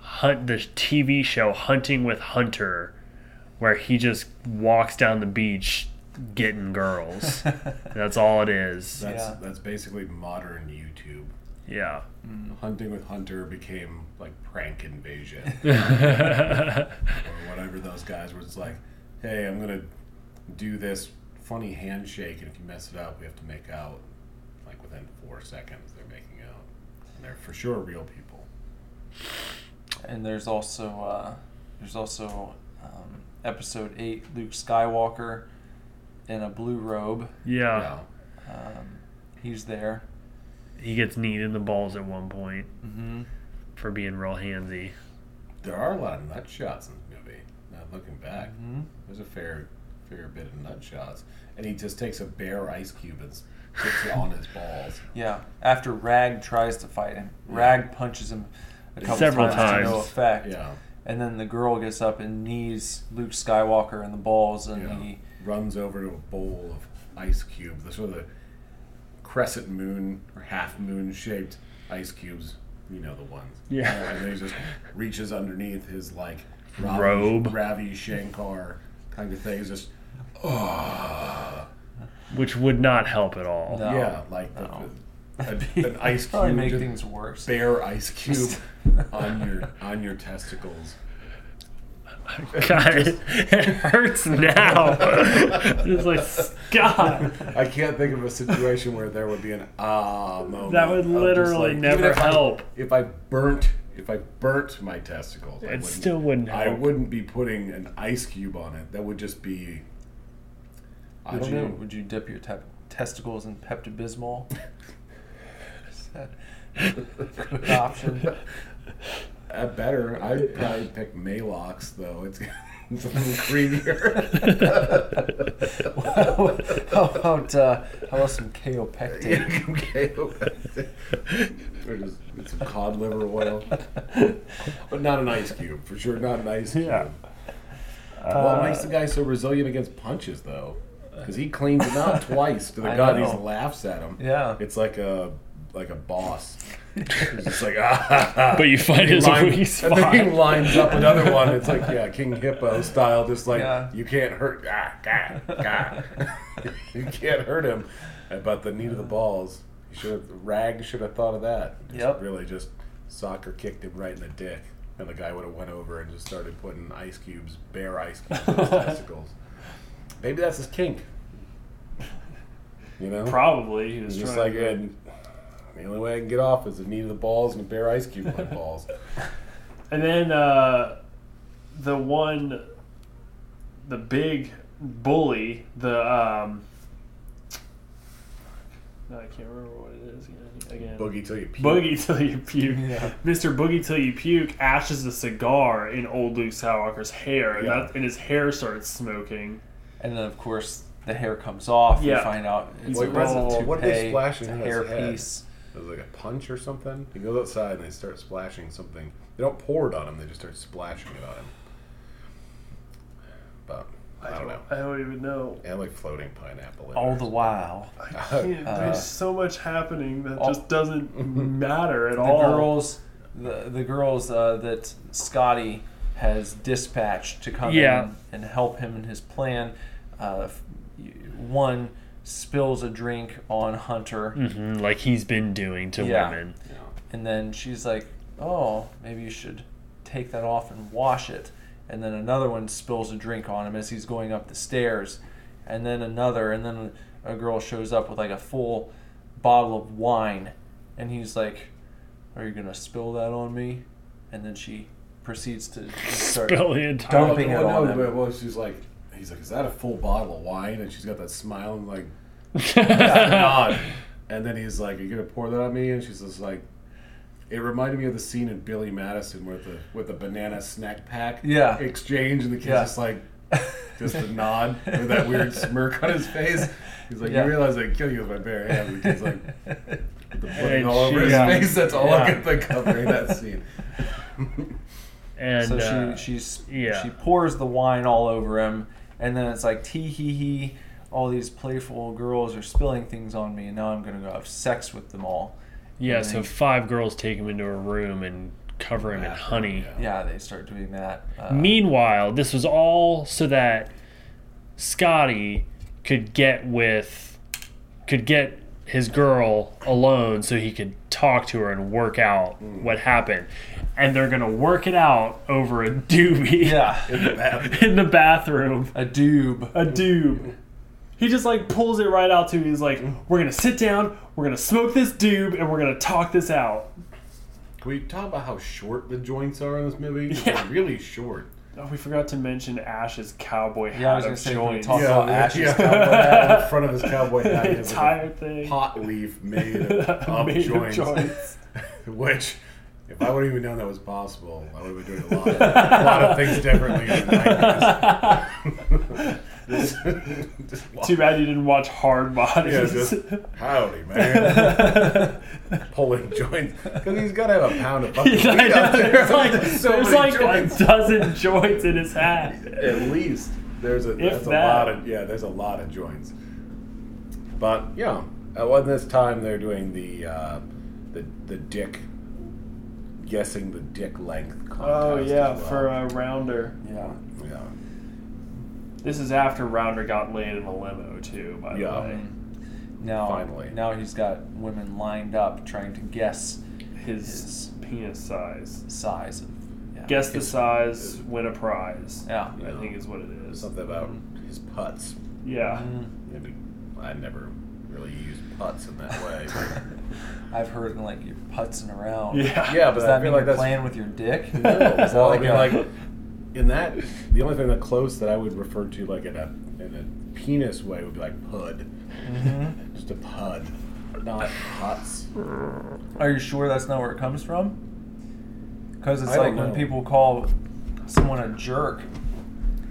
hunt the TV show Hunting with Hunter, where he just walks down the beach getting girls. That's all it is. That's Yeah. that's basically modern YouTube. Yeah. Hunting with Hunter became like prank invasion or whatever those guys were just like, hey, I'm gonna do this funny handshake, and if you mess it up, we have to make out. Like within four seconds, they're making out, and they're for sure real people. And there's also uh, there's also um, episode eight, Luke Skywalker in a blue robe. yeah. yeah. Um, he's there. He gets kneed in the balls at one point hmm for being real handsy. There are a lot of nut shots in this movie. Now looking back, Mhm. there's a fair, fair bit of nut shots, and he just takes a bare ice cube and s- puts it on his balls. Yeah. After Rag tries to fight him, Rag punches him a couple Several times, to no times. effect. Yeah, And then the girl gets up and knees Luke Skywalker in the balls, and yeah. he Runs over to a bowl of ice cube. The sort of the crescent moon or half moon shaped ice cubes. You know the ones. Yeah. And then he just reaches underneath his like Robe. Ravi Shankar kind of thing. He's just. "Ah." which would not help at all. No. Yeah, like the, No. a- an ice cube, probably make just things worse. bare ice cube on your on your testicles. God, it, it hurts now. it's like Scott. I can't think of a situation where there would be an ah moment. That would of just, literally even never if I- help. if I burnt, if I burnt my testicles, I It still wouldn't I help. wouldn't be putting an ice cube on it. That would just be. I Would don't you know. would you dip your te- testicles in Pepto Bismol? Is that a good option? Uh, better. I'd probably pick Malox though. It's, it's a little creamier. how about uh, how about some kaopectin? okay. or just get some cod liver oil, but not an ice cube for sure. Not an ice cube. Yeah. well, it makes the guy so resilient against punches though, because he cleans him out twice. To the I god, he know. laughs at him. Yeah. It's like a like a boss. He's just like ah. ha, ha." But you find He his line- weak and then he spot. lines up another one. It's like yeah, King Hippo style, just like Yeah. you can't hurt, ah, gah, gah. you can't hurt him. About the need of the balls, he should have, Rag should have thought of that. Just Yep. Really, just soccer kicked him right in the dick, and the guy would have went over and just started putting ice cubes, bare ice cubes, in his testicles. Maybe that's his kink. You know, Probably. He was it's just trying like to- and the only way I can get off is the need of the balls and a bare ice cube in my balls. And then uh, the one, the big bully, the um, no, I can't remember what it is again. again. Boogie till you puke. Boogie till you puke, Yeah. Mr. Boogie till you puke ashes a cigar in old Luke Skywalker's hair, and, Yeah. that, and his hair starts smoking. And then of course the hair comes off. You Yeah. find out it's What- a what's- roll, what are they toupee, splashing it's on a his hair head? piece. It was like a punch or something. He goes outside and they start splashing something. They don't pour it on him; they just start splashing it on him. But I don't know. I don't even know. And like floating pineapple. in All there. the while, Can't- there's so much happening that Uh, all- just doesn't matter at the all. girls, the the girls uh, that Scotty has dispatched to come Yeah. in and help him in his plan. Uh, f- y- one spills a drink on Hunter, Mhm, like he's been doing to Yeah. women. and then she's like, "Oh, maybe you should take that off and wash it." And then another one spills a drink on him as he's going up the stairs, and then another, and then a girl shows up with like a full bottle of wine, and he's like, "Are you gonna spill that on me?" And then she proceeds to just start. Spill the entire Don't Dumping Well, it no, on him. but- well, she's like, he's like, is that a full bottle of wine? And she's got that smile and like nod. And then he's like, are you gonna pour that on me? And she's just like. It reminded me of the scene in Billy Madison with the with the banana snack pack Yeah. exchange, and the kid's Yeah. just like, just a nod with that weird smirk on his face. He's like, Yeah. you realize I kill you with my bare hand. And he's like, the pudding And all over she- his yeah. face. That's all I Yeah. could think of during that scene. and so uh, she she's yeah. she pours the wine all over him, and then it's like tee hee hee. All these playful girls are spilling things on me, and now I'm gonna go have sex with them all. yeah, so five girls take him into a room and cover him in honey. Yeah, they start doing that. Uh, Meanwhile, this was all so that Scotty could get with, could get his girl alone so he could talk to her and work out what happened. And they're going to work it out over a doobie yeah, in the bathroom. a doob. a doob. He just like pulls it right out to me. He's like, Mm. we're gonna sit down, we're gonna smoke this doob, and we're gonna talk this out. Can we talk about how short the joints are in this movie? Yeah. They're really short. Oh, we forgot to mention Ash's cowboy hat. Yeah, I was of gonna say, when we joints. talk about Ash's cowboy hat in front of his cowboy hat. the he has like a entire thing. pot leaf made of, of Made of joints. joints. Which, if I would have even known that was possible, I would have been doing a lot of, a lot of things differently in the 90s. Just- just walk- Too bad you didn't watch Hard Bodies. Yeah, just howdy, man. Pulling joints. Because he's got to have a pound of fucking He's like, weed out there. there's like, so there's many like joints. a dozen joints in his hat. At least there's a that's that. a lot of yeah, there's a lot of joints. But yeah, at one this time they're doing the uh, the the dick guessing the dick length. Contest Oh yeah, as well. for a rounder. Yeah, yeah. This is after Rounder got laid in a limo too, by Yeah. the way. Mm. now Finally. now he's got women lined up trying to guess His penis size. size of yeah. Yeah. Guess the size, win a prize. Yeah. I think is what it There's is. something about his putts. Yeah. Mm. Maybe I never really used putts in that way. but- I've heard like you're putzing around. Yeah. yeah, but Does I that mean feel you're like that's playing with your dick? No, Is that well, I like mean, a- like in that, the only thing that close that I would refer to, like in a in a penis way, would be like pud, Mhm. just a pud, not putts. Are you sure that's not where it comes from? Because it's I like don't when know. people call someone a jerk,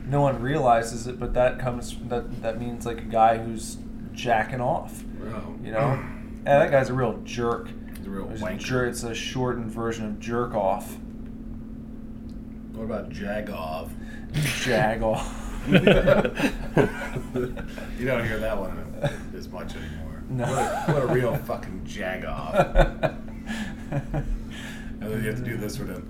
no one realizes it, but that comes that that means like a guy who's jacking off. You know, and that guy's a real jerk. It's a real It's a wanker. jer- it's a shortened version of jerk off, What about Jagov? jag off. you don't hear that one as much anymore. No. What, a, what a real fucking Jagoff. yeah, And then you have to do this sort of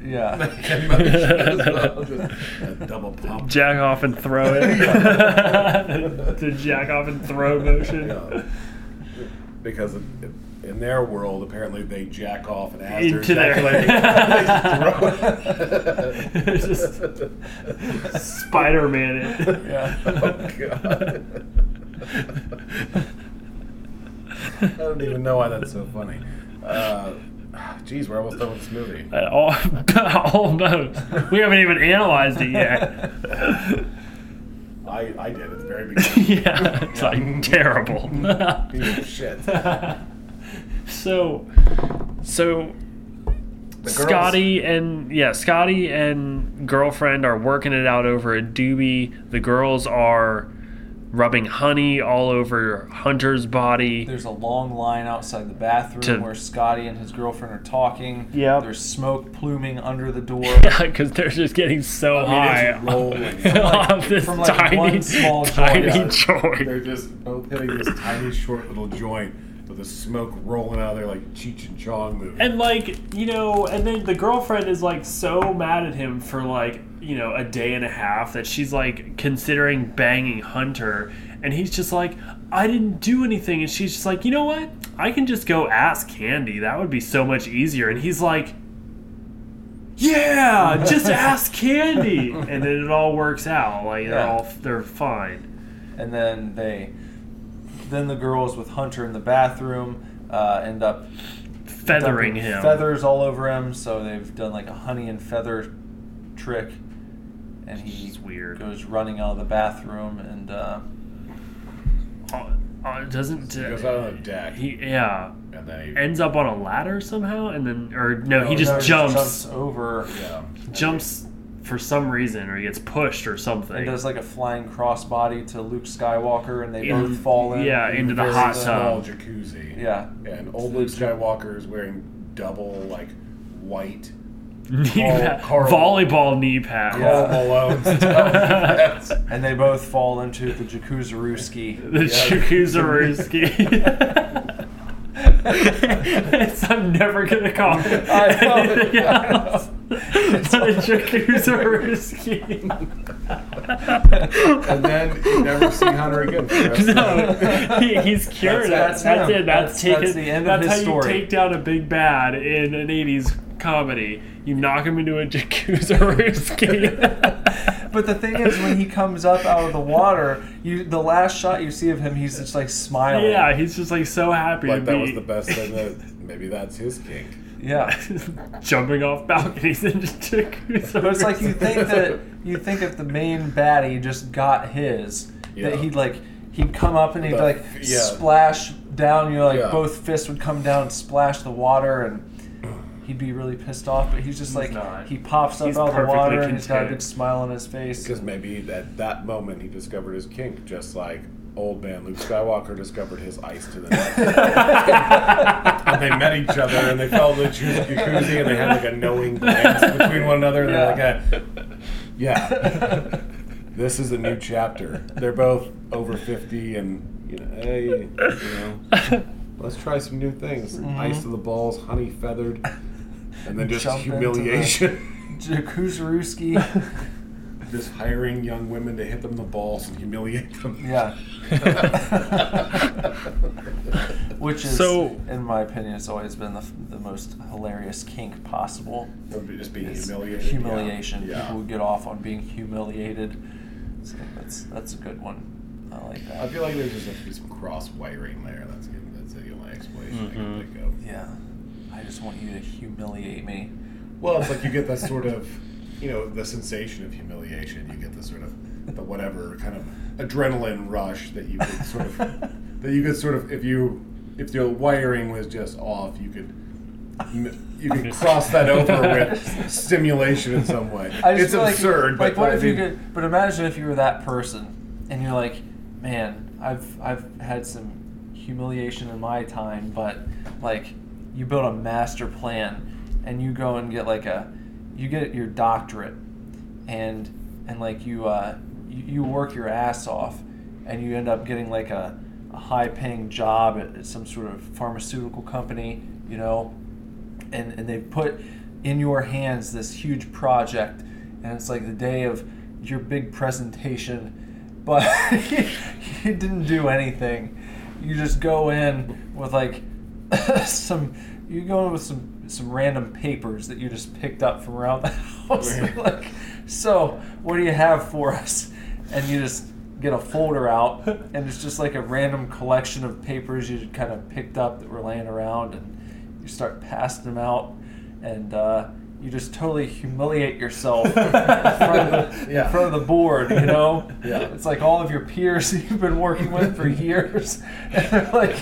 a double pump. Jack off and throw it. the jack off and throw motion. Yeah. Because it- it- in their world, apparently they jack off and as Into they're their- ejaculating, they Just throw it. Spider Man it. Yeah. Oh, God. I don't even know why that's so funny. Uh, geez, we're almost done with this movie. Uh, al- Almost. We haven't even analyzed it yet. I, I did at the very beginning. yeah, it's like terrible. Piece of shit. so, so The girls- Scotty and yeah, Scotty and girlfriend are working it out over a doobie. The girls are rubbing honey all over Hunter's body. There's a long line outside the bathroom To- where Scotty and his girlfriend are talking. Yep. There's smoke pluming under the door. Because they're just getting so I high mean, it's rolling. off this from like tiny, one small joint. tiny Yeah. joint. They're just both hitting this tiny, short little joint with the smoke rolling out of there like Cheech and Chong movie. And like, you know, and then the girlfriend is like so mad at him for like, you know, a day and a half that she's like considering banging Hunter and he's just like, I didn't do anything and she's just like, "You know what? I can just go ask Candy. That would be so much easier." And he's like, "Yeah, just ask Candy." And then it all works out. Like they're Yeah. all they're fine. and then they then the girls with hunter in the bathroom uh, end up Feathering dumping him. feathers all over him so they've done like a honey and feather trick and he It's weird. goes running out of the bathroom and uh, Uh, uh, doesn't he goes out on the deck he yeah. and then he, ends up on a ladder somehow, and then or no, he oh, just no, jumps, jumps, jumps over yeah, for some reason, or he gets pushed or something. and does like a flying crossbody to Luke Skywalker, and they In- both fall in. yeah, into the very hot uh, small tub. jacuzzi. yeah. Yeah, and old Luke Skywalker is wearing double like white Knee pad- Carl- volleyball knee pad. Yeah. Carl Malone stuff. That's- And they both fall into the Jacuzzarooski. The Chukuzarooski. it's, I'm never gonna call it I know, anything I know. else. But a Chukuzarooski. and then you never see Hunter again. for the rest of No, he, he's cured. That's, That's- that's him. it. That's, That's- taken, that's the end of that's his how story. you take down a big bad in an '80s comedy. You knock him into a jacuzzi. But the thing is, when he comes up out of the water, you the last shot you see of him, he's just like smiling. yeah, he's just like so happy. Like to that be was the best thing. That maybe that's his kink. yeah. jumping off balconies into jacuzzis. But it's like you think that you think if the main baddie just got his, Yeah. that he'd like he'd come up and he'd The- like yeah. splash down. You know, like Yeah. both fists would come down, and splash the water, and he'd be really pissed off. But he's just like not. he pops up He's out of the perfectly water and he's got a content. big smile on his face. Because maybe at that moment he discovered his kink, just like old man Luke Skywalker discovered his ice to the night. and they met each other and they fell in the ju- jacuzzi and they had like a knowing glance between one another. And they're like, a, yeah, this is a new chapter. They're both over 50 and, you know, hey, you know, let's try some new things. Ice to the balls, honey feathered, and then just Jump into the- humiliation. Jacuzzarooski. just hiring young women to hit them in the balls and humiliate them. Yeah. Which is, So- in my opinion, has always been the, the most hilarious kink possible. That would be just being is humiliated. Humiliation. Yeah. People get off on being humiliated. So that's that's a good one. I like I that. feel like there's just has to be some cross wiring there. That's good. That's the only explanation Mm-hmm. I can think of. Yeah. I just want you to humiliate me. Well, it's like you get that sort of, you know, the sensation of humiliation. You get the sort of the whatever kind of adrenaline rush that you could sort of that you could sort of if you if your wiring was just off, you could. m- You could cross that over with stimulation in some way. I just It's feel like- absurd, Like, but what I if mean- you could? But imagine if you were that person, and you're like, man, I've I've had some humiliation in my time, but like, you build a master plan, and you go and get like a, you get your doctorate, and and like you uh you, you work your ass off, and you end up getting like a, a high paying job at, at some sort of pharmaceutical company, you know, and, and they put in your hands this huge project and it's like the day of your big presentation but you didn't do anything you just go in with like some you go in with some some random papers that you just picked up from around the house Right. like so what do you have for us and you just get a folder out and it's just like a random collection of papers you kind of picked up that were laying around and you start passing them out, and uh, you just totally humiliate yourself in, front of the, Yeah. in front of the board. You know, Yeah. it's like all of your peers that you've been working with for years, and they're like,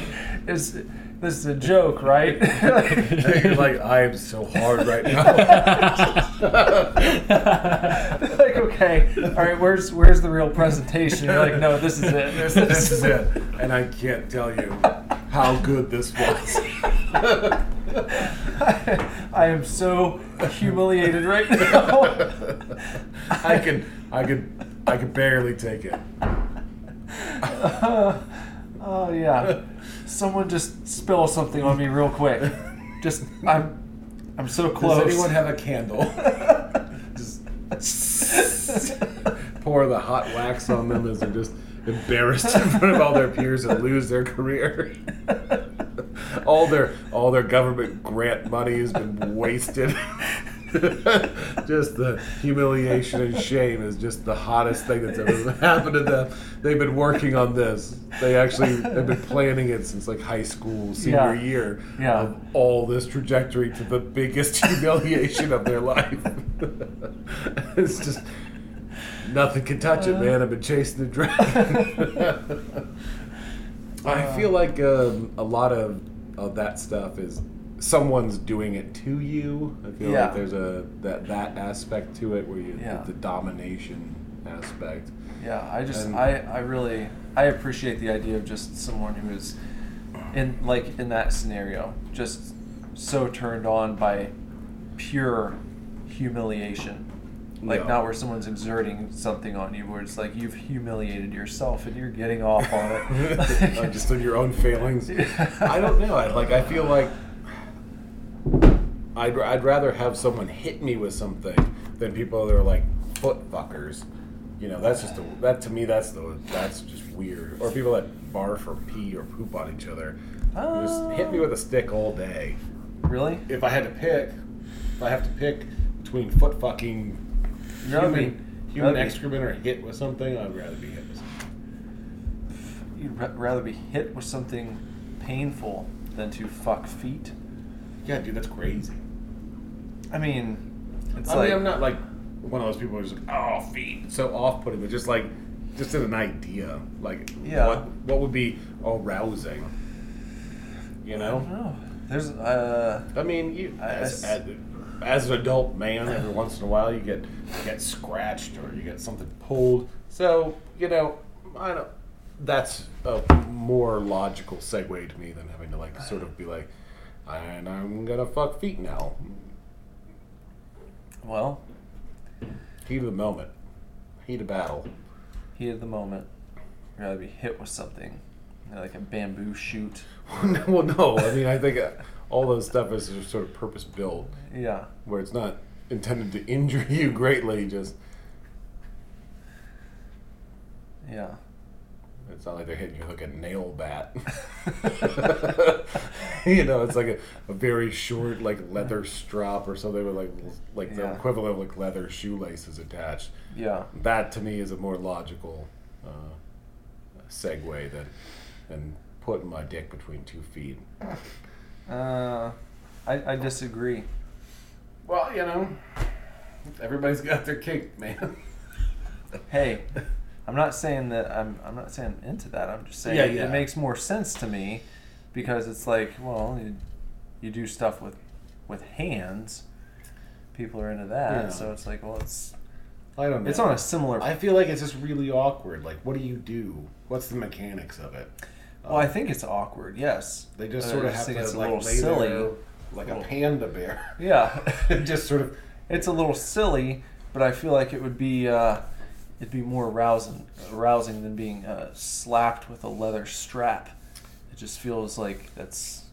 "Is this is a joke, right?" You're like, I am so hard right now. They're like, okay, all right, where's where's the real presentation? You're like, no, this is it. This, this is it. And I can't tell you how good this was. I, I am so humiliated right now. I could, I could, I could barely take it. oh yeah. Someone just spill something on me real quick. Just I'm I'm so close. Does anyone have a candle? just pour the hot wax on them as they're just embarrassed in front of all their peers and lose their career. all their all their government grant money has been wasted. just the humiliation and shame is just the hottest thing that's ever happened to them. They've been working on this. They actually have been planning it since like high school, senior Yeah. year Yeah. of all this trajectory to the biggest humiliation of their life. it's just nothing can touch it, man. I've been chasing the dragon. I feel like um, a lot of of that stuff is someone's doing it to you. I feel Yeah. like there's a that that aspect to it where you Yeah. the domination aspect. Yeah, I just And- I, I really I appreciate the idea of just someone who is in like in that scenario, just so turned on by pure humiliation. Like Yeah. not where someone's exerting something on you, where it's like you've humiliated yourself and you're getting off on it. Uh, just of your own failings. Yeah. I don't know. I, like I feel like I'd, I'd rather have someone hit me with something than people that are like foot fuckers. You know, that's just the that to me that's the that's just weird. Or people that barf or pee or poop on each other. Just hit me with a stick all day. really? If I had to pick, if I have to pick between foot fucking That would human, be- human that would be- excrement or hit with something, I'd rather be hit with something. You'd ra- rather be hit with something painful than to fuck feet. Yeah, dude, that's crazy. I mean, it's I like mean, I'm not like one of those people who's like, oh, feet, so off-putting, but just like, just as an idea, like, Yeah. what what would be arousing? You I know, don't know. There's uh. I mean, you I- as, I s- as, as an adult man, every once in a while you get you get scratched or you get something pulled. So you know, I don't. That's a more logical segue to me than having to like sort of be like, and I'm gonna fuck feet now. Well, Heat of the moment, heat of battle. heat of the moment. You'd rather be hit with something, you know, like a bamboo shoot. No, well, no. I mean, I think uh, all those stuff is just sort of purpose built, Yeah, where it's not intended to injure you greatly. Just Yeah. It's not like they're hitting you with like a nail bat. you know, it's like a, a very short, like leather strap or something with like l- like the Yeah. equivalent of like leather shoelaces attached. Yeah. That to me is a more logical uh, segue than than putting my dick between two feet. Uh, I, I disagree. Well, you know, everybody's got their kink, man. Hey, I'm not saying that I'm I'm not saying I'm into that. I'm just saying Yeah, it yeah. makes more sense to me because it's like, well, you, you do stuff with with hands. People are into that, Yeah. so it's like, well, it's I don't know. it's on a similar. I feel like it's just really awkward. Like, what do you do? What's the mechanics of it? well, Oh, I think it's awkward. Yes, They just But I sort of have think to it's a like little lay silly. there like a panda bear. Yeah, and just sort of it's a little silly, but I feel like it would be uh, it'd be more rousing rousing than being uh, slapped with a leather strap. It just feels like that's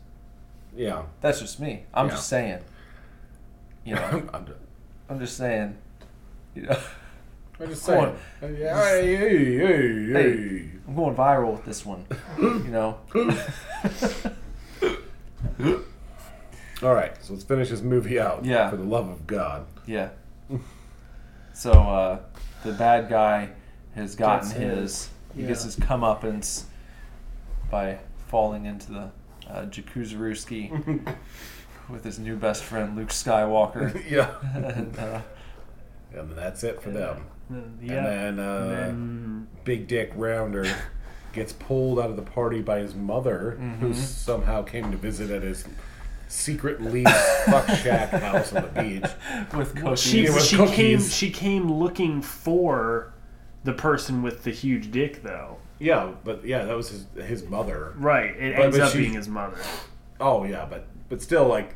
yeah. that's just me. I'm Yeah. just saying. You know, I'm, I'm just, I'm just saying. You know, I'm just Come saying. on. Hey, hey, hey, hey. Hey. I'm going viral with this one. You know. All right, so let's finish this movie out. Yeah. For the love of God. Yeah. So uh, the bad guy has gotten Gets his. his. He gets Yeah. his comeuppance by falling into the uh, Jakuzaruski with his new best friend Luke Skywalker. yeah. and, uh, And that's it for them. Yeah. And then, uh, And then- Big Dick Rounder gets pulled out of the party by his mother, Mm-hmm. who somehow came to visit at his secret lease fuck shack house on the beach. with Mm. she Yeah, cookies. with she uh, cookies. came she came looking for the person with the huge dick though. Yeah, but yeah, that was his his mother. Right. It But- ends but up she- being his mother. Oh yeah, but but still, like,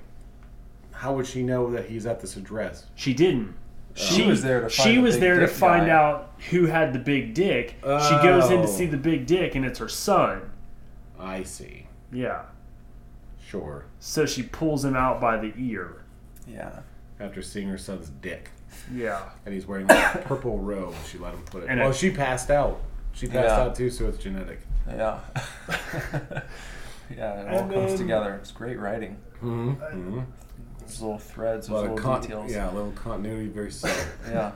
how would she know that he's at this address? She didn't. She was there to she find the was big there to dick find guy. out who had the big dick. She goes in Oh. to see the big dick and it's her son. I see. Yeah. Sure. So she pulls him out by the ear. Yeah. After seeing her son's dick, Yeah. and he's wearing a purple robe, she let him put it. And oh, a- she passed out. She passed Yeah. out too, so it's genetic. Yeah. yeah, it all And comes then- together. It's great writing. Mm-hmm. mm-hmm. Those little threads, A those lot of little con- details. yeah, a little continuity, very subtle. yeah.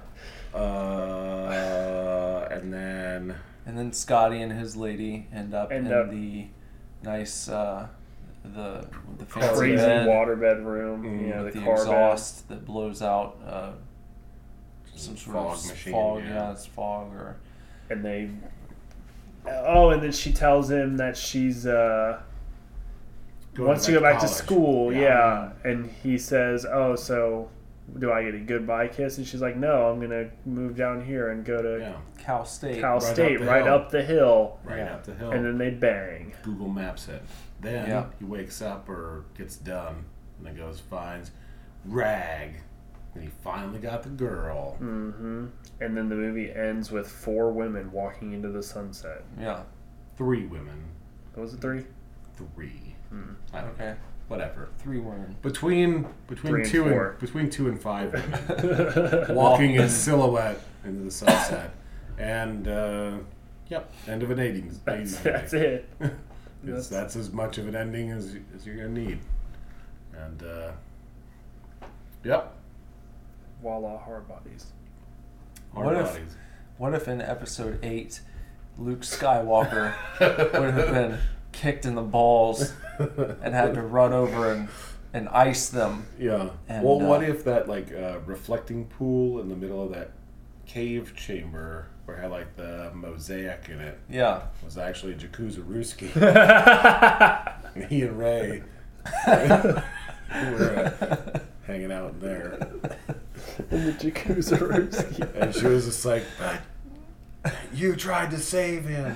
uh, and then And then Scotty and his lady end up End in up- the nice, uh, the the fancy Crazy bed waterbed room. Mm, you know, the, with the, car bed. exhaust that blows out uh, some sort fog of s- machine. fog. Yeah. it's fog or and they oh and then she tells him that she's uh Going wants to go back to college. school yeah. Yeah. and he says oh so do i get a goodbye kiss and she's like no i'm gonna move down here and go to Yeah, Cal State. cal up state the right hill." up the hill right up the hill. and then they bang Google Maps it. Then Yeah. he wakes up or gets done and then goes finds Rag. And he finally got the girl. hmm and then the movie ends with four women walking into the sunset yeah. Three women. was it three Three. Hmm. I don't know. Okay. Whatever. Three women. Between between Three and two and, four. between two and five women Walking walking in silhouette into the sunset. And uh, yep, end of an 80s. that's, 80s that's it It's, that's as much of an ending as, as you're going to need. And uh, yep. voila hard bodies Hard What if- bodies. What if in episode eight, Luke Skywalker would have been kicked in the balls and had to run over and, and ice them? Yeah. And, well, what uh, if that like uh, reflecting pool in the middle of that cave chamber where it had like the mosaic in it Yeah. was actually Jakuzaruski and he and Ray were uh, hanging out there, in the jacuzzi and she was just like, "But "You tried to save him."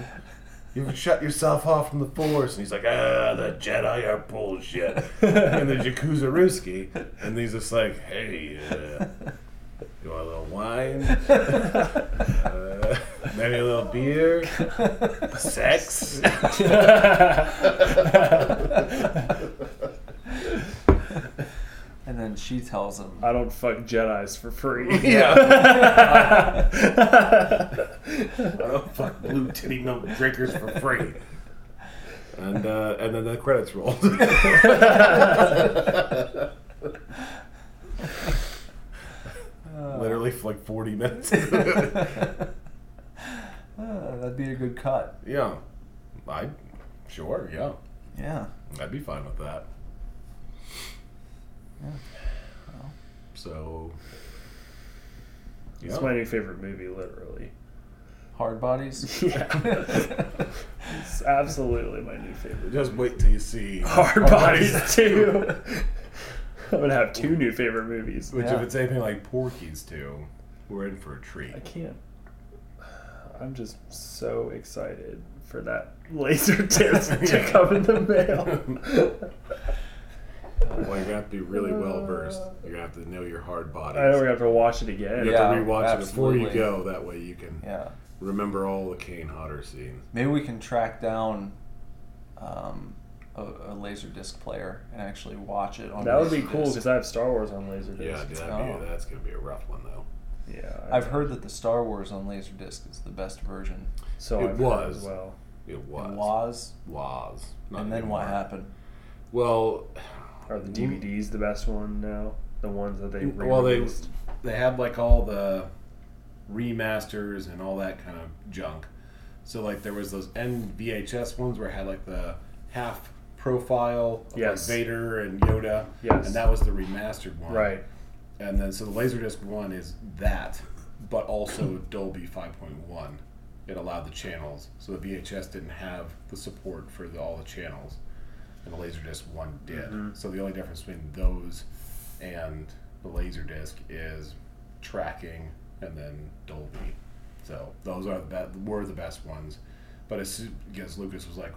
You shut yourself off from the force, and he's like, "Ah, the Jedi are bullshit." and the Jakuzaruski, and he's just like, "Hey, uh, you want a little wine?" Uh, maybe a little beer, sex. And then she tells him. I don't fuck Jedi's for free. I don't Oh, fuck blue titty milk drinkers for free. And uh, and then the credits rolled. Literally for like forty minutes. Uh, that'd be a good cut. yeah, I sure yeah, Yeah. I'd be fine with that. Yeah. So It's my new favorite movie, literally. Hard bodies. It's absolutely my new favorite. just wait till you see Hard Bodies too. I'm gonna have two new favorite movies. Which Yeah. if it's anything like Porky's too, we're in for a treat. I can't. I'm just so excited for that laser disc to come in the mail. Well, you're gonna have to be really well versed. You're gonna have to know your hard bodies. I know we're gonna have to watch it again. You have to Yeah, rewatch it before absolutely. you go. That way you can yeah. remember all the Kane Hodder scenes. Maybe we can track down um, a, a laser disc player and actually watch it on. That would be Laserdisc. cool because I have Star Wars on laserdisc. Yeah, dude, that'd Oh. be, that's gonna be a rough one though. Yeah, I- I've heard that the Star Wars on laserdisc is the best version. so it I've heard was. as well. It was It was, was. Not and then what anymore. happened? Well, Are the DVDs the best one now? The ones that they well they re-released? they had like all the remasters and all that kind of junk. So like there was those end VHS ones where it had like the half profile of like, Yes. Vader and Yoda. Yes. And that was the remastered one. right. And then so the Laserdisc one is that, but also Dolby 5.1. It allowed the channels, so the VHS didn't have the support for the, all the channels, and the Laserdisc one did. So the only difference between those and the Laserdisc is tracking and then Dolby. So those are the be- were the best ones, but as soon as Lucas was like,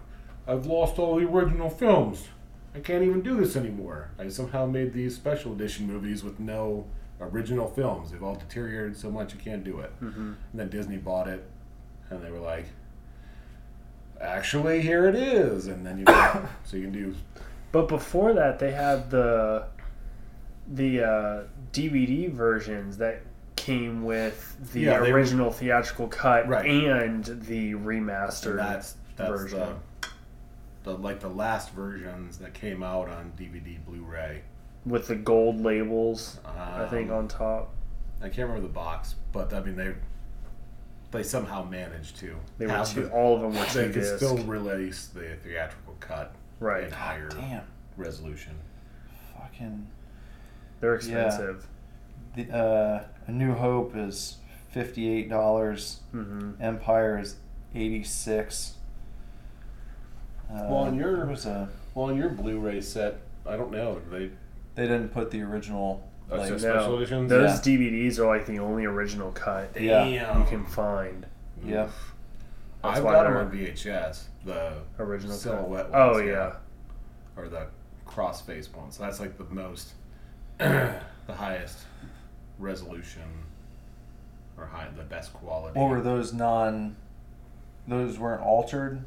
"I've lost all the original films. I can't even do this anymore. I somehow made these special edition movies with no original films. They've all deteriorated so much you can't do it." Mm-hmm. And then Disney bought it, and they were like, "Actually, here it is." And then you so you can do But before that, they had the the uh, DVD versions that came with the Yeah, they were- original theatrical cut Right. and the remastered. that's that's version. the the like the last versions that came out on DVD Blu-ray. with the gold labels, I think, Um, on top. I can't remember the box, but I mean they they somehow managed to. They were have two, the- all of them were they two could disc. still release the theatrical cut right. in higher Damn, resolution. fucking. They're expensive. The, uh, A New Hope is fifty-eight dollars. hmm Empire is eighty-six. Uh, Well, and your- there was a. Well, on your Blu-ray set, I don't know. They They didn't put the original. That's like- just- Special No, editions? those Yeah. DVDs are like the only original cut Yeah. you can find. yeah. I why got them they're- on VHS. The Original cut. silhouette. Ones, Oh yeah. or the crossface ones. That's like the most, the highest resolution, or high the best quality. What were those non? Those weren't altered.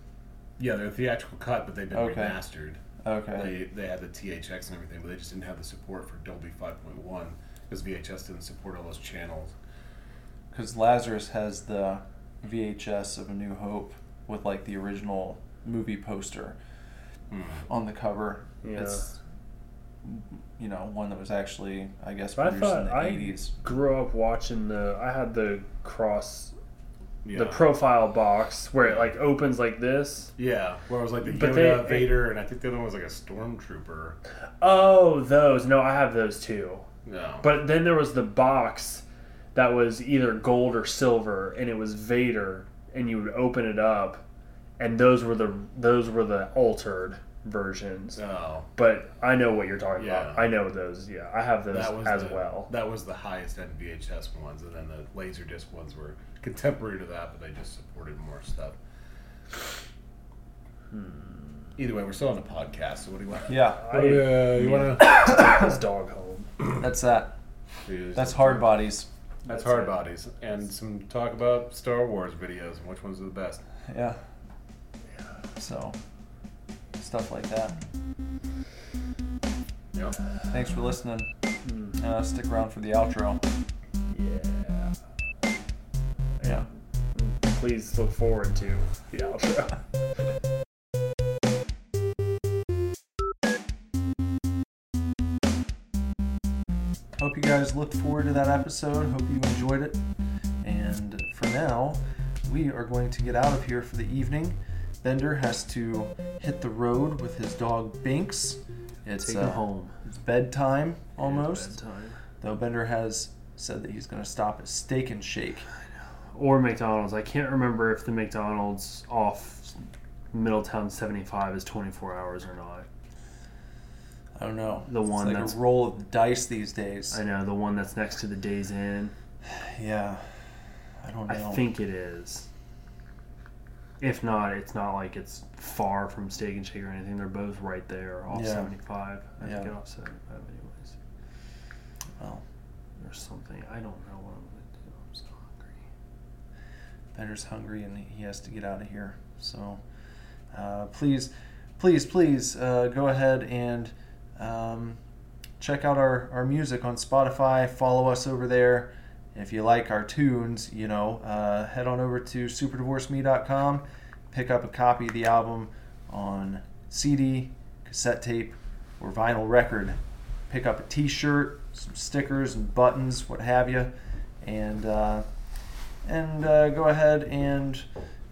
Yeah, they're theatrical cut, but they've been Okay. remastered. Okay. They they had the THX and everything, but they just didn't have the support for Dolby 5.1 because VHS didn't support all those channels. Because Lazarus has the VHS of A New Hope with like the original movie poster on the cover. Hmm. Yeah. It's you know one that was actually I guess But I produced in thought the I eighties. grew up watching the. I had the cross, Yeah. the profile box where it like opens like this. Yeah, where it was like the But Yoda, they- Vader, and I think the other one was like a stormtrooper. Oh, those. No, I have those too. No. But then there was the box that was either gold or silver, and it was Vader, and you would open it up, and those were the those were the altered versions. no. But I know what you're talking about. Yeah. I know those. Yeah, I have those That was as the, well. That was the highest end VHS ones, and then the Laserdisc ones were contemporary to that, but they just supported more stuff. Either way, we're still on the podcast, so what do you want? Yeah, What, uh, you want Take this dog home. that's that. to? That's hard bodies. That's That's hard it. bodies, and some talk about Star Wars videos and which ones are the best. Yeah. So stuff like that. All Yep. Thanks for listening. Hmm. Uh, stick around for the outro. Yeah. Yeah. Please look forward to the outro. Hope you guys looked forward to that episode. Hope you enjoyed it. And for now, we are going to get out of here for the evening. Bender has to hit the road with his dog Binks. It's Take uh, it home. It's bedtime almost. Bedtime. Though Bender has said that he's going to stop at Steak and Shake. Or McDonald's. I can't remember if the McDonald's off Middletown 75 is 24 hours or not. I don't know. The It's one like that's- a roll of the dice these days. I know, the one that's next to the Days Inn. yeah, I don't know. I think it is. If not, it's not like it's far from Steak and Shake or anything. They're both right there off Yeah. 75. I Yeah. think they're off 75 anyways. Well. Or something. I don't know what I'm going to do. I'm so hungry. Bender's hungry and he has to get out of here. So uh, please, please, please uh, go ahead and um, check out our, our music on Spotify. Follow us over there. If you like our tunes, you know, uh, head on over to superdivorceme.com, pick up a copy of the album on CD, cassette tape, or vinyl record. Pick up a t shirt, some stickers and buttons, what have you. And, uh, and uh, go ahead and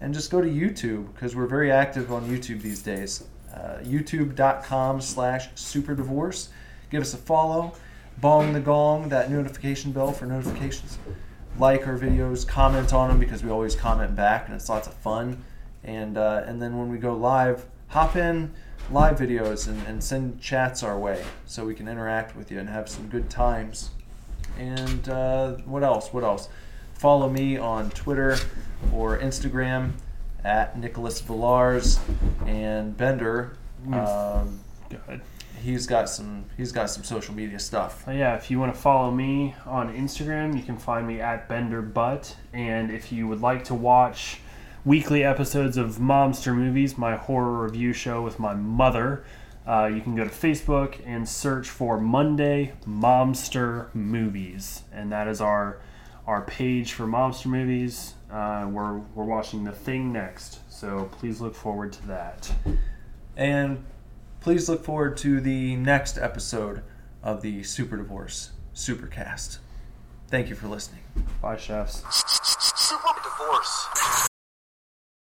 and just go to YouTube because we're very active on YouTube these days. Uh, YouTube.com slash superdivorce. Give us a follow. Bong the gong, that notification bell for notifications. Like our videos, comment on them because we always comment back and it's lots of fun. And uh, and then when we go live, hop in live videos and, and send chats our way so we can interact with you and have some good times. And uh, what else? What else? Follow me on Twitter or Instagram at Nicholas Villars and Bender. Um, Good. he's got some. He's got some social media stuff. Uh, yeah, if you want to follow me on Instagram, you can find me at BenderButt. And if you would like to watch weekly episodes of Momster Movies, my horror review show with my mother, uh, you can go to Facebook and search for Monday Momster Movies, and that is our our page for Momster Movies. Uh, we're we're watching The Thing next, so please look forward to that. And please look forward to the next episode of the Super Divorce Supercast. Thank you for listening. Bye, chefs. Super divorce.